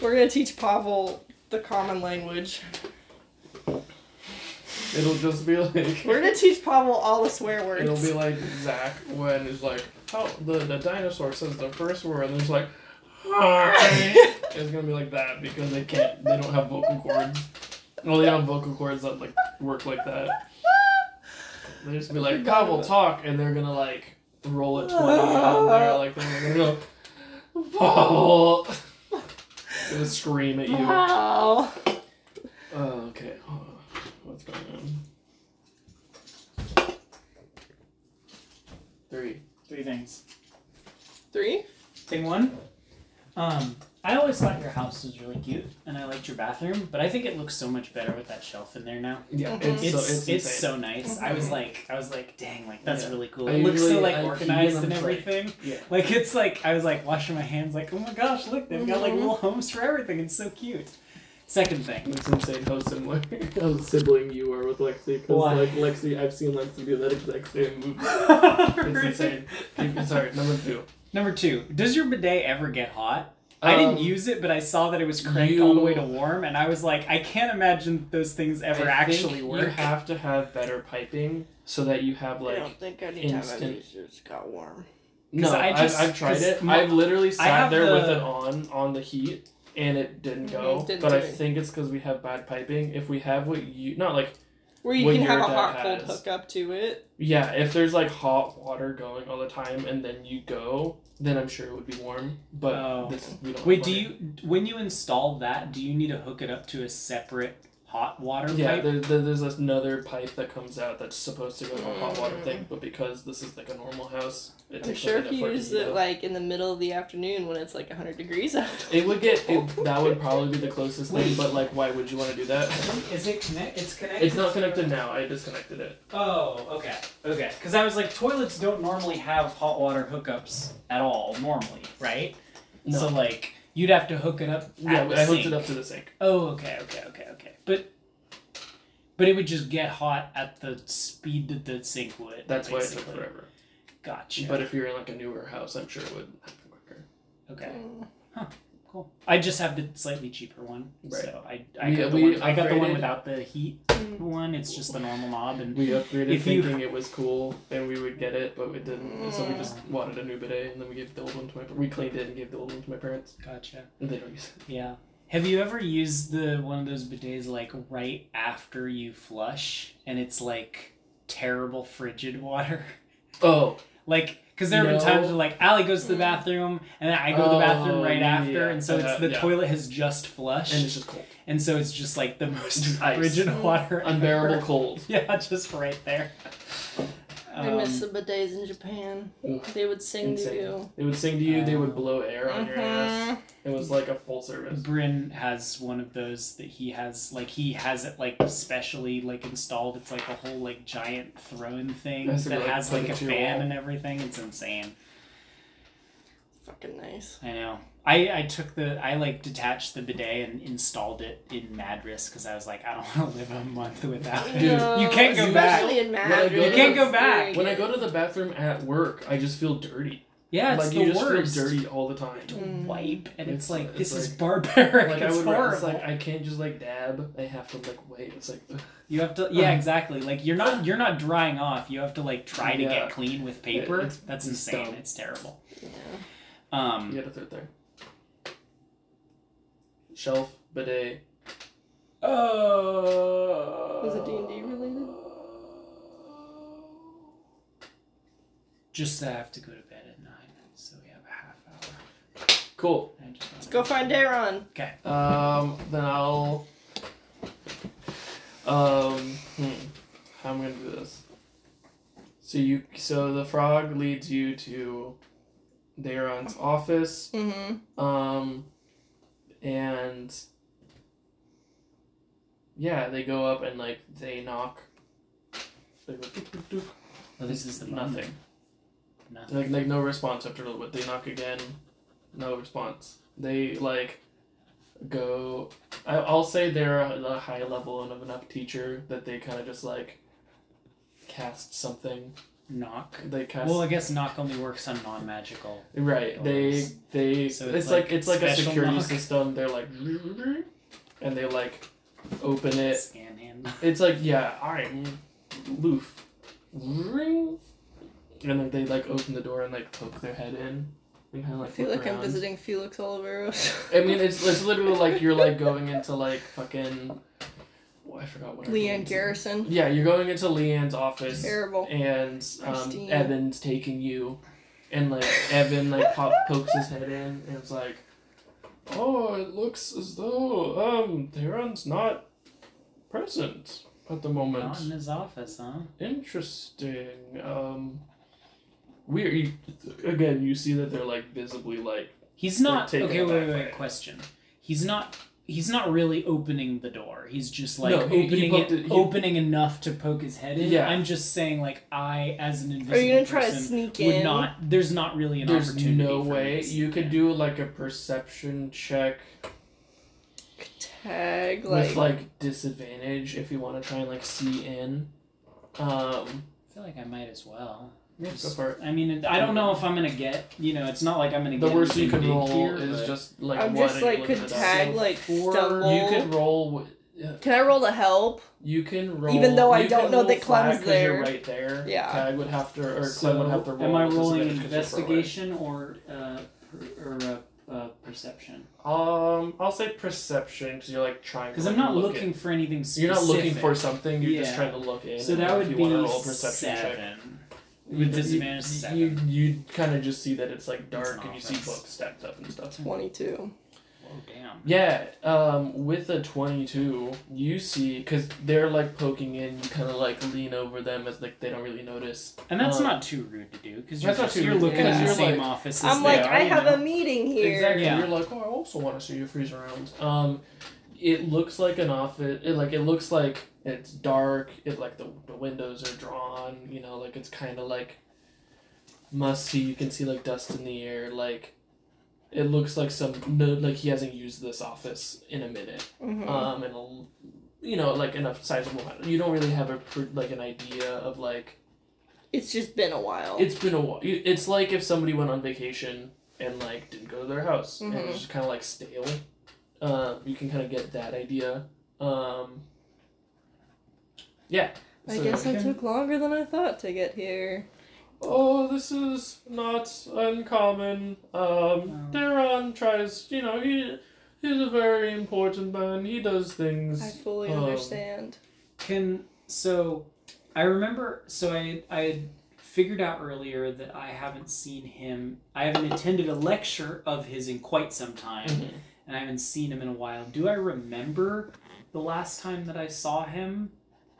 [SPEAKER 2] We're gonna teach Pavel the common language.
[SPEAKER 1] It'll just be like.
[SPEAKER 2] We're gonna teach Pavel all the swear words.
[SPEAKER 1] It'll be like Zach when he's like, "How the the dinosaur says the first word," and he's like, "Hi." it's gonna be like that because they can't, they don't have vocal cords. Well, they don't have vocal cords that like work like that. They just be like, "God, we'll talk," and they're gonna like roll it twenty on there, like they're gonna go, "Paul," gonna scream at you.
[SPEAKER 2] Wow.
[SPEAKER 1] Oh, okay. What's going on? Three.
[SPEAKER 3] Three things.
[SPEAKER 2] Three?
[SPEAKER 3] Thing one. Um, I always thought your house was really cute, and I liked your bathroom, but I think it looks so much better with that shelf in there now.
[SPEAKER 1] Yeah,
[SPEAKER 2] Mhm.
[SPEAKER 1] it's,
[SPEAKER 3] It's
[SPEAKER 1] so it's,
[SPEAKER 3] it's,
[SPEAKER 1] insane.
[SPEAKER 3] so nice. I was like I was like, dang, like that's
[SPEAKER 1] Yeah.
[SPEAKER 3] really cool.
[SPEAKER 1] I
[SPEAKER 3] It looks so
[SPEAKER 1] usually-
[SPEAKER 3] like
[SPEAKER 1] I-
[SPEAKER 3] organized
[SPEAKER 1] I'm
[SPEAKER 3] and
[SPEAKER 1] just like-
[SPEAKER 3] everything.
[SPEAKER 1] yeah.
[SPEAKER 3] Like it's like I was like washing my hands, like oh my gosh, look they've got like
[SPEAKER 2] Mhm.
[SPEAKER 3] little homes for everything. It's so cute. Second thing,
[SPEAKER 1] It's insane how similar, how sibling you are with Lexi.
[SPEAKER 3] Why?
[SPEAKER 1] Because like Lexi, I've seen Lexi do that exact same move. It's insane. Keep- Sorry, number two.
[SPEAKER 3] number two, does your bidet ever get hot? I didn't
[SPEAKER 1] Um,
[SPEAKER 3] use it, but I saw that it was cranked all the way to
[SPEAKER 1] you-
[SPEAKER 3] warm, and I was like, I can't imagine that those things
[SPEAKER 1] I
[SPEAKER 3] ever
[SPEAKER 1] think
[SPEAKER 3] actually
[SPEAKER 1] You
[SPEAKER 3] work.
[SPEAKER 1] have to have better piping so that you have like.
[SPEAKER 2] I don't think any time
[SPEAKER 1] instant-
[SPEAKER 2] I've used it's got warm.
[SPEAKER 1] No,
[SPEAKER 3] I
[SPEAKER 1] I
[SPEAKER 3] just-
[SPEAKER 1] have I've tried
[SPEAKER 3] 'cause
[SPEAKER 1] it.
[SPEAKER 3] my-
[SPEAKER 1] I've literally sat
[SPEAKER 3] have
[SPEAKER 1] there with
[SPEAKER 3] the-
[SPEAKER 1] it on on the heat, and it didn't go.
[SPEAKER 2] Mhm, didn't
[SPEAKER 1] but
[SPEAKER 2] do
[SPEAKER 1] I
[SPEAKER 2] it.
[SPEAKER 1] think it's because we have bad piping. If we have what you not like.
[SPEAKER 2] Where you
[SPEAKER 1] What
[SPEAKER 2] can
[SPEAKER 1] your
[SPEAKER 2] have a
[SPEAKER 1] dad
[SPEAKER 2] hot cold
[SPEAKER 1] has.
[SPEAKER 2] hookup to it.
[SPEAKER 1] Yeah, if there's like hot water going all the time and then you go, then I'm sure it would be warm. But
[SPEAKER 3] Oh.
[SPEAKER 1] this we don't.
[SPEAKER 3] Wait,
[SPEAKER 1] have
[SPEAKER 3] do
[SPEAKER 1] water.
[SPEAKER 3] you when you install that, do you need to hook it up to a separate hot water
[SPEAKER 1] Yeah,
[SPEAKER 3] pipe?
[SPEAKER 1] there, there, there's this another pipe that comes out that's supposed to go to a hot water thing, but because this is like a normal house, it
[SPEAKER 2] Mm. I'm
[SPEAKER 1] takes
[SPEAKER 2] sure
[SPEAKER 1] like
[SPEAKER 2] if
[SPEAKER 1] an
[SPEAKER 2] you
[SPEAKER 1] effort to
[SPEAKER 2] use
[SPEAKER 1] heat
[SPEAKER 2] it
[SPEAKER 1] up.
[SPEAKER 2] like in the middle of the afternoon when it's like 100 degrees out.
[SPEAKER 1] It would get it, that would probably be the closest thing,
[SPEAKER 3] Wait.
[SPEAKER 1] but like, why would you want to do that?
[SPEAKER 3] Is it connect? It's connected.
[SPEAKER 1] It's not connected now. I disconnected it.
[SPEAKER 3] Oh, okay, okay. Because I was like, toilets don't normally have hot water hookups at all, normally, right?
[SPEAKER 1] No.
[SPEAKER 3] So like, you'd have to hook it up.
[SPEAKER 1] yeah,
[SPEAKER 3] at the
[SPEAKER 1] I hooked
[SPEAKER 3] sink.
[SPEAKER 1] it up to the sink.
[SPEAKER 3] Oh, okay, okay, okay, okay. But but it would just get hot at the speed that the sink would.
[SPEAKER 1] That's why it took
[SPEAKER 3] basically.
[SPEAKER 1] forever.
[SPEAKER 3] Gotcha.
[SPEAKER 1] But if you're in like a newer house, I'm sure it would happen quicker.
[SPEAKER 3] okay, cool. I just have the slightly cheaper one,
[SPEAKER 1] Right.
[SPEAKER 3] so I I
[SPEAKER 1] We-
[SPEAKER 3] got the
[SPEAKER 1] we
[SPEAKER 3] one I got the one
[SPEAKER 1] upgraded-
[SPEAKER 3] without the heat
[SPEAKER 2] Mm.
[SPEAKER 3] one. It's just the normal knob and.
[SPEAKER 1] We upgraded
[SPEAKER 3] If you-
[SPEAKER 1] thinking it was cool and we would get it, but we didn't. And so
[SPEAKER 2] Mm.
[SPEAKER 1] we just wanted a new bidet, and then we gave the old one to my. We cleaned it and gave the old one to my parents,
[SPEAKER 3] Gotcha.
[SPEAKER 1] and they don't use it.
[SPEAKER 3] Yeah. Have you ever used the one of those bidets like right after you flush and it's like terrible frigid water?
[SPEAKER 1] Oh,
[SPEAKER 3] Like, because there have been times
[SPEAKER 1] No.
[SPEAKER 3] where like Allie goes to the bathroom and then I go to the bathroom
[SPEAKER 1] Oh,
[SPEAKER 3] right
[SPEAKER 1] yeah,
[SPEAKER 3] after, and
[SPEAKER 1] uh,
[SPEAKER 3] so it's the
[SPEAKER 1] yeah.
[SPEAKER 3] toilet has just flushed,
[SPEAKER 1] and
[SPEAKER 3] and,
[SPEAKER 1] it's just cold,
[SPEAKER 3] so it's just like the most
[SPEAKER 1] Just ice.
[SPEAKER 3] frigid water,
[SPEAKER 1] unbearable
[SPEAKER 3] ever.
[SPEAKER 1] cold.
[SPEAKER 3] Yeah, just right there.
[SPEAKER 2] I miss
[SPEAKER 3] Um,
[SPEAKER 2] the bidets in Japan.
[SPEAKER 1] Oof.
[SPEAKER 2] They would sing
[SPEAKER 1] Insane.
[SPEAKER 2] to you.
[SPEAKER 1] They would sing to you. They would
[SPEAKER 3] Oh.
[SPEAKER 1] blow air on your ass.
[SPEAKER 2] Mhm.
[SPEAKER 1] It was like a full service.
[SPEAKER 3] Bryn has one of those that he has like he has it like specially like installed. It's like a whole like giant throne thing
[SPEAKER 1] That's a
[SPEAKER 3] that
[SPEAKER 1] really
[SPEAKER 3] has
[SPEAKER 1] put
[SPEAKER 3] like
[SPEAKER 1] it
[SPEAKER 3] a
[SPEAKER 1] to your
[SPEAKER 3] fan
[SPEAKER 1] wall.
[SPEAKER 3] and everything. It's insane.
[SPEAKER 2] Fucking nice.
[SPEAKER 3] I know. I, I took the I like detached the bidet and installed it in Madras because I was like I don't want to live a month without it.
[SPEAKER 1] Dude,
[SPEAKER 2] No,
[SPEAKER 3] you can't go back.
[SPEAKER 2] Especially in
[SPEAKER 1] When I go
[SPEAKER 2] Madrid.
[SPEAKER 1] to- You can't
[SPEAKER 3] go back.
[SPEAKER 1] When I go to the bathroom at work, I just feel dirty.
[SPEAKER 3] Yeah, it's
[SPEAKER 1] like
[SPEAKER 3] the
[SPEAKER 1] you just
[SPEAKER 3] worst.
[SPEAKER 1] feel dirty all the time.
[SPEAKER 3] To wipe, and
[SPEAKER 1] It's-
[SPEAKER 3] it's, like
[SPEAKER 1] it's
[SPEAKER 3] this is
[SPEAKER 1] like-
[SPEAKER 3] barbaric.
[SPEAKER 1] Like I
[SPEAKER 3] it's
[SPEAKER 1] would,
[SPEAKER 3] horrible.
[SPEAKER 1] it's like I can't just like dab. I have to like wait. It's like ugh.
[SPEAKER 3] you have to,
[SPEAKER 1] Um,
[SPEAKER 3] yeah, exactly. Like you're not, you're not drying off. You have to like try to
[SPEAKER 1] Yeah.
[SPEAKER 3] get clean with paper.
[SPEAKER 1] it's-
[SPEAKER 3] That's
[SPEAKER 1] it's
[SPEAKER 3] insane.
[SPEAKER 1] dumb.
[SPEAKER 3] It's terrible.
[SPEAKER 2] Yeah.
[SPEAKER 3] Um,
[SPEAKER 1] you gotta throw it there. Shelf bidet.
[SPEAKER 3] Oh.
[SPEAKER 2] Was it D&D related?
[SPEAKER 3] Just that I have to go to bed at nine, so we have a half hour.
[SPEAKER 1] Cool.
[SPEAKER 3] I just
[SPEAKER 2] Let's go find Daron.
[SPEAKER 3] Okay.
[SPEAKER 1] Um. Then I'll. Um. Hmm. How am I gonna do this? So you. So the frog leads you to Daron's office.
[SPEAKER 2] Mm-hmm.
[SPEAKER 1] Um, and yeah, they go up and like they knock. They go, "Dook, dook, dook."
[SPEAKER 3] Well, this is the
[SPEAKER 1] nothing.
[SPEAKER 3] Nothing.
[SPEAKER 1] Like, like no response after a little bit. They knock again, no response. They like go. I, I'll say they're a, a high level and of enough teacher that they kind of just like cast something.
[SPEAKER 3] Knock.
[SPEAKER 1] They cast
[SPEAKER 3] Well, I guess knock only works on non-magical.
[SPEAKER 1] Right. They
[SPEAKER 3] Doors.
[SPEAKER 1] they
[SPEAKER 3] So
[SPEAKER 1] it's,
[SPEAKER 3] it's
[SPEAKER 1] like,
[SPEAKER 3] like
[SPEAKER 1] it's like a
[SPEAKER 3] special
[SPEAKER 1] security
[SPEAKER 3] knock.
[SPEAKER 1] system. They're like and they like open it.
[SPEAKER 3] Scan hand.
[SPEAKER 1] It's like yeah, I'm loof. Ring. And then they like open the door and like poke their head in. And kind of
[SPEAKER 2] I
[SPEAKER 1] like
[SPEAKER 2] feel
[SPEAKER 1] look
[SPEAKER 2] like I'm
[SPEAKER 1] around.
[SPEAKER 2] visiting Felix Olivero.
[SPEAKER 1] I mean, it's, it's literally like you're like going into like fucking. Oh, I forgot what. her
[SPEAKER 2] Leanne
[SPEAKER 1] name's-
[SPEAKER 2] Garrison.
[SPEAKER 1] Yeah, you're going into Leanne's office
[SPEAKER 2] Terrible.
[SPEAKER 1] and um,
[SPEAKER 2] Christine.
[SPEAKER 1] Evan's taking you, and like Evan like pop pokes his head in and it's like, oh, it looks as though um Theron's not present at the moment.
[SPEAKER 3] Not in his office, huh?
[SPEAKER 1] Interesting. Um, weird. Again, you see that they're like visibly like
[SPEAKER 3] He's not.
[SPEAKER 1] taking
[SPEAKER 3] Okay,
[SPEAKER 1] it
[SPEAKER 3] wait,
[SPEAKER 1] back
[SPEAKER 3] wait,
[SPEAKER 1] way.
[SPEAKER 3] wait. Question. He's not. He's not really opening the door. He's just like
[SPEAKER 1] No, he- he
[SPEAKER 3] opening
[SPEAKER 1] poked
[SPEAKER 3] it,
[SPEAKER 1] it- he-
[SPEAKER 3] opening enough to poke his head in.
[SPEAKER 1] Yeah.
[SPEAKER 3] I'm just saying, like I, as an invisible
[SPEAKER 2] Are you gonna try to
[SPEAKER 3] person,
[SPEAKER 2] sneak
[SPEAKER 3] would
[SPEAKER 2] in?
[SPEAKER 3] not. There's not really an
[SPEAKER 1] there's
[SPEAKER 3] opportunity.
[SPEAKER 1] no
[SPEAKER 3] for me
[SPEAKER 1] way
[SPEAKER 3] to
[SPEAKER 1] you
[SPEAKER 3] sneak
[SPEAKER 1] could
[SPEAKER 3] in.
[SPEAKER 1] do like a perception check
[SPEAKER 2] Tag like,
[SPEAKER 1] with like disadvantage if you want to try and like see in. Um,
[SPEAKER 3] I feel like I might as well.
[SPEAKER 1] yeah,
[SPEAKER 3] Just-
[SPEAKER 1] go for it.
[SPEAKER 3] I mean, it- I don't know if I'm gonna get. You know, it's not like I'm gonna
[SPEAKER 1] The
[SPEAKER 3] get.
[SPEAKER 1] worst you
[SPEAKER 3] anything
[SPEAKER 1] could
[SPEAKER 3] big
[SPEAKER 1] roll
[SPEAKER 3] here,
[SPEAKER 1] is
[SPEAKER 3] but-
[SPEAKER 1] just like
[SPEAKER 2] I'm
[SPEAKER 1] one
[SPEAKER 2] just
[SPEAKER 1] and you
[SPEAKER 2] like
[SPEAKER 1] look
[SPEAKER 2] could
[SPEAKER 1] it up.
[SPEAKER 2] tag
[SPEAKER 3] So
[SPEAKER 2] like
[SPEAKER 3] four-
[SPEAKER 2] stumble.
[SPEAKER 1] You could roll. wi- yeah,
[SPEAKER 2] Can I roll to help?
[SPEAKER 1] You can roll.
[SPEAKER 2] Even though I
[SPEAKER 1] you
[SPEAKER 2] don't
[SPEAKER 1] can
[SPEAKER 2] know
[SPEAKER 1] roll
[SPEAKER 2] that Clem's
[SPEAKER 1] flag 'cause you're
[SPEAKER 2] there.
[SPEAKER 1] right there.
[SPEAKER 2] Yeah.
[SPEAKER 1] Tag would have to, or
[SPEAKER 3] So,
[SPEAKER 1] Clem would have to roll.
[SPEAKER 3] am I
[SPEAKER 1] with
[SPEAKER 3] rolling
[SPEAKER 1] disadvantage 'cause you're far away.
[SPEAKER 3] investigation or uh, per, or uh, uh, perception?
[SPEAKER 1] Um, I'll say perception because you're like trying. to,
[SPEAKER 3] Because I'm
[SPEAKER 1] like,
[SPEAKER 3] not
[SPEAKER 1] look
[SPEAKER 3] looking
[SPEAKER 1] in.
[SPEAKER 3] for anything specific.
[SPEAKER 1] You're not looking for something. You're just
[SPEAKER 3] Yeah.
[SPEAKER 1] trying to look in.
[SPEAKER 3] So
[SPEAKER 1] and
[SPEAKER 3] that
[SPEAKER 1] if
[SPEAKER 3] would
[SPEAKER 1] you
[SPEAKER 3] be
[SPEAKER 1] wanna roll a perception check.
[SPEAKER 3] seven. With disadvantage, seven.
[SPEAKER 1] You, you kind of just see that it's like dark
[SPEAKER 3] an
[SPEAKER 1] and you see
[SPEAKER 3] offense.
[SPEAKER 1] books stacked up and stuff.
[SPEAKER 2] Twenty-two.
[SPEAKER 3] Oh damn.
[SPEAKER 1] Yeah, um, with a 22, you see, because they're like poking in, you kind of like lean over them as like they don't really notice.
[SPEAKER 3] And that's
[SPEAKER 1] Um,
[SPEAKER 3] not too rude to do because you're,
[SPEAKER 1] that's not
[SPEAKER 3] just-
[SPEAKER 1] too
[SPEAKER 3] you're
[SPEAKER 1] rude,
[SPEAKER 3] looking
[SPEAKER 2] yeah.
[SPEAKER 3] at the
[SPEAKER 2] You're
[SPEAKER 3] same
[SPEAKER 1] like-
[SPEAKER 3] office as
[SPEAKER 2] I'm
[SPEAKER 3] they
[SPEAKER 2] like,
[SPEAKER 3] are,
[SPEAKER 2] I
[SPEAKER 3] you
[SPEAKER 2] have
[SPEAKER 3] know?
[SPEAKER 2] a meeting here.
[SPEAKER 1] Exactly.
[SPEAKER 3] Yeah.
[SPEAKER 1] You're like, oh, I also want to see you freeze around. Um, it looks like an office. It, like it looks like it's dark. It like the the windows are drawn. You know, like it's kind of like musty. You can see like dust in the air. Like it looks like some no, like he hasn't used this office in a minute.
[SPEAKER 2] Mhm.
[SPEAKER 1] Um, and a l- you know like enough sizable amount. You don't really have a pr- like an idea of like
[SPEAKER 2] It's just been a while.
[SPEAKER 1] it's been a while. It's like if somebody went on vacation and like didn't go to their house and
[SPEAKER 2] Mhm.
[SPEAKER 1] it's just kind of like stale. Um, you can kind of get that idea. Um, yeah.
[SPEAKER 2] I
[SPEAKER 1] So-
[SPEAKER 2] guess
[SPEAKER 1] Okay.
[SPEAKER 2] it took longer than I thought to get here.
[SPEAKER 1] Oh, this is not uncommon.
[SPEAKER 2] Oh.
[SPEAKER 1] Um, Daron tries. You know, he he's a very important man. He does things.
[SPEAKER 2] I fully
[SPEAKER 1] Um,
[SPEAKER 2] understand.
[SPEAKER 3] Can so I remember so I I had figured out earlier that I haven't seen him I haven't attended a lecture of his in quite some time
[SPEAKER 2] Mm-hmm.
[SPEAKER 1] Mhm.
[SPEAKER 3] and I haven't seen him in a while. Do I remember the last time that I saw him?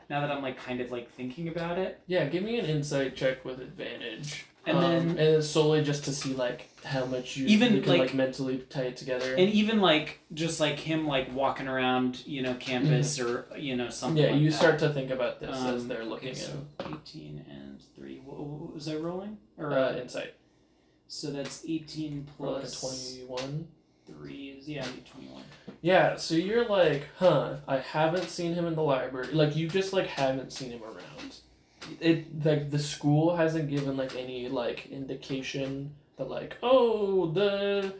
[SPEAKER 3] Now that I'm like kind of like thinking about it.
[SPEAKER 1] Yeah, give me an insight check with advantage.
[SPEAKER 3] And
[SPEAKER 1] Um,
[SPEAKER 3] then-
[SPEAKER 1] and it's solely just to see like how much you
[SPEAKER 3] Even,
[SPEAKER 1] you can
[SPEAKER 3] like-
[SPEAKER 1] mentally tie it together.
[SPEAKER 3] And even like just like him like walking around, you know, campus or you know something.
[SPEAKER 1] Yeah,
[SPEAKER 3] like
[SPEAKER 1] you
[SPEAKER 3] that.
[SPEAKER 1] start to think about this as
[SPEAKER 3] Um,
[SPEAKER 1] they're looking
[SPEAKER 3] okay, so 18 and 3. What, what was I rolling?
[SPEAKER 1] at
[SPEAKER 3] Or
[SPEAKER 1] uh,
[SPEAKER 3] uh,
[SPEAKER 1] insight.
[SPEAKER 3] so that's 18
[SPEAKER 1] Roll like a
[SPEAKER 3] plus
[SPEAKER 1] twenty-one.
[SPEAKER 3] 3 is yeah, I need 21.
[SPEAKER 1] Yeah, so you're like, huh? I haven't seen him in the library. Like you just like haven't seen him around. It like the school hasn't given like any like indication But like, oh, the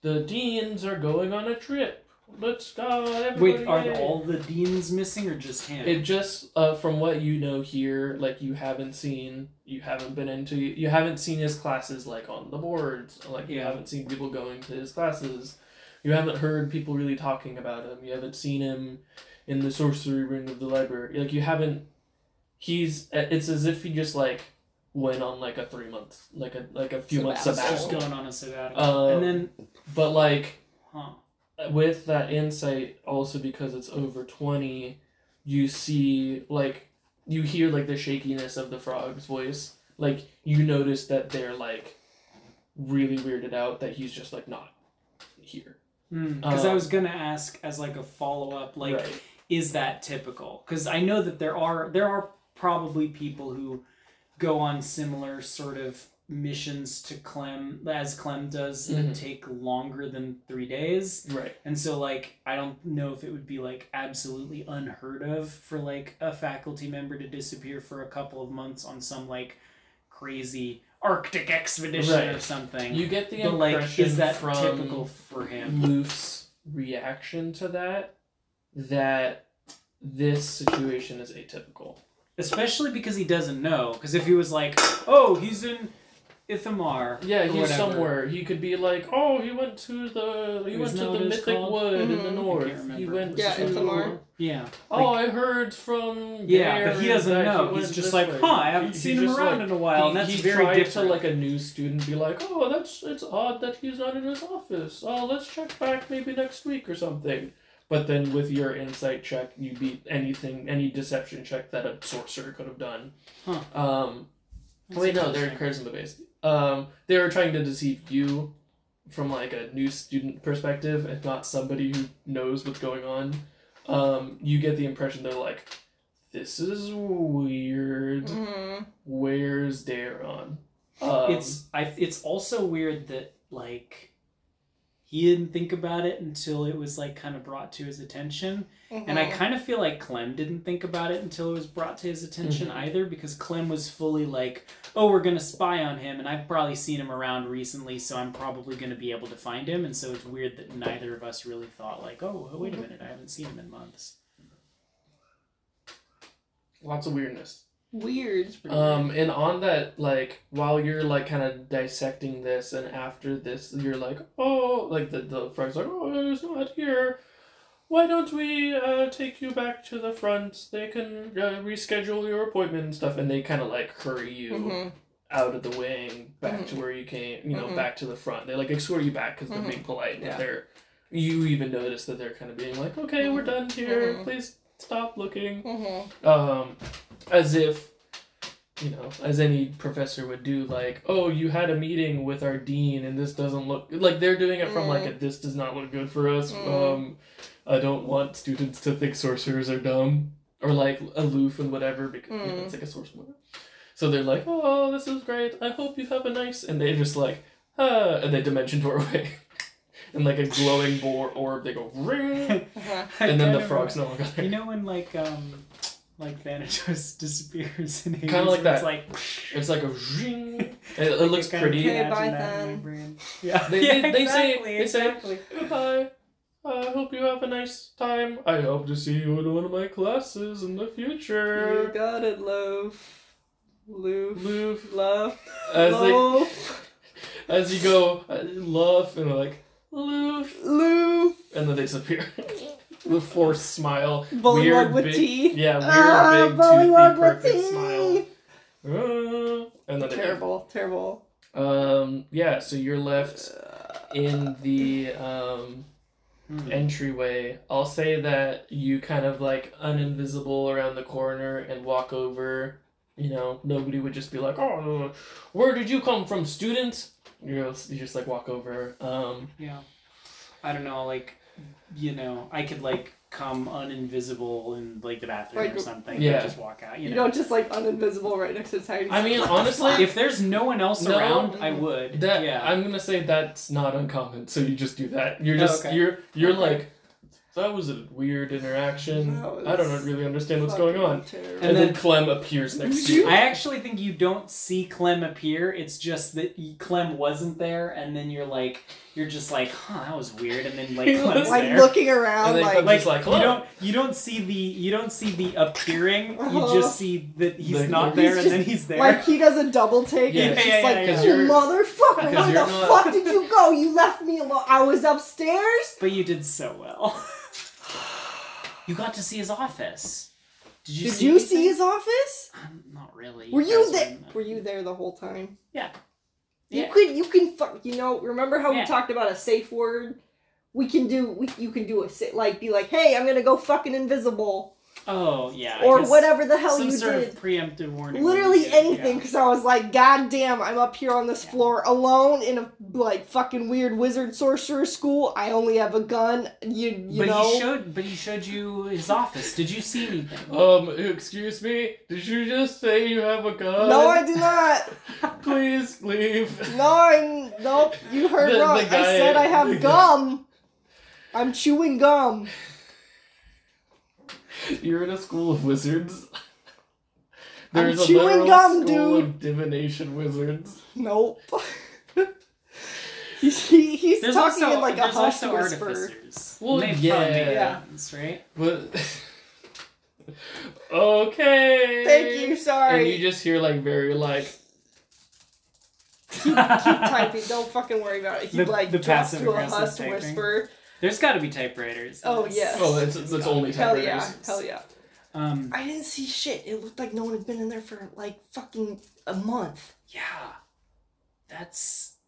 [SPEAKER 1] the deans are going on a trip. Let's go. Everybody.
[SPEAKER 3] Wait, are
[SPEAKER 1] yay."
[SPEAKER 3] all the deans missing or just him?
[SPEAKER 1] It just uh, from what you know here, like you haven't seen, you haven't been into, you haven't seen his classes like on the boards, like you
[SPEAKER 3] Yeah.
[SPEAKER 1] haven't seen people going to his classes, you haven't heard people really talking about him, you haven't seen him in the sorcery ring of the library, like you haven't. He's. It's as if he just like went on like a three month, like a like a few months
[SPEAKER 2] Sabbatical.
[SPEAKER 3] just
[SPEAKER 1] sabbatical.
[SPEAKER 3] going on a sabbatical.
[SPEAKER 1] Uh,
[SPEAKER 3] and then,
[SPEAKER 1] but like
[SPEAKER 3] huh?
[SPEAKER 1] with that insight also because it's over 20 you see like you hear like the shakiness of the frog's voice like you notice that they're like really weirded out that he's just like not here
[SPEAKER 3] Because Hmm, I
[SPEAKER 1] Uh,
[SPEAKER 3] was gonna ask as like a follow up, like,
[SPEAKER 1] Right.
[SPEAKER 3] is that typical? Because I know that there are there are probably people who go on similar sort of missions to Clem as Clem does
[SPEAKER 1] Mhm.
[SPEAKER 3] that take longer than three days,
[SPEAKER 1] right
[SPEAKER 3] and so like I don't know if it would be like absolutely unheard of for like a faculty member to disappear for a couple of months on some like crazy Arctic expedition or
[SPEAKER 1] Right.
[SPEAKER 3] something.
[SPEAKER 1] you get the
[SPEAKER 3] but
[SPEAKER 1] impression
[SPEAKER 3] like, is that
[SPEAKER 1] from
[SPEAKER 3] typical for him?
[SPEAKER 1] Luke's reaction to that that this situation is atypical
[SPEAKER 3] Especially because he doesn't know. Because if he was like, oh, he's in Ithamar.
[SPEAKER 1] Yeah,
[SPEAKER 3] or
[SPEAKER 1] he's
[SPEAKER 3] whatever.
[SPEAKER 1] somewhere. He could be like, oh, he went to the he
[SPEAKER 3] Isn't
[SPEAKER 1] went to
[SPEAKER 3] that
[SPEAKER 1] the
[SPEAKER 3] what it's
[SPEAKER 1] mythic
[SPEAKER 3] called?
[SPEAKER 1] wood in the
[SPEAKER 2] Mhm.
[SPEAKER 3] Mm-hmm. I can't
[SPEAKER 1] north. He
[SPEAKER 3] remember.
[SPEAKER 1] went
[SPEAKER 2] Yeah,
[SPEAKER 1] to
[SPEAKER 2] Ithamar.
[SPEAKER 3] Yeah.
[SPEAKER 1] Oh,
[SPEAKER 3] Like-
[SPEAKER 1] I heard from
[SPEAKER 3] yeah,
[SPEAKER 1] there
[SPEAKER 3] but he doesn't
[SPEAKER 1] that
[SPEAKER 3] know.
[SPEAKER 1] he
[SPEAKER 3] He's
[SPEAKER 1] went
[SPEAKER 3] just
[SPEAKER 1] this
[SPEAKER 3] like,
[SPEAKER 1] way.
[SPEAKER 3] huh, I haven't
[SPEAKER 1] He-
[SPEAKER 3] seen
[SPEAKER 1] he
[SPEAKER 3] him
[SPEAKER 1] just,
[SPEAKER 3] around
[SPEAKER 1] like,
[SPEAKER 3] in a while.
[SPEAKER 1] he,
[SPEAKER 3] and that's
[SPEAKER 1] he
[SPEAKER 3] very
[SPEAKER 1] tried
[SPEAKER 3] different.
[SPEAKER 1] to like a new student be like, oh, that's it's odd that he's not in his office. Oh, let's check back maybe next week or something. But then with your insight check, you beat anything, any deception check that a sorcerer could have done.
[SPEAKER 3] Huh.
[SPEAKER 1] Um,
[SPEAKER 3] That's
[SPEAKER 1] Wait, no, they're
[SPEAKER 3] interesting.
[SPEAKER 1] charisma based. Um, they were trying to deceive you from like a new student perspective and not somebody who knows what's going on. Um, you get the impression they're like, this is weird.
[SPEAKER 2] Mhm.
[SPEAKER 1] Where's Daron? Um,
[SPEAKER 3] it's I. It's also weird that like he didn't think about it until it was like kind of brought to his attention, and I
[SPEAKER 2] Mhm.
[SPEAKER 3] kind of feel like Clem didn't think about it until it was brought to his attention
[SPEAKER 1] Mm-hmm.
[SPEAKER 3] either, because Clem was fully like, "Oh, we're gonna spy on him," and I've probably seen him around recently, so I'm probably gonna be able to find him, and so it's weird that neither of us really thought like, "Oh, wait a minute, I haven't seen him in months."
[SPEAKER 1] lots of weirdness.
[SPEAKER 2] weird.
[SPEAKER 1] Um, and on that, like, while you're like kind of dissecting this, and after this, you're like, oh, like the the frog's like, oh, there's not here. Why don't we uh, take you back to the front? They can uh, reschedule your appointment and stuff, and they kind of like hurry you
[SPEAKER 2] Mhm.
[SPEAKER 1] out of the wing, back to where you came, you know,
[SPEAKER 2] Mhm.
[SPEAKER 1] back to the front. They like escort you back because
[SPEAKER 2] Mhm.
[SPEAKER 1] they're being polite. but
[SPEAKER 2] Yeah.
[SPEAKER 1] They're, you even notice that they're kind of being like, okay, we're done here.
[SPEAKER 2] Mhm.
[SPEAKER 1] Please stop looking
[SPEAKER 2] Mhm.
[SPEAKER 1] um, as if you know, as any professor would do, like, oh, you had a meeting with our dean, and this doesn't look like they're doing it from like a, this does not look good for us.
[SPEAKER 2] Mm.
[SPEAKER 1] Um, I don't want students to think sorcerers are dumb or like aloof and whatever because you know,
[SPEAKER 2] Mm.
[SPEAKER 1] it's like a sorcerer. So they're like, oh, this is great. I hope you have a nice, and they just like, ah, and they dimension doorway, and like a glowing bore orb, they go ring,
[SPEAKER 2] Uh-huh.
[SPEAKER 1] and then the
[SPEAKER 3] Kind of
[SPEAKER 1] frog's no longer there.
[SPEAKER 3] You know when like um like Thanatos disappears in Hades?
[SPEAKER 1] Kinda like
[SPEAKER 3] and it's
[SPEAKER 1] that.
[SPEAKER 3] like
[SPEAKER 1] It's like a ring. It, it
[SPEAKER 3] I
[SPEAKER 1] looks
[SPEAKER 3] can kinda
[SPEAKER 1] pretty.
[SPEAKER 2] Okay, bye
[SPEAKER 3] imagine that in my
[SPEAKER 2] then.
[SPEAKER 3] brain. Yeah.
[SPEAKER 1] They-
[SPEAKER 3] Yeah,
[SPEAKER 1] they- they say-
[SPEAKER 3] exactly,
[SPEAKER 1] they say-
[SPEAKER 3] exactly.
[SPEAKER 1] Goodbye. I hope you have a nice time. I hope to see you in one of my classes in the
[SPEAKER 2] You
[SPEAKER 1] future.
[SPEAKER 2] got it, loaf. Loof.
[SPEAKER 1] Loof.
[SPEAKER 2] Love.
[SPEAKER 1] As they,
[SPEAKER 2] Loaf.
[SPEAKER 1] as you go, uh, love and like loof,
[SPEAKER 2] Loof.
[SPEAKER 1] and then they disappear. the forced smile.
[SPEAKER 2] Bullywug
[SPEAKER 1] weird
[SPEAKER 2] with
[SPEAKER 1] big,
[SPEAKER 2] teeth.
[SPEAKER 1] Yeah, weird
[SPEAKER 2] Ah,
[SPEAKER 1] big
[SPEAKER 2] Bullywug
[SPEAKER 1] toothy
[SPEAKER 2] with
[SPEAKER 1] perfect
[SPEAKER 2] teeth.
[SPEAKER 1] smile. Ah, and then they go.
[SPEAKER 2] Terrible, terrible. Uh,
[SPEAKER 1] Um. Yeah. So you're left in the um.
[SPEAKER 3] Hmm.
[SPEAKER 1] entryway. I'll say that you kind of like uninvisible around the corner and walk over. You know, nobody would just be like, "Oh, where did you come from, student?" You know, you just like walk over. Um,
[SPEAKER 3] Yeah. I don't know, like you know, I could like come uninvisible in like the bathroom
[SPEAKER 2] Like,
[SPEAKER 3] or something
[SPEAKER 1] yeah.
[SPEAKER 3] and just walk out, you
[SPEAKER 2] You,
[SPEAKER 3] know.
[SPEAKER 2] don't just like uninvisible right next to the tiny.
[SPEAKER 1] I mean, honestly,
[SPEAKER 3] if there's no one else
[SPEAKER 1] No.
[SPEAKER 3] around, I would.
[SPEAKER 1] that
[SPEAKER 3] yeah.
[SPEAKER 1] I'm gonna say that's not uncommon. So you just do that. You're
[SPEAKER 3] Oh,
[SPEAKER 1] just
[SPEAKER 3] okay.
[SPEAKER 1] you're you're
[SPEAKER 2] Okay.
[SPEAKER 1] like So that was a weird interaction.
[SPEAKER 2] That was
[SPEAKER 1] I don't really understand what's going on.
[SPEAKER 2] Terrible.
[SPEAKER 1] And,
[SPEAKER 3] And
[SPEAKER 1] then,
[SPEAKER 3] then-
[SPEAKER 1] Clem appears next to
[SPEAKER 2] You-
[SPEAKER 1] you.
[SPEAKER 3] I actually think you don't see Clem appear. It's just that y- Clem wasn't there, and then you're like, you're just like, huh, that was weird, and then like
[SPEAKER 1] He
[SPEAKER 3] Clem's
[SPEAKER 1] was
[SPEAKER 2] like
[SPEAKER 3] there.
[SPEAKER 2] looking around,
[SPEAKER 1] And they
[SPEAKER 2] like
[SPEAKER 1] come-
[SPEAKER 3] like,
[SPEAKER 1] Just like,
[SPEAKER 3] you
[SPEAKER 1] "Hello."
[SPEAKER 3] don't you don't see the you don't see the appearing.
[SPEAKER 2] Uh-huh.
[SPEAKER 3] You just see that he's
[SPEAKER 1] Like,
[SPEAKER 3] not
[SPEAKER 1] he's
[SPEAKER 3] there,
[SPEAKER 2] just-
[SPEAKER 3] and then he's there.
[SPEAKER 2] like he does a double take.
[SPEAKER 1] Yeah,
[SPEAKER 2] and it's
[SPEAKER 3] yeah,
[SPEAKER 2] just
[SPEAKER 3] yeah,
[SPEAKER 2] like,
[SPEAKER 1] yeah.
[SPEAKER 2] you
[SPEAKER 1] 'Cause you're-
[SPEAKER 2] motherfucker,
[SPEAKER 1] because
[SPEAKER 2] where
[SPEAKER 1] you're
[SPEAKER 2] the
[SPEAKER 1] not-
[SPEAKER 2] fuck did you go? You left me alone. I was upstairs.
[SPEAKER 3] but you did so well. you got to see his office. Did you
[SPEAKER 2] Did
[SPEAKER 3] see
[SPEAKER 2] you see
[SPEAKER 3] anything?
[SPEAKER 2] his office?
[SPEAKER 3] Um, not really.
[SPEAKER 2] Were you
[SPEAKER 3] guys
[SPEAKER 2] there?
[SPEAKER 3] in the-
[SPEAKER 2] Were you there the whole time?
[SPEAKER 3] Yeah.
[SPEAKER 2] You
[SPEAKER 3] Yeah.
[SPEAKER 2] could. You can. Fuck. You know. Remember how
[SPEAKER 3] Yeah.
[SPEAKER 2] we talked about a safe word? We can do. We, you can do a sa- like be like, hey, I'm gonna go fucking invisible
[SPEAKER 3] Oh yeah. I
[SPEAKER 2] or
[SPEAKER 3] guess
[SPEAKER 2] whatever the hell
[SPEAKER 3] Some
[SPEAKER 2] you
[SPEAKER 3] sort
[SPEAKER 2] did.
[SPEAKER 3] of preemptive warning. would be
[SPEAKER 2] Literally
[SPEAKER 3] good,
[SPEAKER 2] anything,
[SPEAKER 3] yeah.
[SPEAKER 2] because I was like, God damn, I'm up here on this
[SPEAKER 3] Yeah.
[SPEAKER 2] floor alone in a like fucking weird wizard sorcerer school. I only have a gun. You you
[SPEAKER 3] but
[SPEAKER 2] know.
[SPEAKER 3] he showed. But he showed you his office. Did you see anything?
[SPEAKER 2] Oh,
[SPEAKER 1] Um, excuse me, did you just say you have a gun?
[SPEAKER 2] no, I do not.
[SPEAKER 1] Please leave.
[SPEAKER 2] No, I'm nope. You heard
[SPEAKER 1] The- the
[SPEAKER 2] wrong. I
[SPEAKER 1] guy-
[SPEAKER 2] said I
[SPEAKER 1] the
[SPEAKER 2] have
[SPEAKER 1] guy-
[SPEAKER 2] gum. I'm chewing gum.
[SPEAKER 1] You're in a school of wizards.
[SPEAKER 2] I'm
[SPEAKER 1] There's a
[SPEAKER 2] chewing
[SPEAKER 1] literal
[SPEAKER 2] gum,
[SPEAKER 1] school of divination wizards.
[SPEAKER 2] Nope. he, he- he's
[SPEAKER 3] There's
[SPEAKER 2] talking
[SPEAKER 3] also
[SPEAKER 2] in like a
[SPEAKER 3] there's
[SPEAKER 2] hush
[SPEAKER 3] also
[SPEAKER 2] whisper.
[SPEAKER 3] artificers.
[SPEAKER 1] Well,
[SPEAKER 3] they
[SPEAKER 1] yeah.
[SPEAKER 2] Yeah.
[SPEAKER 3] guns, right?
[SPEAKER 1] But okay.
[SPEAKER 2] Thank you.
[SPEAKER 1] And
[SPEAKER 2] Sorry.
[SPEAKER 1] you just hear like very like
[SPEAKER 2] keep, keep typing. Don't fucking worry about it. He
[SPEAKER 3] The-
[SPEAKER 2] like
[SPEAKER 3] the
[SPEAKER 2] drops to a
[SPEAKER 3] passive-aggressive
[SPEAKER 2] hush
[SPEAKER 3] typing.
[SPEAKER 2] whisper.
[SPEAKER 3] There's got to be typewriters. in
[SPEAKER 2] Oh,
[SPEAKER 3] this.
[SPEAKER 2] yes.
[SPEAKER 1] oh that's that's only
[SPEAKER 2] Hell
[SPEAKER 1] typewriters.
[SPEAKER 2] yeah! Hell yeah!
[SPEAKER 3] Um.
[SPEAKER 2] I didn't see shit. It looked like no one had been in there for like fucking a month.
[SPEAKER 3] Yeah. That's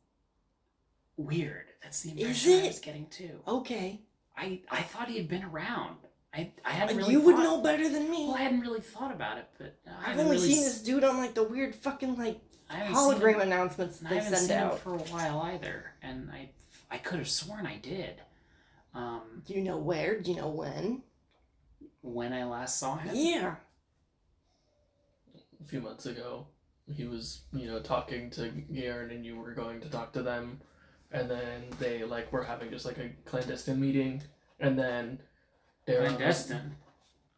[SPEAKER 3] weird. That's the impression
[SPEAKER 2] Is
[SPEAKER 3] I
[SPEAKER 2] it?
[SPEAKER 3] was getting too.
[SPEAKER 2] Okay,
[SPEAKER 3] I I thought he had been around. I I hadn't really.
[SPEAKER 2] you would
[SPEAKER 3] thought-
[SPEAKER 2] know better than me.
[SPEAKER 3] Well, I hadn't really thought about it, but uh, I
[SPEAKER 2] I've
[SPEAKER 3] haven't
[SPEAKER 2] only
[SPEAKER 3] really
[SPEAKER 2] seen
[SPEAKER 3] s-
[SPEAKER 2] this dude on like the weird fucking like
[SPEAKER 3] I haven't seen him-
[SPEAKER 2] hologram announcements
[SPEAKER 3] And
[SPEAKER 2] that they
[SPEAKER 3] I haven't
[SPEAKER 2] send
[SPEAKER 3] seen him
[SPEAKER 2] out.
[SPEAKER 3] for a while either, and I I could have sworn I did. Um,
[SPEAKER 2] Do you know where? Do you know when?
[SPEAKER 3] when I last saw him,
[SPEAKER 2] Yeah.
[SPEAKER 1] A few months ago, he was you know talking to Garen and you were going to talk to them, and then they like were having just like a clandestine meeting, and then Darren was-
[SPEAKER 3] clandestine.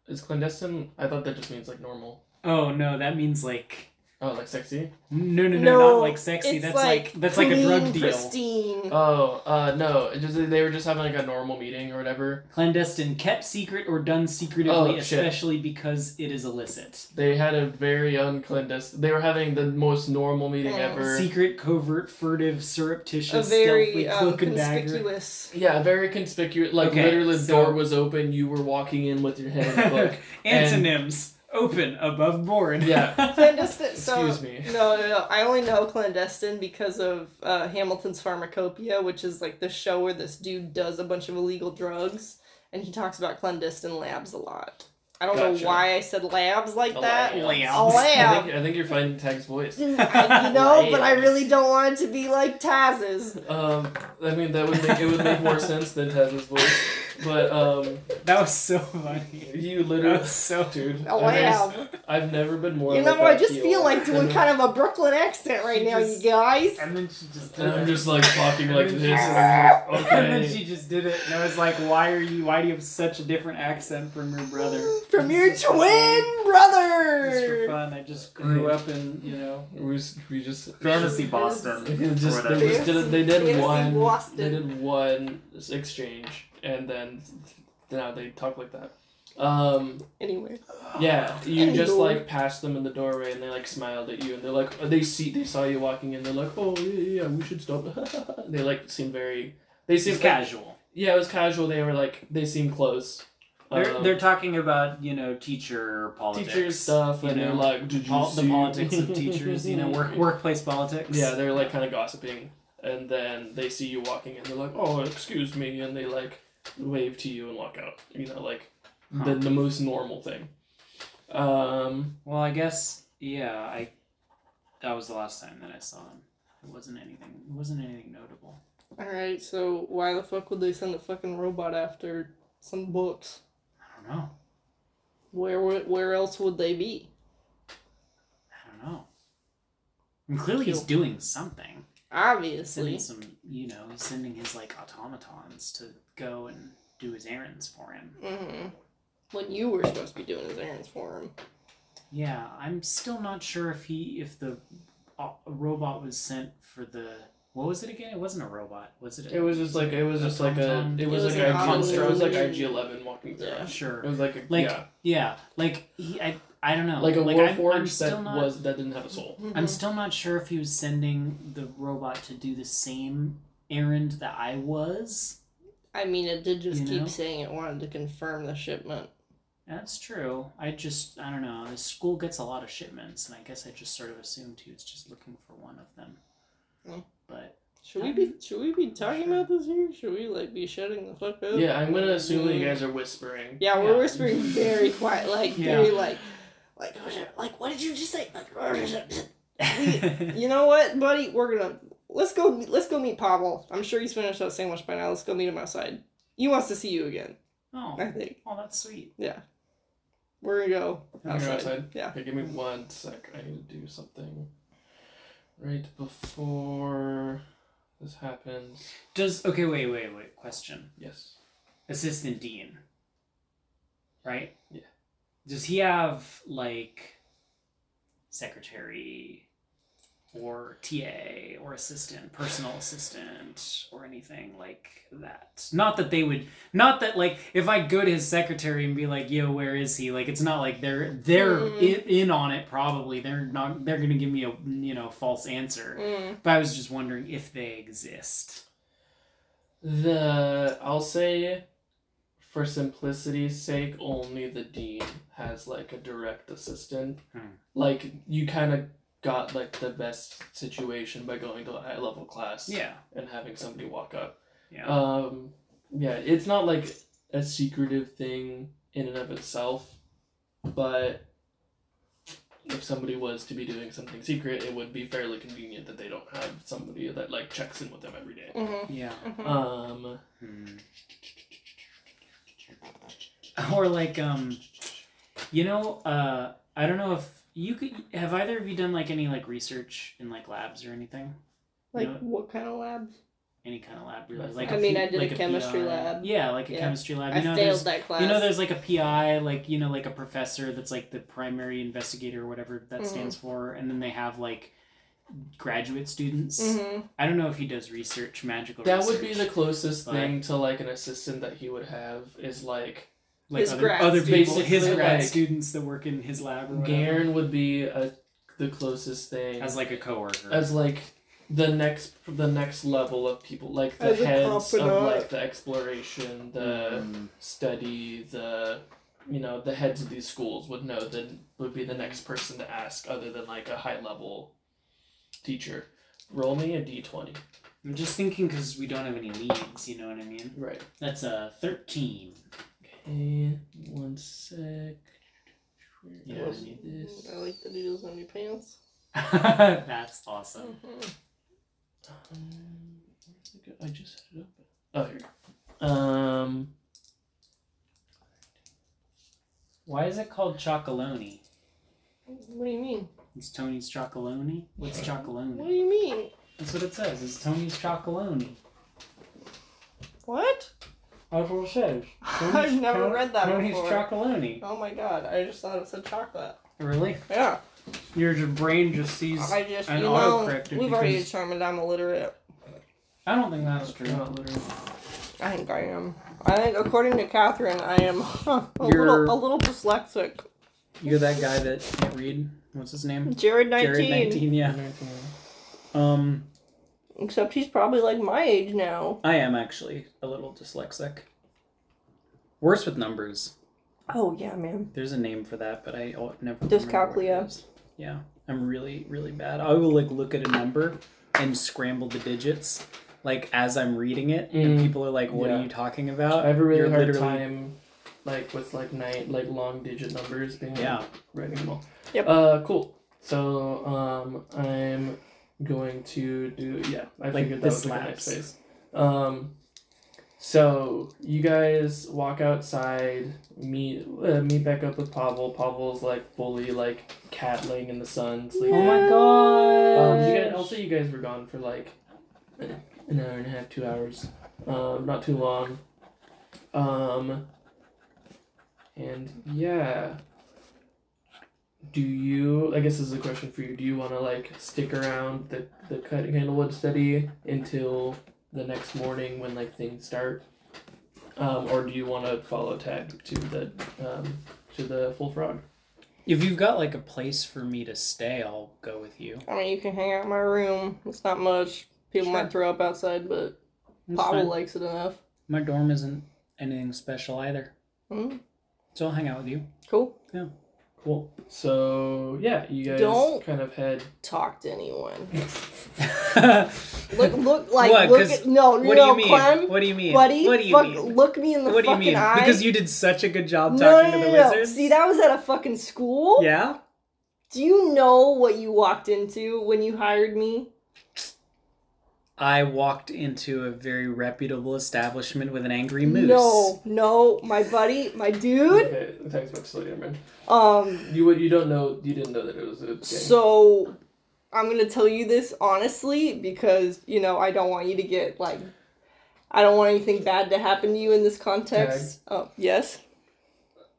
[SPEAKER 1] Is clandestine? I thought that just means like normal.
[SPEAKER 3] Oh no, that means like
[SPEAKER 1] Oh, like sexy.
[SPEAKER 3] no, no, no, not like sexy.
[SPEAKER 2] it's
[SPEAKER 3] That's like, that's like a
[SPEAKER 2] clean,
[SPEAKER 3] drug deal.
[SPEAKER 2] Pristine.
[SPEAKER 1] Oh, uh, no. It just they were just having like a normal meeting or whatever.
[SPEAKER 3] Clandestine, kept secret or done secretively,
[SPEAKER 1] Oh, shit.
[SPEAKER 3] especially because it is illicit.
[SPEAKER 1] They had a very unclandestine. They were having the most normal meeting
[SPEAKER 2] Mm.
[SPEAKER 1] ever.
[SPEAKER 3] Secret, covert, furtive,
[SPEAKER 2] a
[SPEAKER 3] surreptitious,
[SPEAKER 2] very
[SPEAKER 3] stealthy,
[SPEAKER 2] um,
[SPEAKER 3] cloak and dagger.
[SPEAKER 2] conspicuous.
[SPEAKER 1] Yeah, very conspicuous. Like
[SPEAKER 3] Okay,
[SPEAKER 1] literally, the
[SPEAKER 3] so-
[SPEAKER 1] door was open. You were walking in with your hand in a book.
[SPEAKER 3] Antonyms: open, above board.
[SPEAKER 1] Yeah.
[SPEAKER 2] Clandestine. So,
[SPEAKER 1] Excuse me.
[SPEAKER 2] No, no, no. I only know clandestine because of uh, Hamilton's Pharmacopoeia, which is like the show where this dude does a bunch of illegal drugs, and he talks about clandestine labs a lot. I don't
[SPEAKER 1] Gotcha.
[SPEAKER 2] know why I said labs like
[SPEAKER 1] A
[SPEAKER 2] that.
[SPEAKER 1] lab.
[SPEAKER 3] Labs.
[SPEAKER 1] I
[SPEAKER 2] Lab.
[SPEAKER 1] think I think you're finding Tag's voice.
[SPEAKER 2] I, you know, but I really don't want it to be like Taz's.
[SPEAKER 1] Um, I mean that would make it would make more sense than Taz's voice, but um,
[SPEAKER 3] That was so funny.
[SPEAKER 1] you
[SPEAKER 3] That
[SPEAKER 1] literally,
[SPEAKER 3] was so.
[SPEAKER 1] dude.
[SPEAKER 2] Oh,
[SPEAKER 1] I've,
[SPEAKER 2] wow.
[SPEAKER 1] never- I've never been more.
[SPEAKER 2] You
[SPEAKER 1] let
[SPEAKER 2] know, I
[SPEAKER 1] that
[SPEAKER 2] just feel like doing
[SPEAKER 1] And-
[SPEAKER 2] kind of a Brooklyn accent right
[SPEAKER 3] You
[SPEAKER 2] now,
[SPEAKER 3] just-
[SPEAKER 2] you guys.
[SPEAKER 3] And then she just.
[SPEAKER 1] And I'm just like talking like
[SPEAKER 3] And
[SPEAKER 1] this.
[SPEAKER 3] then she-
[SPEAKER 1] And I'm like,
[SPEAKER 3] And then
[SPEAKER 1] okay.
[SPEAKER 3] she just did it, and I was like, "Why are you? Why do you have such a different accent from your brother?"
[SPEAKER 2] Mm, From your
[SPEAKER 3] Just for fun.
[SPEAKER 2] twin
[SPEAKER 3] Just for
[SPEAKER 2] brother.
[SPEAKER 3] fun. I just grew up in, you know,
[SPEAKER 1] We just, we just
[SPEAKER 3] fantasy Boston.
[SPEAKER 1] They just,
[SPEAKER 3] whatever.
[SPEAKER 1] they just did, they did
[SPEAKER 2] Fancy
[SPEAKER 1] one.
[SPEAKER 2] Boston.
[SPEAKER 1] They did one exchange, and then now they talk like that. Um,
[SPEAKER 2] Anyway,
[SPEAKER 3] Oh,
[SPEAKER 1] yeah, you just
[SPEAKER 2] Anywho.
[SPEAKER 1] like passed them in the doorway, and they like smiled at you, and they're like, they see, they saw you walking in, they're like, oh yeah, yeah, yeah, we should stop. they like seem very, they seem
[SPEAKER 3] It's casual.
[SPEAKER 1] Yeah, it was casual. They were like, they seemed close.
[SPEAKER 3] They're
[SPEAKER 1] Um,
[SPEAKER 3] they're talking about you know teacher politics,
[SPEAKER 1] teacher stuff,
[SPEAKER 3] you
[SPEAKER 1] and they're
[SPEAKER 3] know,
[SPEAKER 1] like, did you
[SPEAKER 3] pol- the
[SPEAKER 1] see-
[SPEAKER 3] politics of teachers, you know, work workplace politics.
[SPEAKER 1] Yeah, they're like kind of gossiping, and then they see you walking, and they're like, "Oh, excuse me," and they like wave to you and walk out. You know, like the,
[SPEAKER 3] Huh.
[SPEAKER 1] the most normal thing. Um,
[SPEAKER 3] Well, I guess yeah. I that was the last time that I saw him. It wasn't anything. It wasn't anything notable.
[SPEAKER 2] alright, so why the fuck would they send a fucking robot after some books?
[SPEAKER 3] I don't know.
[SPEAKER 2] Where would, where else would they be?
[SPEAKER 3] I don't know. And clearly, he's
[SPEAKER 2] Cool.
[SPEAKER 3] doing something.
[SPEAKER 2] Obviously.
[SPEAKER 3] sending some, you know, he's sending his like automatons to go and do his errands for him.
[SPEAKER 2] Mm-hmm. When you were supposed to be doing his errands for him.
[SPEAKER 3] Yeah, I'm still not sure if he if the uh, robot was sent for the what was it again? It wasn't a robot, was it?
[SPEAKER 1] It was just like it was just like a it was
[SPEAKER 2] was
[SPEAKER 1] like
[SPEAKER 2] an
[SPEAKER 1] a monster. It was like
[SPEAKER 2] ominous-
[SPEAKER 1] IG Eleven walking through.
[SPEAKER 2] Yeah.
[SPEAKER 3] sure.
[SPEAKER 1] It was like a
[SPEAKER 3] Like
[SPEAKER 1] yeah,
[SPEAKER 3] yeah. like he I I don't know.
[SPEAKER 1] like a
[SPEAKER 3] I'm,
[SPEAKER 1] warforged
[SPEAKER 3] I'm still
[SPEAKER 1] that
[SPEAKER 3] not,
[SPEAKER 1] was that didn't have a soul.
[SPEAKER 3] I'm still not sure if he was sending the robot to do the same errand that I was.
[SPEAKER 2] I mean, it did just
[SPEAKER 3] You
[SPEAKER 2] keep
[SPEAKER 3] know?
[SPEAKER 2] saying it wanted to confirm the shipment.
[SPEAKER 3] That's true. I just I don't know. The school gets a lot of shipments, and I guess I just sort of assumed he was just looking for one of them.
[SPEAKER 2] Mm.
[SPEAKER 3] But
[SPEAKER 2] Should we be should we be talking about this here? Should we like be shutting the fuck up?
[SPEAKER 1] Yeah, I'm gonna assume that you guys are whispering.
[SPEAKER 2] Mm. Yeah, we're
[SPEAKER 3] Yeah.
[SPEAKER 2] whispering very quiet, like
[SPEAKER 3] Yeah.
[SPEAKER 2] very like like oh, like what did you just say? you know what, buddy? We're gonna let's go let's go meet Pavel. I'm sure he's finished that sandwich by now. Let's go meet him outside. He wants to see you again. I
[SPEAKER 3] oh,
[SPEAKER 2] think.
[SPEAKER 3] oh, that's sweet.
[SPEAKER 2] Yeah. We're gonna go
[SPEAKER 1] You're
[SPEAKER 2] outside.
[SPEAKER 1] outside?
[SPEAKER 2] Yeah.
[SPEAKER 1] Okay, give me one sec. I need to do something right before this happens.
[SPEAKER 3] Does okay? Wait, wait, wait. Question.
[SPEAKER 1] Yes.
[SPEAKER 3] Assistant Dean. Right.
[SPEAKER 1] Yeah.
[SPEAKER 3] Does he have like secretary or TA or assistant, personal assistant or anything like that? Not that they would. Not that like if I go to his secretary and be like, "Yo, where is he?" Like it's not like they're they're
[SPEAKER 2] Mm.
[SPEAKER 3] in, in on it. Probably they're not. They're gonna give me a you know false answer.
[SPEAKER 2] Mm.
[SPEAKER 3] But I was just wondering if they exist.
[SPEAKER 1] The I'll say for simplicity's sake, only the dean has like a direct assistant.
[SPEAKER 3] Hmm.
[SPEAKER 1] Like you kind of got like the best situation by going to a high level class
[SPEAKER 3] Yeah.
[SPEAKER 1] and having somebody walk up.
[SPEAKER 3] Yeah.
[SPEAKER 1] Um, yeah, it's not like a secretive thing in and of itself, but if somebody was to be doing something secret, it would be fairly convenient that they don't have somebody that like checks in with them every day.
[SPEAKER 2] Mm-hmm.
[SPEAKER 3] yeah.
[SPEAKER 1] Um.
[SPEAKER 3] Hmm. Or like um you know, uh I don't know if you could have either of you done like any like research in like labs or anything?
[SPEAKER 2] Like
[SPEAKER 3] You know,
[SPEAKER 2] what kind of lab?
[SPEAKER 3] any kind of lab really. Like
[SPEAKER 1] I
[SPEAKER 2] mean,
[SPEAKER 3] I
[SPEAKER 2] I did a chemistry lab.
[SPEAKER 3] Yeah, like a
[SPEAKER 2] Yeah.
[SPEAKER 3] chemistry lab.
[SPEAKER 2] I
[SPEAKER 3] You know,
[SPEAKER 2] failed
[SPEAKER 3] there's
[SPEAKER 2] that class.
[SPEAKER 3] you know, there's like a PI, like you know, like a professor that's like the primary investigator or whatever that
[SPEAKER 2] Mhm.
[SPEAKER 3] stands for, and then they have like graduate students.
[SPEAKER 2] Mhm.
[SPEAKER 3] I don't know if he does research, magical.
[SPEAKER 1] That would
[SPEAKER 3] research.
[SPEAKER 1] be the closest
[SPEAKER 3] but-
[SPEAKER 1] thing to like an assistant that he would have is like
[SPEAKER 3] like
[SPEAKER 2] His
[SPEAKER 3] other,
[SPEAKER 2] grad
[SPEAKER 3] other people,
[SPEAKER 1] students.
[SPEAKER 3] his
[SPEAKER 1] Basically,
[SPEAKER 3] grad
[SPEAKER 1] like,
[SPEAKER 3] students that work in his lab or whatever,
[SPEAKER 1] Garen would be a, the closest thing
[SPEAKER 3] as like a coworker.
[SPEAKER 1] as, like, the next the next level of people like the
[SPEAKER 2] As a
[SPEAKER 1] heads of
[SPEAKER 2] confidant. Mm-hmm.
[SPEAKER 1] like the exploration the
[SPEAKER 3] Mm,
[SPEAKER 1] study the you know the heads of these schools would know then would be the next person to ask other than like a high level teacher roll me a d20
[SPEAKER 3] I'm just thinking because we don't have any leads. You know what I mean?
[SPEAKER 1] right
[SPEAKER 3] That's a thirteen.
[SPEAKER 1] okay one sec Where
[SPEAKER 3] Yeah.
[SPEAKER 1] is this?
[SPEAKER 2] I like the doodles on your pants.
[SPEAKER 3] That's awesome.
[SPEAKER 2] Mm-hmm.
[SPEAKER 1] Um, where's it go? I just had it open. Oh, here. Um,
[SPEAKER 3] Why is it called chocolonely?
[SPEAKER 2] What do you mean?
[SPEAKER 3] It's Tony's chocolonely. What's
[SPEAKER 2] What
[SPEAKER 3] chocolonely?
[SPEAKER 2] do you mean?
[SPEAKER 3] That's what it says. It's Tony's chocolonely.
[SPEAKER 2] What?
[SPEAKER 3] That's what it says.
[SPEAKER 2] I've never
[SPEAKER 3] Tony-
[SPEAKER 2] read that
[SPEAKER 3] Tony's
[SPEAKER 2] before.
[SPEAKER 3] chocolonely.
[SPEAKER 2] Oh my god! I just thought it said chocolate.
[SPEAKER 3] Really?
[SPEAKER 2] Yeah,
[SPEAKER 3] Your j- brain just sees.
[SPEAKER 2] I just
[SPEAKER 3] an
[SPEAKER 2] you know
[SPEAKER 3] autocorrector
[SPEAKER 2] we've already
[SPEAKER 3] because-
[SPEAKER 2] determined I'm illiterate.
[SPEAKER 3] I don't think that's true.
[SPEAKER 1] not literally.
[SPEAKER 2] I think I am. I think according to Catherine, I am a
[SPEAKER 3] You're-
[SPEAKER 2] little a little dyslexic.
[SPEAKER 3] You're that guy that can't read. What's his name?
[SPEAKER 2] Jared nineteen.
[SPEAKER 3] Jared 19, yeah. Um,
[SPEAKER 2] Except he's probably like my age now.
[SPEAKER 3] I am actually a little dyslexic. Worse with numbers.
[SPEAKER 2] Oh yeah, man.
[SPEAKER 3] There's a name for that, but I oh, never. remember what
[SPEAKER 2] Dyscalculia.
[SPEAKER 3] it is. Yeah, I'm really, really bad. I will like look at a number and scramble the digits, like as I'm reading it, and
[SPEAKER 1] Mm.
[SPEAKER 3] people are like, "What
[SPEAKER 1] Yeah.
[SPEAKER 3] are you talking about?"
[SPEAKER 1] I have a really
[SPEAKER 3] You're
[SPEAKER 1] hard
[SPEAKER 3] literally-
[SPEAKER 1] time, like with like nine like long digit numbers being
[SPEAKER 3] Yeah.
[SPEAKER 1] writing them all.
[SPEAKER 2] Yep.
[SPEAKER 1] Uh, cool. So um, I'm going to do yeah. I
[SPEAKER 3] Like,
[SPEAKER 1] figured that
[SPEAKER 3] this
[SPEAKER 1] was like, a nice
[SPEAKER 3] lapse.
[SPEAKER 1] space. Um, so you guys walk outside, meet uh, meet back up with Pavel. Pavel's like fully like cattling in the sun, sleeping.
[SPEAKER 3] Oh my god.
[SPEAKER 1] Um, you guys, also, you guys were gone for like an hour and a half, two hours. Um, not too long. Um, and yeah. Do you? I guess this is a question for you. Do you want to like stick around the the cut candlewood study until the next morning when like things start, um, or do you want to follow tag to the um, to the full frog?
[SPEAKER 3] If you've got like a place for me to stay, I'll go with you.
[SPEAKER 2] I mean, you can hang out in my room. It's not much. People
[SPEAKER 3] Sure.
[SPEAKER 2] might throw up outside, but
[SPEAKER 3] It's
[SPEAKER 2] Pablo
[SPEAKER 3] fine.
[SPEAKER 2] likes it enough.
[SPEAKER 3] My dorm isn't anything special either, Hmm.
[SPEAKER 2] Mm,
[SPEAKER 3] so I'll hang out with you.
[SPEAKER 2] cool.
[SPEAKER 1] Cool. So yeah, you guys
[SPEAKER 2] Don't-
[SPEAKER 1] kind of head.
[SPEAKER 2] Talk to anyone.
[SPEAKER 3] what
[SPEAKER 2] Look, look, like,
[SPEAKER 3] What,
[SPEAKER 2] look
[SPEAKER 3] 'cause-
[SPEAKER 2] at no,
[SPEAKER 3] do
[SPEAKER 2] no,
[SPEAKER 3] you mean?
[SPEAKER 2] Clem,
[SPEAKER 3] What do you mean?
[SPEAKER 2] buddy,
[SPEAKER 3] what do you
[SPEAKER 2] fuck,
[SPEAKER 3] mean?
[SPEAKER 2] look me in the
[SPEAKER 3] What do you
[SPEAKER 2] fucking
[SPEAKER 3] mean?
[SPEAKER 2] eye.
[SPEAKER 3] Because you did such a good job
[SPEAKER 2] no,
[SPEAKER 3] talking
[SPEAKER 2] no,
[SPEAKER 3] to the
[SPEAKER 2] no, no.
[SPEAKER 3] wizards.
[SPEAKER 2] See, that was at a fucking school.
[SPEAKER 3] Yeah.
[SPEAKER 2] Do you know what you walked into when you hired me?
[SPEAKER 3] I walked into a very reputable establishment with an angry moose.
[SPEAKER 2] No, no, my buddy, my dude.
[SPEAKER 1] Okay, thanks, Max Slenderman.
[SPEAKER 2] Um,
[SPEAKER 1] You would you don't know you didn't know that it was a gang.
[SPEAKER 2] so I'm gonna tell you this honestly because you know I don't want you to get like, I don't want anything bad to happen to you in this context. Oh, yes,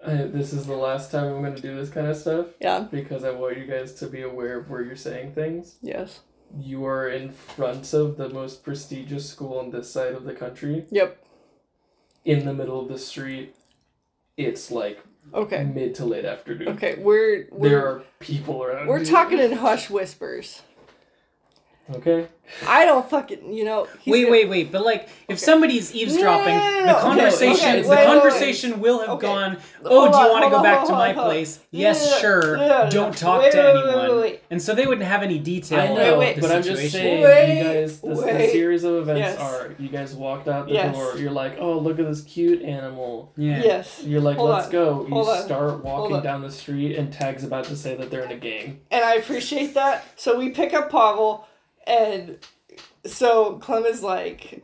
[SPEAKER 1] I, this is the last time I'm gonna do this kind of stuff
[SPEAKER 2] yeah,
[SPEAKER 1] because I want you guys to be aware of where you're saying things.
[SPEAKER 2] yes,
[SPEAKER 1] You are in front of the most prestigious school on this side of the country,
[SPEAKER 2] yep,
[SPEAKER 1] in the middle of the street. It's like
[SPEAKER 2] okay,
[SPEAKER 1] mid to late
[SPEAKER 3] Mm.
[SPEAKER 1] afternoon.
[SPEAKER 2] okay. We're
[SPEAKER 1] There
[SPEAKER 2] we're
[SPEAKER 1] are people around.
[SPEAKER 2] we're
[SPEAKER 1] you.
[SPEAKER 2] talking in hush whispers.
[SPEAKER 1] Okay.
[SPEAKER 2] I don't fucking you know. he's
[SPEAKER 3] Wait,
[SPEAKER 2] gonna-
[SPEAKER 3] wait, wait! But like, if somebody's eavesdropping,
[SPEAKER 2] no, no, no,
[SPEAKER 3] the
[SPEAKER 2] okay,
[SPEAKER 3] conversation
[SPEAKER 2] okay,
[SPEAKER 3] the
[SPEAKER 2] wait, wait, wait.
[SPEAKER 3] conversation will have
[SPEAKER 2] Okay.
[SPEAKER 3] gone.
[SPEAKER 2] Hold
[SPEAKER 3] Oh, do
[SPEAKER 2] on,
[SPEAKER 3] you want to
[SPEAKER 2] hold
[SPEAKER 3] go
[SPEAKER 2] on,
[SPEAKER 3] back
[SPEAKER 2] hold
[SPEAKER 3] to
[SPEAKER 2] on,
[SPEAKER 3] my
[SPEAKER 2] hold on.
[SPEAKER 3] place?
[SPEAKER 2] No,
[SPEAKER 3] yes,
[SPEAKER 2] no, no,
[SPEAKER 3] sure.
[SPEAKER 2] no, no, no.
[SPEAKER 3] Don't talk
[SPEAKER 2] Wait,
[SPEAKER 3] to
[SPEAKER 2] wait, wait, wait,
[SPEAKER 3] anyone.
[SPEAKER 2] wait.
[SPEAKER 3] And so they wouldn't have any detail.
[SPEAKER 1] I
[SPEAKER 3] about
[SPEAKER 1] know,
[SPEAKER 2] wait,
[SPEAKER 3] the
[SPEAKER 1] but I'm
[SPEAKER 3] situation.
[SPEAKER 1] just saying,
[SPEAKER 2] Wait,
[SPEAKER 1] you guys, this, the
[SPEAKER 2] wait.
[SPEAKER 1] series of events
[SPEAKER 2] Yes.
[SPEAKER 1] are you guys walked out the
[SPEAKER 2] Yes.
[SPEAKER 1] door, you're like, oh, look at this cute animal.
[SPEAKER 3] Yeah.
[SPEAKER 2] Yes.
[SPEAKER 1] You're like,
[SPEAKER 2] Hold
[SPEAKER 1] let's
[SPEAKER 2] on.
[SPEAKER 1] go. You
[SPEAKER 2] Hold on.
[SPEAKER 1] start walking
[SPEAKER 2] on.
[SPEAKER 1] down the street, and Tag's about to say that they're in a gang.
[SPEAKER 2] and I appreciate that. So we pick up Pavel, and so Clem is like,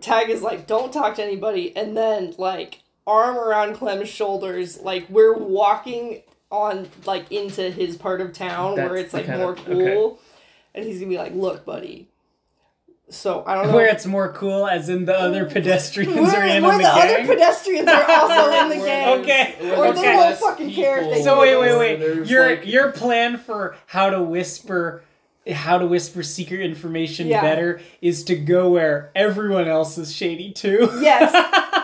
[SPEAKER 2] Tag is like, don't talk to anybody, and then like arm around Clem's shoulders, like we're walking on like into his part of town where
[SPEAKER 1] That's
[SPEAKER 2] it's
[SPEAKER 1] the
[SPEAKER 2] like
[SPEAKER 1] kind
[SPEAKER 2] more
[SPEAKER 1] of- okay.
[SPEAKER 2] cool, and he's gonna be like, look, buddy. So I don't know.
[SPEAKER 3] Where it's more cool, as in the other pedestrians
[SPEAKER 2] Where-
[SPEAKER 3] are in,
[SPEAKER 2] where
[SPEAKER 3] on the,
[SPEAKER 2] the
[SPEAKER 3] gang.
[SPEAKER 2] other pedestrians are also in the
[SPEAKER 1] Where
[SPEAKER 2] gang.
[SPEAKER 3] Okay,
[SPEAKER 1] there's
[SPEAKER 3] Or they
[SPEAKER 1] less
[SPEAKER 2] won't fucking care if they
[SPEAKER 1] people.
[SPEAKER 3] so wait, wait, wait!
[SPEAKER 1] There's,
[SPEAKER 3] Your
[SPEAKER 1] like-
[SPEAKER 3] your plan for how to whisper, how to whisper secret information
[SPEAKER 2] Yeah.
[SPEAKER 3] better is to go where everyone else is shady too.
[SPEAKER 2] Yes.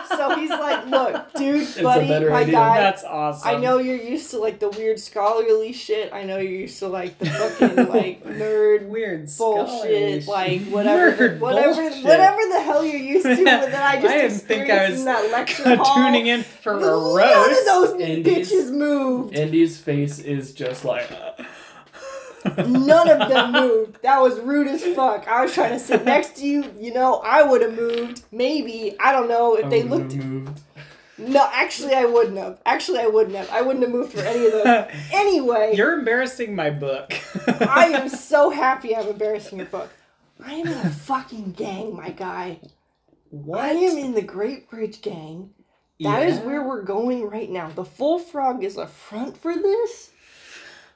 [SPEAKER 2] So he's like, look, dude,
[SPEAKER 1] a
[SPEAKER 2] buddy,
[SPEAKER 1] better
[SPEAKER 2] my
[SPEAKER 1] idea.
[SPEAKER 2] guy,
[SPEAKER 3] That's awesome.
[SPEAKER 2] I know you're used to like the weird scholarly shit. I know you're used to like the fucking like nerd
[SPEAKER 3] Weird
[SPEAKER 2] bullshit,
[SPEAKER 3] scholarly
[SPEAKER 2] like
[SPEAKER 3] shit.
[SPEAKER 2] whatever,
[SPEAKER 3] Nerd
[SPEAKER 2] whatever,
[SPEAKER 3] bullshit.
[SPEAKER 2] whatever the hell you're used to. But then I just
[SPEAKER 3] I didn't think I
[SPEAKER 2] experienced
[SPEAKER 3] was
[SPEAKER 2] in that lecture hall.
[SPEAKER 3] Tuning in for a
[SPEAKER 2] None of
[SPEAKER 3] roast.
[SPEAKER 2] those
[SPEAKER 1] And
[SPEAKER 2] bitches
[SPEAKER 1] these-
[SPEAKER 2] moved.
[SPEAKER 1] Andy's face is just like,
[SPEAKER 2] None of them moved. That was rude as fuck. I was trying to sit next to you. You know, I would have moved. Maybe I don't know if
[SPEAKER 1] I
[SPEAKER 2] they
[SPEAKER 1] wouldn't
[SPEAKER 2] looked.
[SPEAKER 1] have moved.
[SPEAKER 2] No, actually, I wouldn't have. Actually, I wouldn't have. I wouldn't have moved for any of those. Anyway,
[SPEAKER 3] You're embarrassing my book.
[SPEAKER 2] I am so happy I'm embarrassing your book. I am in a fucking gang, my guy.
[SPEAKER 3] What?
[SPEAKER 2] I am in the Great Bridge Gang. That is where we're going right now. The Full Frog is a front for this.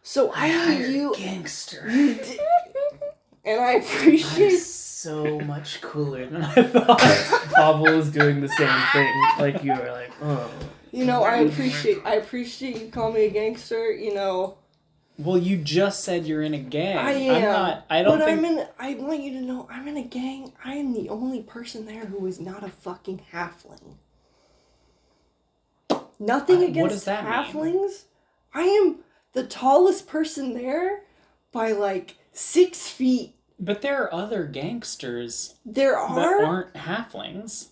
[SPEAKER 2] So I need you,
[SPEAKER 3] gangster.
[SPEAKER 2] and I
[SPEAKER 3] I'm
[SPEAKER 2] appreciate.
[SPEAKER 3] so much cooler than I thought.
[SPEAKER 1] Pavel is doing the same thing. Like you are like, oh.
[SPEAKER 2] You know, I appreciate. I appreciate you call me a gangster. You know,
[SPEAKER 3] well, you just said you're in a gang.
[SPEAKER 2] I
[SPEAKER 3] am
[SPEAKER 2] am,
[SPEAKER 3] not. I don't
[SPEAKER 2] but
[SPEAKER 3] think.
[SPEAKER 2] I'm in. I want you to know, I'm in a gang. I am the only person there who is not a fucking halfling. Nothing
[SPEAKER 3] Uh, what
[SPEAKER 2] against
[SPEAKER 3] does that mean?
[SPEAKER 2] halflings. I am the tallest person there by like six feet.
[SPEAKER 3] But there are other gangsters
[SPEAKER 2] There
[SPEAKER 3] that
[SPEAKER 2] are,
[SPEAKER 3] aren't halflings.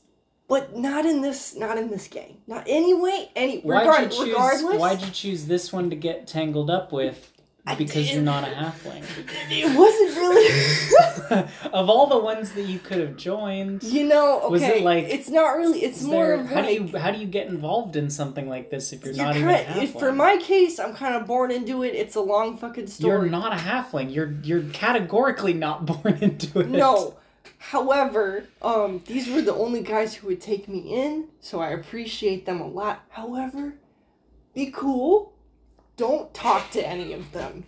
[SPEAKER 2] but not in this, not in this gang. Not anyway. Any
[SPEAKER 3] Why'd
[SPEAKER 2] regard,
[SPEAKER 3] you choose?
[SPEAKER 2] regardless,
[SPEAKER 3] Why'd you choose this one to get tangled up with?
[SPEAKER 2] I
[SPEAKER 3] Because
[SPEAKER 2] did.
[SPEAKER 3] you're not a halfling.
[SPEAKER 2] it wasn't really.
[SPEAKER 3] of all the ones that you could have joined,
[SPEAKER 2] you know, okay.
[SPEAKER 3] Was it like-
[SPEAKER 2] it's not really. It's
[SPEAKER 3] is
[SPEAKER 2] more
[SPEAKER 3] there-
[SPEAKER 2] of
[SPEAKER 3] how do
[SPEAKER 2] like,
[SPEAKER 3] you how do you get involved in something like this if you're,
[SPEAKER 2] You're
[SPEAKER 3] not
[SPEAKER 2] kind
[SPEAKER 3] even a
[SPEAKER 2] of,
[SPEAKER 3] halfling?
[SPEAKER 2] for my case, I'm kind of born into it. It's a long fucking
[SPEAKER 3] you're
[SPEAKER 2] story.
[SPEAKER 3] not a halfling. You're you're categorically not born into it.
[SPEAKER 2] No. However, um, these were the only guys who would take me in, so I appreciate them a lot. However, be cool. Don't talk to any of them.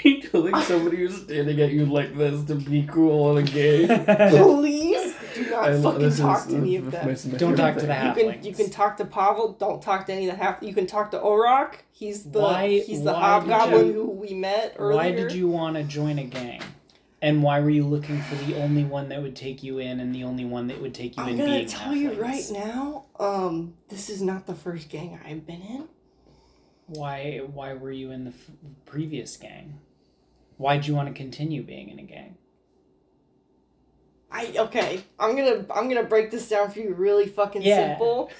[SPEAKER 1] He feels like somebody who's standing at you like this to be cool in a game.
[SPEAKER 2] Please Do not
[SPEAKER 1] I lo-
[SPEAKER 2] fucking
[SPEAKER 1] this is-
[SPEAKER 2] talk to any of
[SPEAKER 1] my-
[SPEAKER 2] them.
[SPEAKER 1] my- my
[SPEAKER 3] Don't talk
[SPEAKER 1] favorite
[SPEAKER 3] to the
[SPEAKER 1] thing.
[SPEAKER 2] You can you
[SPEAKER 3] Halflings.
[SPEAKER 2] can talk to Pavel. Don't talk to any of the half. You can talk to Orok. He's the
[SPEAKER 3] Why-
[SPEAKER 2] he's the
[SPEAKER 3] why did
[SPEAKER 2] hobgoblin
[SPEAKER 3] you-
[SPEAKER 2] who we met earlier.
[SPEAKER 3] Why did you want to join a gang? And why were you looking for the only one that would take you in and the only one that would take you
[SPEAKER 2] I'm
[SPEAKER 3] in
[SPEAKER 2] gonna
[SPEAKER 3] being
[SPEAKER 2] tell you
[SPEAKER 3] halflings?
[SPEAKER 2] right now. Um, this is not the first gang I've been in.
[SPEAKER 3] Why why were you in the f- previous gang? Why'd you want to continue being in a gang?
[SPEAKER 2] I okay. I'm gonna I'm gonna break this down for you really fucking
[SPEAKER 3] Yeah.
[SPEAKER 2] simple.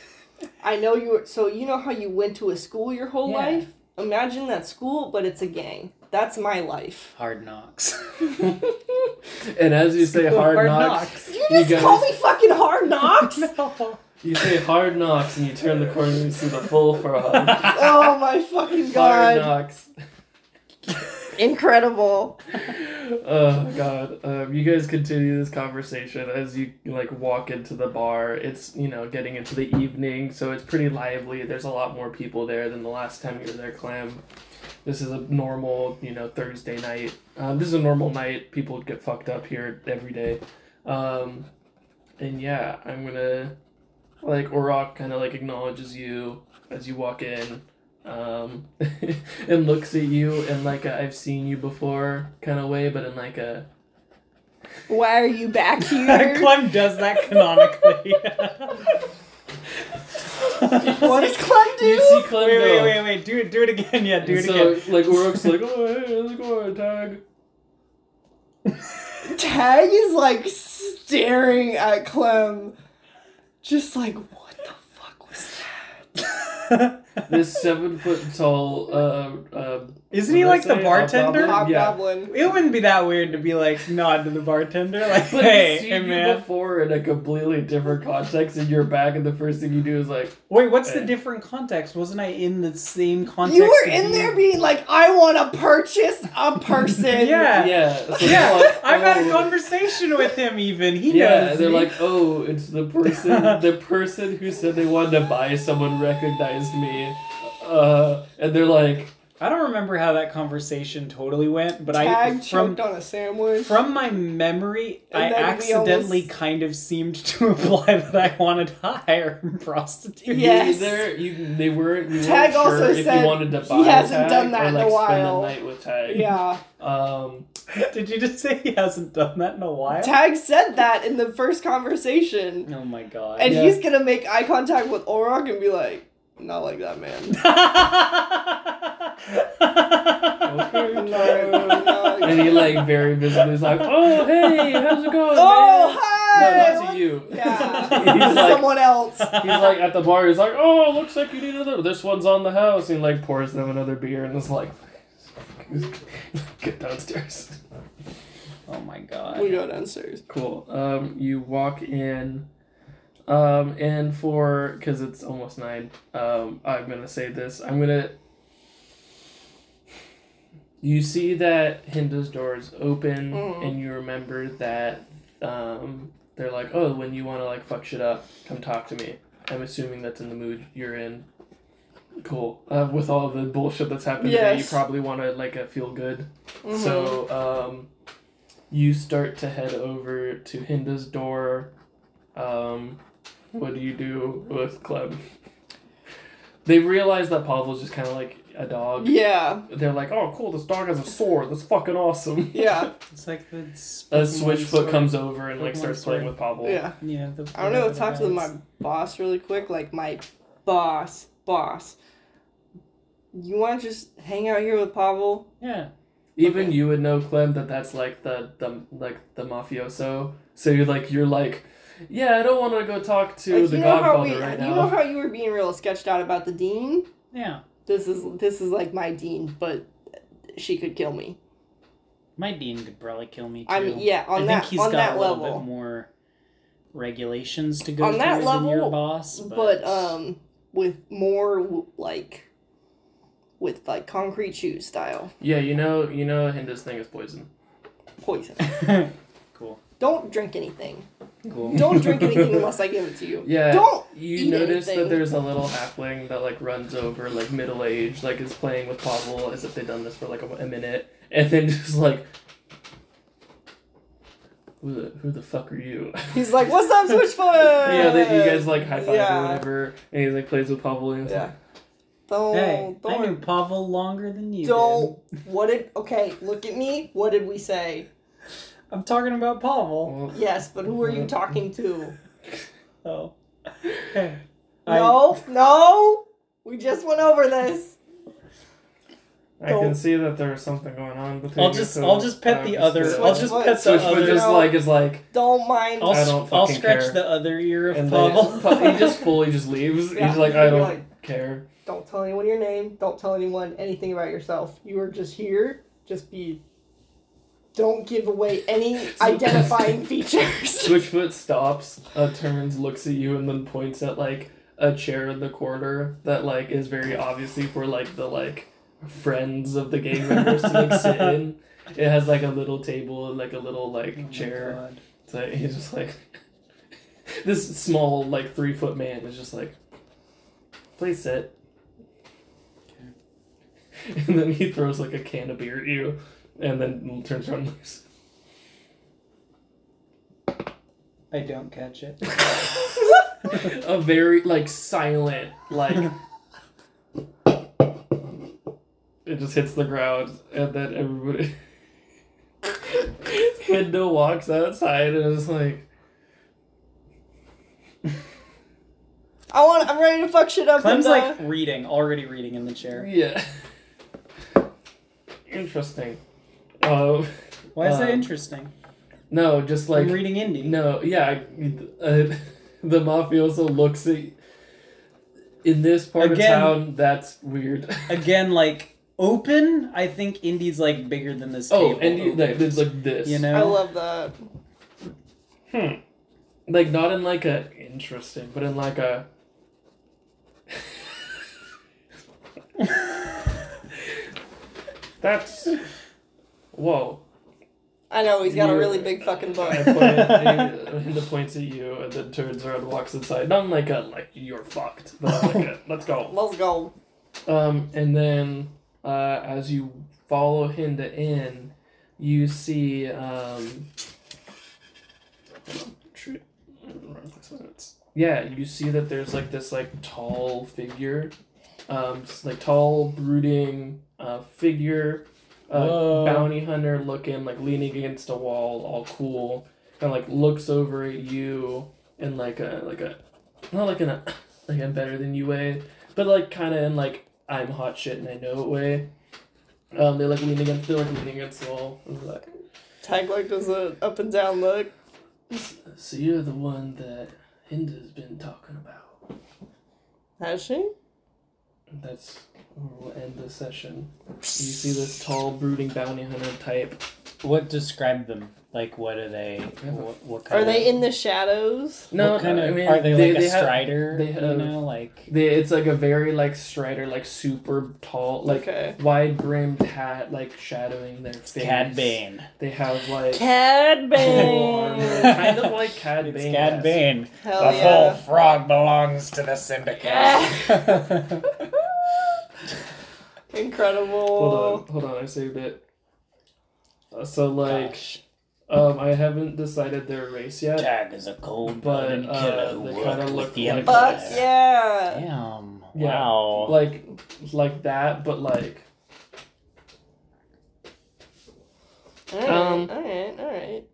[SPEAKER 2] I know you were so you know how you went to a school your whole
[SPEAKER 3] Yeah.
[SPEAKER 2] life. Imagine that school, but it's a gang. That's my life.
[SPEAKER 3] Hard knocks.
[SPEAKER 1] And as you say hard, knocks,
[SPEAKER 2] You
[SPEAKER 1] You
[SPEAKER 2] just call
[SPEAKER 1] guys-
[SPEAKER 2] me fucking hard knocks.
[SPEAKER 1] you say hard knocks, and you turn the corner and you see the full frog.
[SPEAKER 2] oh my fucking
[SPEAKER 1] Hard
[SPEAKER 2] god!
[SPEAKER 1] knocks.
[SPEAKER 2] Incredible.
[SPEAKER 1] Oh god. Um, you guys continue this conversation as you like walk into the bar. It's you know getting into the evening, so it's pretty lively. There's a lot more people there than the last time you were there, Clam. This is a normal you know Thursday night. Um, this is a normal night. People get fucked up here every day. Um, and yeah, I'm gonna like Orok kind of like acknowledges you as you walk in um, and looks at you in like a I've seen you before kind of way, but in like a
[SPEAKER 2] Why are you back here?
[SPEAKER 3] Clem does that canonically.
[SPEAKER 2] what does Clem do?
[SPEAKER 1] you see Clem
[SPEAKER 3] wait, wait,
[SPEAKER 1] go.
[SPEAKER 3] wait, wait. Do it, do it again. Yeah, do
[SPEAKER 1] And
[SPEAKER 3] it
[SPEAKER 1] so
[SPEAKER 3] again.
[SPEAKER 1] like Orok's like, oh hey, how's it going, Tag?
[SPEAKER 2] Tag is like staring at Clem, just like, what the fuck was
[SPEAKER 1] This seven foot tall, uh, uh,
[SPEAKER 3] Isn't he
[SPEAKER 1] What
[SPEAKER 3] like
[SPEAKER 1] did I
[SPEAKER 3] the
[SPEAKER 1] say?
[SPEAKER 3] bartender?
[SPEAKER 2] that?
[SPEAKER 1] Hobgoblin? Yeah.
[SPEAKER 2] Hobgoblin.
[SPEAKER 3] It wouldn't be that weird to be like nod to the bartender, like,
[SPEAKER 1] but
[SPEAKER 3] hey,
[SPEAKER 1] he's seen
[SPEAKER 3] hey
[SPEAKER 1] you
[SPEAKER 3] man.
[SPEAKER 1] before in a completely different context, and you're back, and the first thing you do is like,
[SPEAKER 3] Wait, what's the
[SPEAKER 1] Hey.
[SPEAKER 3] different context? Wasn't I in the same context?
[SPEAKER 2] You were
[SPEAKER 3] as
[SPEAKER 2] in there being like, I want to purchase a person.
[SPEAKER 3] Yeah.
[SPEAKER 1] yeah, so they're
[SPEAKER 3] Yeah,
[SPEAKER 1] like,
[SPEAKER 3] I've had a
[SPEAKER 1] "Oh."
[SPEAKER 3] conversation with him. Even he
[SPEAKER 1] Yeah,
[SPEAKER 3] knows.
[SPEAKER 1] they're
[SPEAKER 3] me.
[SPEAKER 1] like, oh, it's the person, the person who said they wanted to buy someone recognized me, uh, and they're like,
[SPEAKER 3] I don't remember how that conversation totally went, but
[SPEAKER 2] Tag
[SPEAKER 3] I from
[SPEAKER 2] choked on a sandwich.
[SPEAKER 3] From my memory,
[SPEAKER 2] And
[SPEAKER 3] I
[SPEAKER 2] then we
[SPEAKER 3] accidentally
[SPEAKER 2] almost-
[SPEAKER 3] kind of seemed to imply that I wanted to hire a prostitute.
[SPEAKER 2] Yes.
[SPEAKER 1] Either you, they weren't. You weren't
[SPEAKER 2] Tag
[SPEAKER 1] sure
[SPEAKER 2] also
[SPEAKER 1] if
[SPEAKER 2] said
[SPEAKER 1] you wanted to
[SPEAKER 2] he
[SPEAKER 1] buy
[SPEAKER 2] hasn't
[SPEAKER 1] Tag
[SPEAKER 2] done that
[SPEAKER 1] or,
[SPEAKER 2] in
[SPEAKER 1] like,
[SPEAKER 2] a
[SPEAKER 1] Spend
[SPEAKER 2] while.
[SPEAKER 1] the night with Tag.
[SPEAKER 2] yeah.
[SPEAKER 1] Um,
[SPEAKER 3] Did you just say he hasn't done that in a while?
[SPEAKER 2] Tag said that in the first conversation.
[SPEAKER 3] oh my god.
[SPEAKER 2] And
[SPEAKER 1] Yeah.
[SPEAKER 2] he's going to make eye contact with Orok and be like, not like that, man.
[SPEAKER 3] Oh
[SPEAKER 1] Okay.
[SPEAKER 2] No, no,
[SPEAKER 1] and he like very visibly is like, "Oh hey, how's it going?"
[SPEAKER 2] Oh,
[SPEAKER 1] man?"
[SPEAKER 2] hi!
[SPEAKER 1] No, not
[SPEAKER 2] What-
[SPEAKER 1] to you.
[SPEAKER 2] Yeah.
[SPEAKER 1] He's like-
[SPEAKER 2] Someone else.
[SPEAKER 1] He's like at the bar. He's like, "Oh, looks like you need another. This one's on the house." And he like pours them another beer and is like, "Get downstairs."
[SPEAKER 3] oh my
[SPEAKER 2] We
[SPEAKER 3] god.
[SPEAKER 2] go downstairs.
[SPEAKER 1] Cool. Um, you walk in, um, and for because it's almost nine. Um, I'm gonna say this. I'm gonna. You see that Hinda's door is open,
[SPEAKER 2] Mhm.
[SPEAKER 1] and you remember that um, they're like, "Oh, when you want to like fuck shit up, come talk to me." I'm assuming that's in the mood you're in. Cool. Uh, with all the bullshit that's happened today, you
[SPEAKER 2] Yes.
[SPEAKER 1] probably want to like uh, feel good.
[SPEAKER 2] Mhm.
[SPEAKER 1] So, um, you start to head over to Hinda's door. Um, what do you do with Clem? They realize that Pavel's just kind of like a dog.
[SPEAKER 2] Yeah,
[SPEAKER 1] They're like, oh, cool, this dog has a sword. That's fucking awesome.
[SPEAKER 2] yeah,
[SPEAKER 3] It's like the
[SPEAKER 1] A
[SPEAKER 3] spoken
[SPEAKER 1] switchfoot
[SPEAKER 3] word
[SPEAKER 1] comes over and like
[SPEAKER 3] Pokemon
[SPEAKER 1] starts
[SPEAKER 3] sword.
[SPEAKER 1] playing with Pavel.
[SPEAKER 2] yeah.
[SPEAKER 3] story. Yeah. The,
[SPEAKER 2] I'm gonna go talk to my boss really quick. Like, my boss, boss. You wanna just hang out here with Pavel?
[SPEAKER 3] Yeah.
[SPEAKER 1] Even
[SPEAKER 2] Okay.
[SPEAKER 1] you would know, Clem, that that's like the, the like the mafioso. So you're like you're like, yeah, I don't want to go talk to
[SPEAKER 2] Like,
[SPEAKER 1] the
[SPEAKER 2] you know how
[SPEAKER 1] Godfather
[SPEAKER 2] we,
[SPEAKER 1] right
[SPEAKER 2] you
[SPEAKER 1] now.
[SPEAKER 2] know how you were being real sketched out about the dean.
[SPEAKER 3] Yeah.
[SPEAKER 2] This is this is like my dean, but she could kill me.
[SPEAKER 3] My dean could probably kill me too.
[SPEAKER 2] I mean, yeah, on
[SPEAKER 3] I
[SPEAKER 2] that
[SPEAKER 3] think he's
[SPEAKER 2] on
[SPEAKER 3] got
[SPEAKER 2] that
[SPEAKER 3] a little bit
[SPEAKER 2] level.
[SPEAKER 3] more regulations to go
[SPEAKER 2] On
[SPEAKER 3] through
[SPEAKER 2] that
[SPEAKER 3] than your
[SPEAKER 2] level,
[SPEAKER 3] boss,
[SPEAKER 2] but um, with more like, with like concrete shoes style
[SPEAKER 1] Yeah, you know, you know, Hinda's thing is poison.
[SPEAKER 2] poison.
[SPEAKER 3] cool,
[SPEAKER 2] Don't drink anything.
[SPEAKER 3] cool.
[SPEAKER 2] Don't drink anything unless I give it to you.
[SPEAKER 1] Yeah.
[SPEAKER 2] Don't
[SPEAKER 1] You
[SPEAKER 2] eat
[SPEAKER 1] notice
[SPEAKER 2] anything.
[SPEAKER 1] that there's a little halfling that like runs over, like middle aged, like is playing with Pavel as if they've done this for like a, a minute, and then just like who the, who the fuck are you?
[SPEAKER 2] He's like, what's up, Switchfoot?
[SPEAKER 1] yeah, that you guys like high five
[SPEAKER 2] Yeah.
[SPEAKER 1] or whatever, and he like plays with Pavel and he's
[SPEAKER 2] Yeah.
[SPEAKER 1] like,
[SPEAKER 2] Don't,
[SPEAKER 5] Hey, I knew
[SPEAKER 2] don't,
[SPEAKER 5] Pavel longer than you.
[SPEAKER 2] don't.
[SPEAKER 5] did.
[SPEAKER 2] What did? Okay, look at me. What did we say?
[SPEAKER 5] I'm talking about Pavel.
[SPEAKER 1] well,
[SPEAKER 2] Yes, but who are you talking to?
[SPEAKER 5] Oh.
[SPEAKER 3] I-
[SPEAKER 2] No, no. We just went over this.
[SPEAKER 1] I can see that there's something going on between.
[SPEAKER 5] I'll
[SPEAKER 1] you
[SPEAKER 5] just
[SPEAKER 1] two.
[SPEAKER 5] I'll just pet
[SPEAKER 1] Uh,
[SPEAKER 5] the other.
[SPEAKER 1] Switch-
[SPEAKER 5] I'll just pet the
[SPEAKER 1] Switch, but
[SPEAKER 5] other.
[SPEAKER 1] just like is like,
[SPEAKER 2] Don't mind.
[SPEAKER 3] Oh.
[SPEAKER 5] I'll,
[SPEAKER 1] I
[SPEAKER 5] s-
[SPEAKER 1] don't
[SPEAKER 5] I'll
[SPEAKER 1] fucking
[SPEAKER 5] scratch
[SPEAKER 1] care.
[SPEAKER 5] the other ear of
[SPEAKER 1] and
[SPEAKER 5] Pavel.
[SPEAKER 1] then Pa- he just fully just leaves.
[SPEAKER 2] Yeah,
[SPEAKER 1] He's like, I
[SPEAKER 2] you're
[SPEAKER 1] don't
[SPEAKER 2] like-
[SPEAKER 1] care.
[SPEAKER 2] Don't tell anyone your name. Don't tell anyone anything about yourself. You are just here. Just be. Don't give away any identifying features.
[SPEAKER 1] Switchfoot stops, uh, turns, looks at you, and then points at like a chair in the corner that like is very obviously for like the like friends of the gang members to like sit in. It has like a little table and like a little like
[SPEAKER 5] Oh my
[SPEAKER 1] chair.
[SPEAKER 5] God.
[SPEAKER 1] So he's just like this small, like three foot man is just like, please sit. And then he throws like a can of beer at you, and then turns around and leaves.
[SPEAKER 5] I don't catch it.
[SPEAKER 1] A very like silent like. it just hits the ground, and then everybody. Hendo walks outside and is like,
[SPEAKER 2] I want. I'm ready to fuck shit up.
[SPEAKER 5] Clem's
[SPEAKER 2] and, uh,
[SPEAKER 5] like reading, already reading in the chair.
[SPEAKER 1] Yeah. Interesting. Uh,
[SPEAKER 5] Why is that
[SPEAKER 1] Um,
[SPEAKER 5] interesting?
[SPEAKER 1] no, just like
[SPEAKER 5] I'm reading indie.
[SPEAKER 1] no, yeah. I- Uh, the mafioso looks at in this part
[SPEAKER 5] Again.
[SPEAKER 1] of town. That's weird.
[SPEAKER 5] Again, like open. I think indie's like bigger than this.
[SPEAKER 1] oh,
[SPEAKER 5] table.
[SPEAKER 1] and you,
[SPEAKER 5] Open,
[SPEAKER 1] like, it's like this.
[SPEAKER 5] you know.
[SPEAKER 2] I love that.
[SPEAKER 1] Hmm. Like not in like a interesting, but in like a. That's. Whoa.
[SPEAKER 2] I know he's got a
[SPEAKER 1] You-
[SPEAKER 2] really big fucking
[SPEAKER 1] I
[SPEAKER 2] butt.
[SPEAKER 1] point at, he- he points at you and then turns around and walks inside. Not in like a like you're fucked, but like a let's go.
[SPEAKER 2] Let's go.
[SPEAKER 1] Um, and then uh, as you follow Hinda in, you see um. tr- Yeah, you see that there's like this like tall figure, um, s- like tall brooding uh, figure, uh,
[SPEAKER 5] Whoa.
[SPEAKER 1] bounty hunter looking like leaning against a wall, all cool, and like looks over at you in like a like a not like in a like I'm better than you way, but like kind of in like I'm hot shit and I know it way. Um, they like leaning against, they're like leaning against the wall. and they're like,
[SPEAKER 2] Tag like does a up and down look.
[SPEAKER 1] so you're the one that Hinda's been talking about.
[SPEAKER 2] Has she?
[SPEAKER 1] And That's we'll end the session. You see this tall, brooding bounty hunter type.
[SPEAKER 5] What describe them? Like, what are they? What, what kind
[SPEAKER 2] Are they
[SPEAKER 5] of,
[SPEAKER 2] in the shadows?
[SPEAKER 1] No,
[SPEAKER 5] what kind of
[SPEAKER 1] I mean,
[SPEAKER 5] are they, like a
[SPEAKER 1] have-
[SPEAKER 5] strider?
[SPEAKER 1] they have-
[SPEAKER 5] you know, like
[SPEAKER 1] they, it's like a very like strider, like super tall, like
[SPEAKER 2] Okay.
[SPEAKER 1] wide brimmed hat, like shadowing their face.
[SPEAKER 5] Cad Bane.
[SPEAKER 1] They have like
[SPEAKER 2] Cad
[SPEAKER 1] full armor,
[SPEAKER 2] Bane.
[SPEAKER 1] kind of like Cad
[SPEAKER 5] It's
[SPEAKER 1] Bane.
[SPEAKER 5] Cad Bane.
[SPEAKER 2] Hell
[SPEAKER 5] the
[SPEAKER 2] Oh, yeah.
[SPEAKER 5] full frog belongs to the syndicate.
[SPEAKER 2] Incredible.
[SPEAKER 1] Hold on, hold on, I saved it. Uh, so like,
[SPEAKER 5] Gosh,
[SPEAKER 1] um, I haven't decided their race yet.
[SPEAKER 5] Dag is a cold
[SPEAKER 1] But,
[SPEAKER 5] blooded
[SPEAKER 1] uh,
[SPEAKER 5] killer who
[SPEAKER 1] they
[SPEAKER 5] worked
[SPEAKER 1] kinda
[SPEAKER 5] with
[SPEAKER 1] look
[SPEAKER 5] the
[SPEAKER 1] like-
[SPEAKER 5] Empire.
[SPEAKER 2] Fuck yeah.
[SPEAKER 5] Damn.
[SPEAKER 1] Yeah,
[SPEAKER 5] Wow.
[SPEAKER 1] Like, like that, but like,
[SPEAKER 2] Alright,
[SPEAKER 1] Um,
[SPEAKER 2] alright, alright.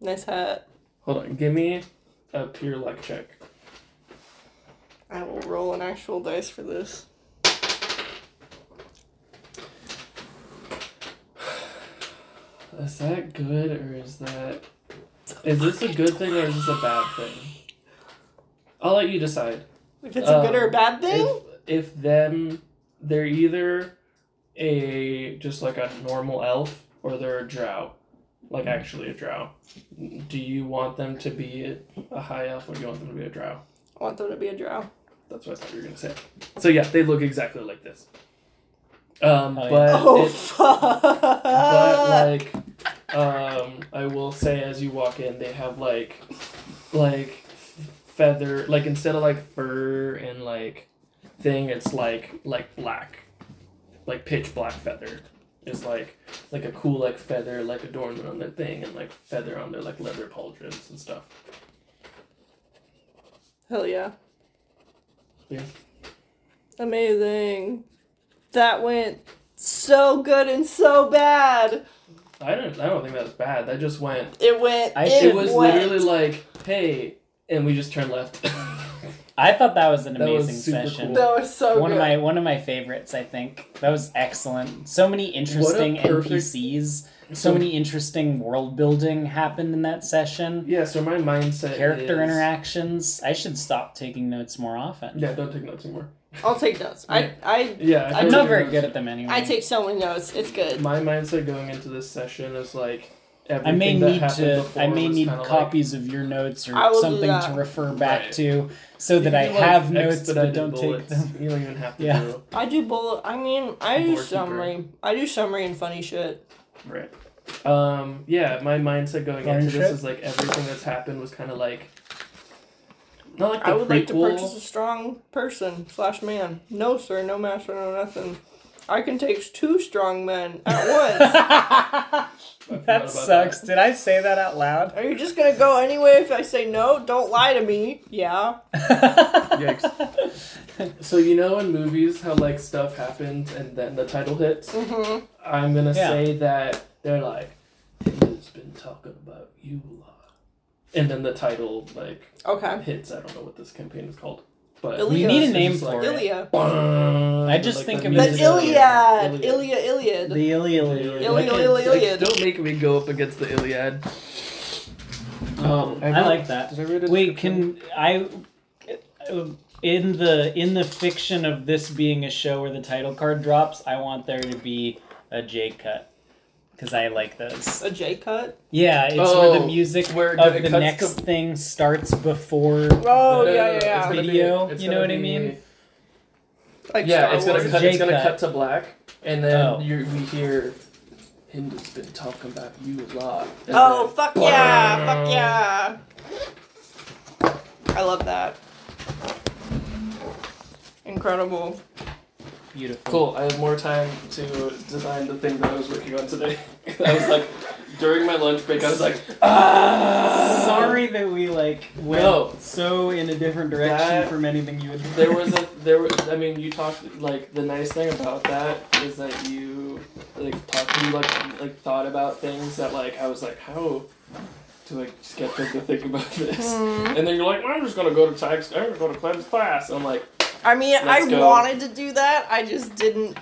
[SPEAKER 2] Nice hat.
[SPEAKER 1] hold on, give me a pure luck check.
[SPEAKER 2] I will roll an actual dice for this.
[SPEAKER 1] Is that good or is that? Is this a good thing or is this a bad thing? I'll let you decide.
[SPEAKER 2] If it's a good or a
[SPEAKER 1] Um,
[SPEAKER 2] bad thing?
[SPEAKER 1] If, if them, they're either a just like a normal elf or they're a drow, like actually a drow. Do you want them to be a high elf or do you want them to be a drow?
[SPEAKER 2] I want them to be a drow.
[SPEAKER 1] That's what I thought you were gonna say. So yeah, they look exactly like this. Um,
[SPEAKER 5] Oh, yeah.
[SPEAKER 1] but
[SPEAKER 2] Oh
[SPEAKER 1] it-
[SPEAKER 2] fuck.
[SPEAKER 1] but like, um, I will say as you walk in, they have like, like feather, like instead of like fur and like thing, it's like like black, like pitch black feather. Is like like a cool like feather like adornment on their thing and like feather on their like leather pauldrons and stuff.
[SPEAKER 2] Hell yeah.
[SPEAKER 1] Yeah.
[SPEAKER 2] Amazing. That went so good and so bad.
[SPEAKER 1] I don't I don't think that was bad. That just went.
[SPEAKER 2] It went.
[SPEAKER 3] I-
[SPEAKER 1] It,
[SPEAKER 3] It
[SPEAKER 1] was
[SPEAKER 2] went.
[SPEAKER 1] literally like hey, and we just turned left.
[SPEAKER 3] I thought that was an
[SPEAKER 1] That was
[SPEAKER 3] amazing
[SPEAKER 1] super
[SPEAKER 3] session.
[SPEAKER 1] cool.
[SPEAKER 2] That was so
[SPEAKER 3] One
[SPEAKER 2] good.
[SPEAKER 3] of my one of my favorites, I think. That was excellent. So many interesting
[SPEAKER 1] perfect-
[SPEAKER 3] NPCs. So many interesting world building happened in that session.
[SPEAKER 1] yeah. So my mindset.
[SPEAKER 3] Character
[SPEAKER 1] is-
[SPEAKER 3] interactions. I should stop taking notes more often.
[SPEAKER 1] Yeah, don't take notes anymore.
[SPEAKER 2] I'll take notes.
[SPEAKER 1] Yeah.
[SPEAKER 2] I,
[SPEAKER 1] Yeah, feel
[SPEAKER 2] I'm
[SPEAKER 1] like
[SPEAKER 3] I'm not
[SPEAKER 1] you're
[SPEAKER 3] very
[SPEAKER 1] not-
[SPEAKER 3] good at them anyway.
[SPEAKER 2] I, I take so many notes. It's good.
[SPEAKER 1] My mindset going into this session is like
[SPEAKER 3] I
[SPEAKER 1] everything
[SPEAKER 3] may
[SPEAKER 1] that
[SPEAKER 3] need
[SPEAKER 1] happened
[SPEAKER 3] to.
[SPEAKER 1] before
[SPEAKER 3] I may
[SPEAKER 1] was
[SPEAKER 3] need
[SPEAKER 1] kinda like-
[SPEAKER 3] copies of your notes or
[SPEAKER 2] I will do
[SPEAKER 3] something to
[SPEAKER 2] that.
[SPEAKER 3] refer back
[SPEAKER 1] Right.
[SPEAKER 3] to, so
[SPEAKER 1] You
[SPEAKER 3] that
[SPEAKER 1] can
[SPEAKER 3] I
[SPEAKER 1] do, like,
[SPEAKER 3] have notes but
[SPEAKER 1] expedited
[SPEAKER 3] don't take
[SPEAKER 1] bullets.
[SPEAKER 3] them.
[SPEAKER 1] You don't even have to
[SPEAKER 3] Yeah.
[SPEAKER 1] do
[SPEAKER 2] I do bullet. I mean, I do
[SPEAKER 1] Board
[SPEAKER 2] summary. I do summary and funny shit.
[SPEAKER 1] right. Um, yeah, my mindset going
[SPEAKER 3] Learn
[SPEAKER 1] into this
[SPEAKER 3] shit?
[SPEAKER 1] is like everything that's happened was kind of like not like the
[SPEAKER 2] I would like to
[SPEAKER 1] prequel.
[SPEAKER 2] purchase a strong person slash man. No sir, no master, no nothing. I can take two strong men at once.
[SPEAKER 1] forgot
[SPEAKER 3] that
[SPEAKER 1] about
[SPEAKER 3] sucks. Did I say that out loud?
[SPEAKER 2] Are you just gonna go anyway if I say no? Don't lie to me. Yeah.
[SPEAKER 1] Yikes. So you know in movies how like stuff happens and then the title hits.
[SPEAKER 2] Mm-hmm.
[SPEAKER 1] I'm gonna
[SPEAKER 3] Yeah.
[SPEAKER 1] say that they're like, "Who's been talking about you a lot," and then the title like
[SPEAKER 2] Okay.
[SPEAKER 1] hits. I don't know what this campaign is called, but
[SPEAKER 2] We need a
[SPEAKER 1] it's
[SPEAKER 3] name
[SPEAKER 1] just
[SPEAKER 3] for it.
[SPEAKER 2] Ilya.
[SPEAKER 1] I
[SPEAKER 3] just think of it
[SPEAKER 2] But
[SPEAKER 3] Iliad.
[SPEAKER 2] Iliad. Ilya. Iliad.
[SPEAKER 3] The Iliad.
[SPEAKER 2] Iliad. Iliad.
[SPEAKER 1] don't make me go up against the Iliad. Um,
[SPEAKER 3] I like that.
[SPEAKER 1] Did I read a
[SPEAKER 3] Wait,
[SPEAKER 1] description?
[SPEAKER 3] can I? In the in the fiction of this being a show where the title card drops, I want there to be a J cut because I like those.
[SPEAKER 2] A J cut.
[SPEAKER 3] Yeah, it's where
[SPEAKER 1] Oh,
[SPEAKER 3] the music
[SPEAKER 1] where it-
[SPEAKER 3] of
[SPEAKER 1] it
[SPEAKER 3] the
[SPEAKER 1] cuts
[SPEAKER 3] next
[SPEAKER 1] to-
[SPEAKER 3] thing starts before.
[SPEAKER 2] Oh
[SPEAKER 1] No, no, no,
[SPEAKER 2] yeah,
[SPEAKER 1] it's
[SPEAKER 2] yeah, yeah.
[SPEAKER 1] gonna be-
[SPEAKER 3] Video,
[SPEAKER 1] it's
[SPEAKER 3] you know
[SPEAKER 1] gonna
[SPEAKER 3] what I
[SPEAKER 1] be-
[SPEAKER 3] mean?
[SPEAKER 2] Like
[SPEAKER 1] Yeah,
[SPEAKER 2] Star
[SPEAKER 1] it's gonna
[SPEAKER 2] Wars.
[SPEAKER 1] cut. It's gonna
[SPEAKER 3] J-cut.
[SPEAKER 1] cut to black, and then
[SPEAKER 3] Oh.
[SPEAKER 1] you we hear. Hindu's been talking about you a lot. and
[SPEAKER 2] Oh
[SPEAKER 1] then-
[SPEAKER 2] fuck yeah! Fuck yeah! I love that. Incredible.
[SPEAKER 3] Beautiful.
[SPEAKER 1] Cool. I have more time to design the thing that I was working on today. I was like, during my lunch break, I was like, ah.
[SPEAKER 3] Sorry that we like went
[SPEAKER 1] No.
[SPEAKER 3] so in a different direction
[SPEAKER 1] That-
[SPEAKER 3] from anything you would.
[SPEAKER 1] There was a there. Was, I mean, you talked like the nice thing about that is that you like talked you like like thought about things that like I was like how do I just get them to think about this?
[SPEAKER 2] Mm-hmm.
[SPEAKER 1] And then you're like, well, I'm just gonna go to Ty's. I'm gonna go to Clem's class. And I'm like,
[SPEAKER 2] I mean, I
[SPEAKER 1] Let's go.
[SPEAKER 2] wanted to do that. I just didn't.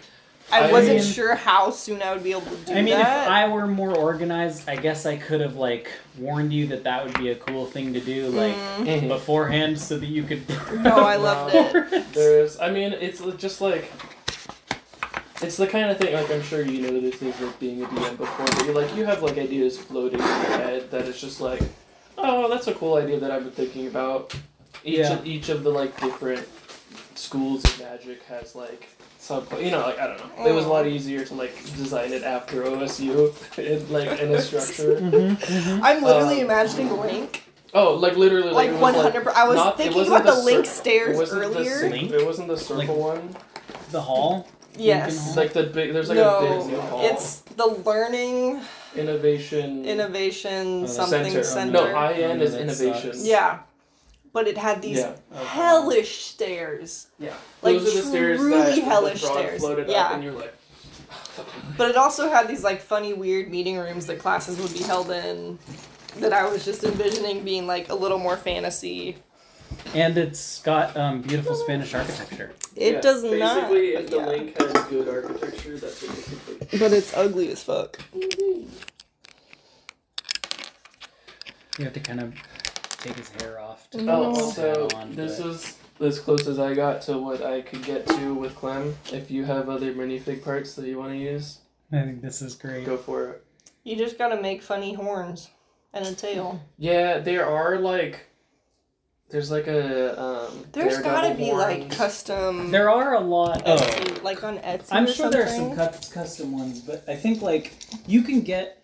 [SPEAKER 2] I,
[SPEAKER 1] I
[SPEAKER 2] wasn't
[SPEAKER 3] mean-
[SPEAKER 2] sure how soon I would be able to do
[SPEAKER 3] I mean, if
[SPEAKER 2] that.
[SPEAKER 3] I were more organized, I guess I could have like warned you that that would be a cool thing to do, like
[SPEAKER 1] Mm.
[SPEAKER 3] beforehand, so that you could.
[SPEAKER 2] Mm, No, I loved
[SPEAKER 3] it.
[SPEAKER 1] There is. I mean, it's li- just like. It's the kind of thing like I'm sure you know these things like being a DM before, but you like you have like ideas floating in your head that it's just like, oh, that's a cool idea that I've been thinking about. Each
[SPEAKER 3] Yeah.
[SPEAKER 1] of, each of the like different schools of magic has like sub you know like I don't know. It was a
[SPEAKER 3] Mm.
[SPEAKER 1] lot easier to like design it after OSU in like in a structure.
[SPEAKER 2] I'm literally
[SPEAKER 1] um,
[SPEAKER 2] imagining Link.
[SPEAKER 1] Oh, like literally
[SPEAKER 2] Like
[SPEAKER 1] it was,
[SPEAKER 2] 100. I was
[SPEAKER 1] not- it
[SPEAKER 2] thinking
[SPEAKER 1] wasn't
[SPEAKER 2] about the, Link
[SPEAKER 1] cir- it
[SPEAKER 2] stairs
[SPEAKER 1] wasn't the
[SPEAKER 2] earlier.
[SPEAKER 1] cir-
[SPEAKER 3] Link?
[SPEAKER 1] it wasn't the circle
[SPEAKER 3] Like-
[SPEAKER 1] one.
[SPEAKER 3] The hall.
[SPEAKER 2] yes.
[SPEAKER 1] It's like the big. There's like a big.
[SPEAKER 2] no,
[SPEAKER 1] hall.
[SPEAKER 2] it's the learning
[SPEAKER 1] innovation. uh,
[SPEAKER 2] innovation
[SPEAKER 3] Oh, the
[SPEAKER 2] something center.
[SPEAKER 1] center. um, No,
[SPEAKER 3] I-
[SPEAKER 1] high end is
[SPEAKER 3] That
[SPEAKER 1] innovation.
[SPEAKER 3] sucks.
[SPEAKER 2] yeah, but it had these
[SPEAKER 1] Yeah.
[SPEAKER 2] hellish stairs.
[SPEAKER 1] Yeah.
[SPEAKER 2] Like,
[SPEAKER 1] Those are the stairs
[SPEAKER 2] truly
[SPEAKER 1] that
[SPEAKER 2] hellish
[SPEAKER 1] the frog
[SPEAKER 2] stairs.
[SPEAKER 1] floated
[SPEAKER 2] Yeah.
[SPEAKER 1] up, and you're like,
[SPEAKER 2] But it also had these like funny, weird meeting rooms that classes would be held in. That I was just envisioning being like a little more fantasy.
[SPEAKER 3] And it's got um, beautiful Spanish architecture.
[SPEAKER 2] It
[SPEAKER 1] yeah,
[SPEAKER 2] does
[SPEAKER 1] basically,
[SPEAKER 2] not.
[SPEAKER 1] Basically,
[SPEAKER 2] but
[SPEAKER 1] if the
[SPEAKER 2] yeah.
[SPEAKER 1] link has good architecture, that's what it's complete.
[SPEAKER 2] But it's ugly as fuck.
[SPEAKER 3] You have to kind of take his hair off. To
[SPEAKER 1] Oh,
[SPEAKER 3] put his
[SPEAKER 1] so
[SPEAKER 3] hat on,
[SPEAKER 1] this
[SPEAKER 3] but-
[SPEAKER 1] is as close as I got to what I could get to with Clem. If you have other minifig parts that you want to use,
[SPEAKER 3] I think this is great.
[SPEAKER 1] go for it.
[SPEAKER 2] You just gotta make funny horns and a tail.
[SPEAKER 1] Yeah, there are like, there's like a. Um,
[SPEAKER 2] There's gotta
[SPEAKER 1] Daredevil
[SPEAKER 2] be like
[SPEAKER 1] horns.
[SPEAKER 2] custom.
[SPEAKER 3] There are a lot. Oh,
[SPEAKER 2] Etsy, like on Etsy.
[SPEAKER 3] I'm
[SPEAKER 2] or
[SPEAKER 3] sure there are some
[SPEAKER 2] something.
[SPEAKER 3] cus- custom ones, but I think like you can get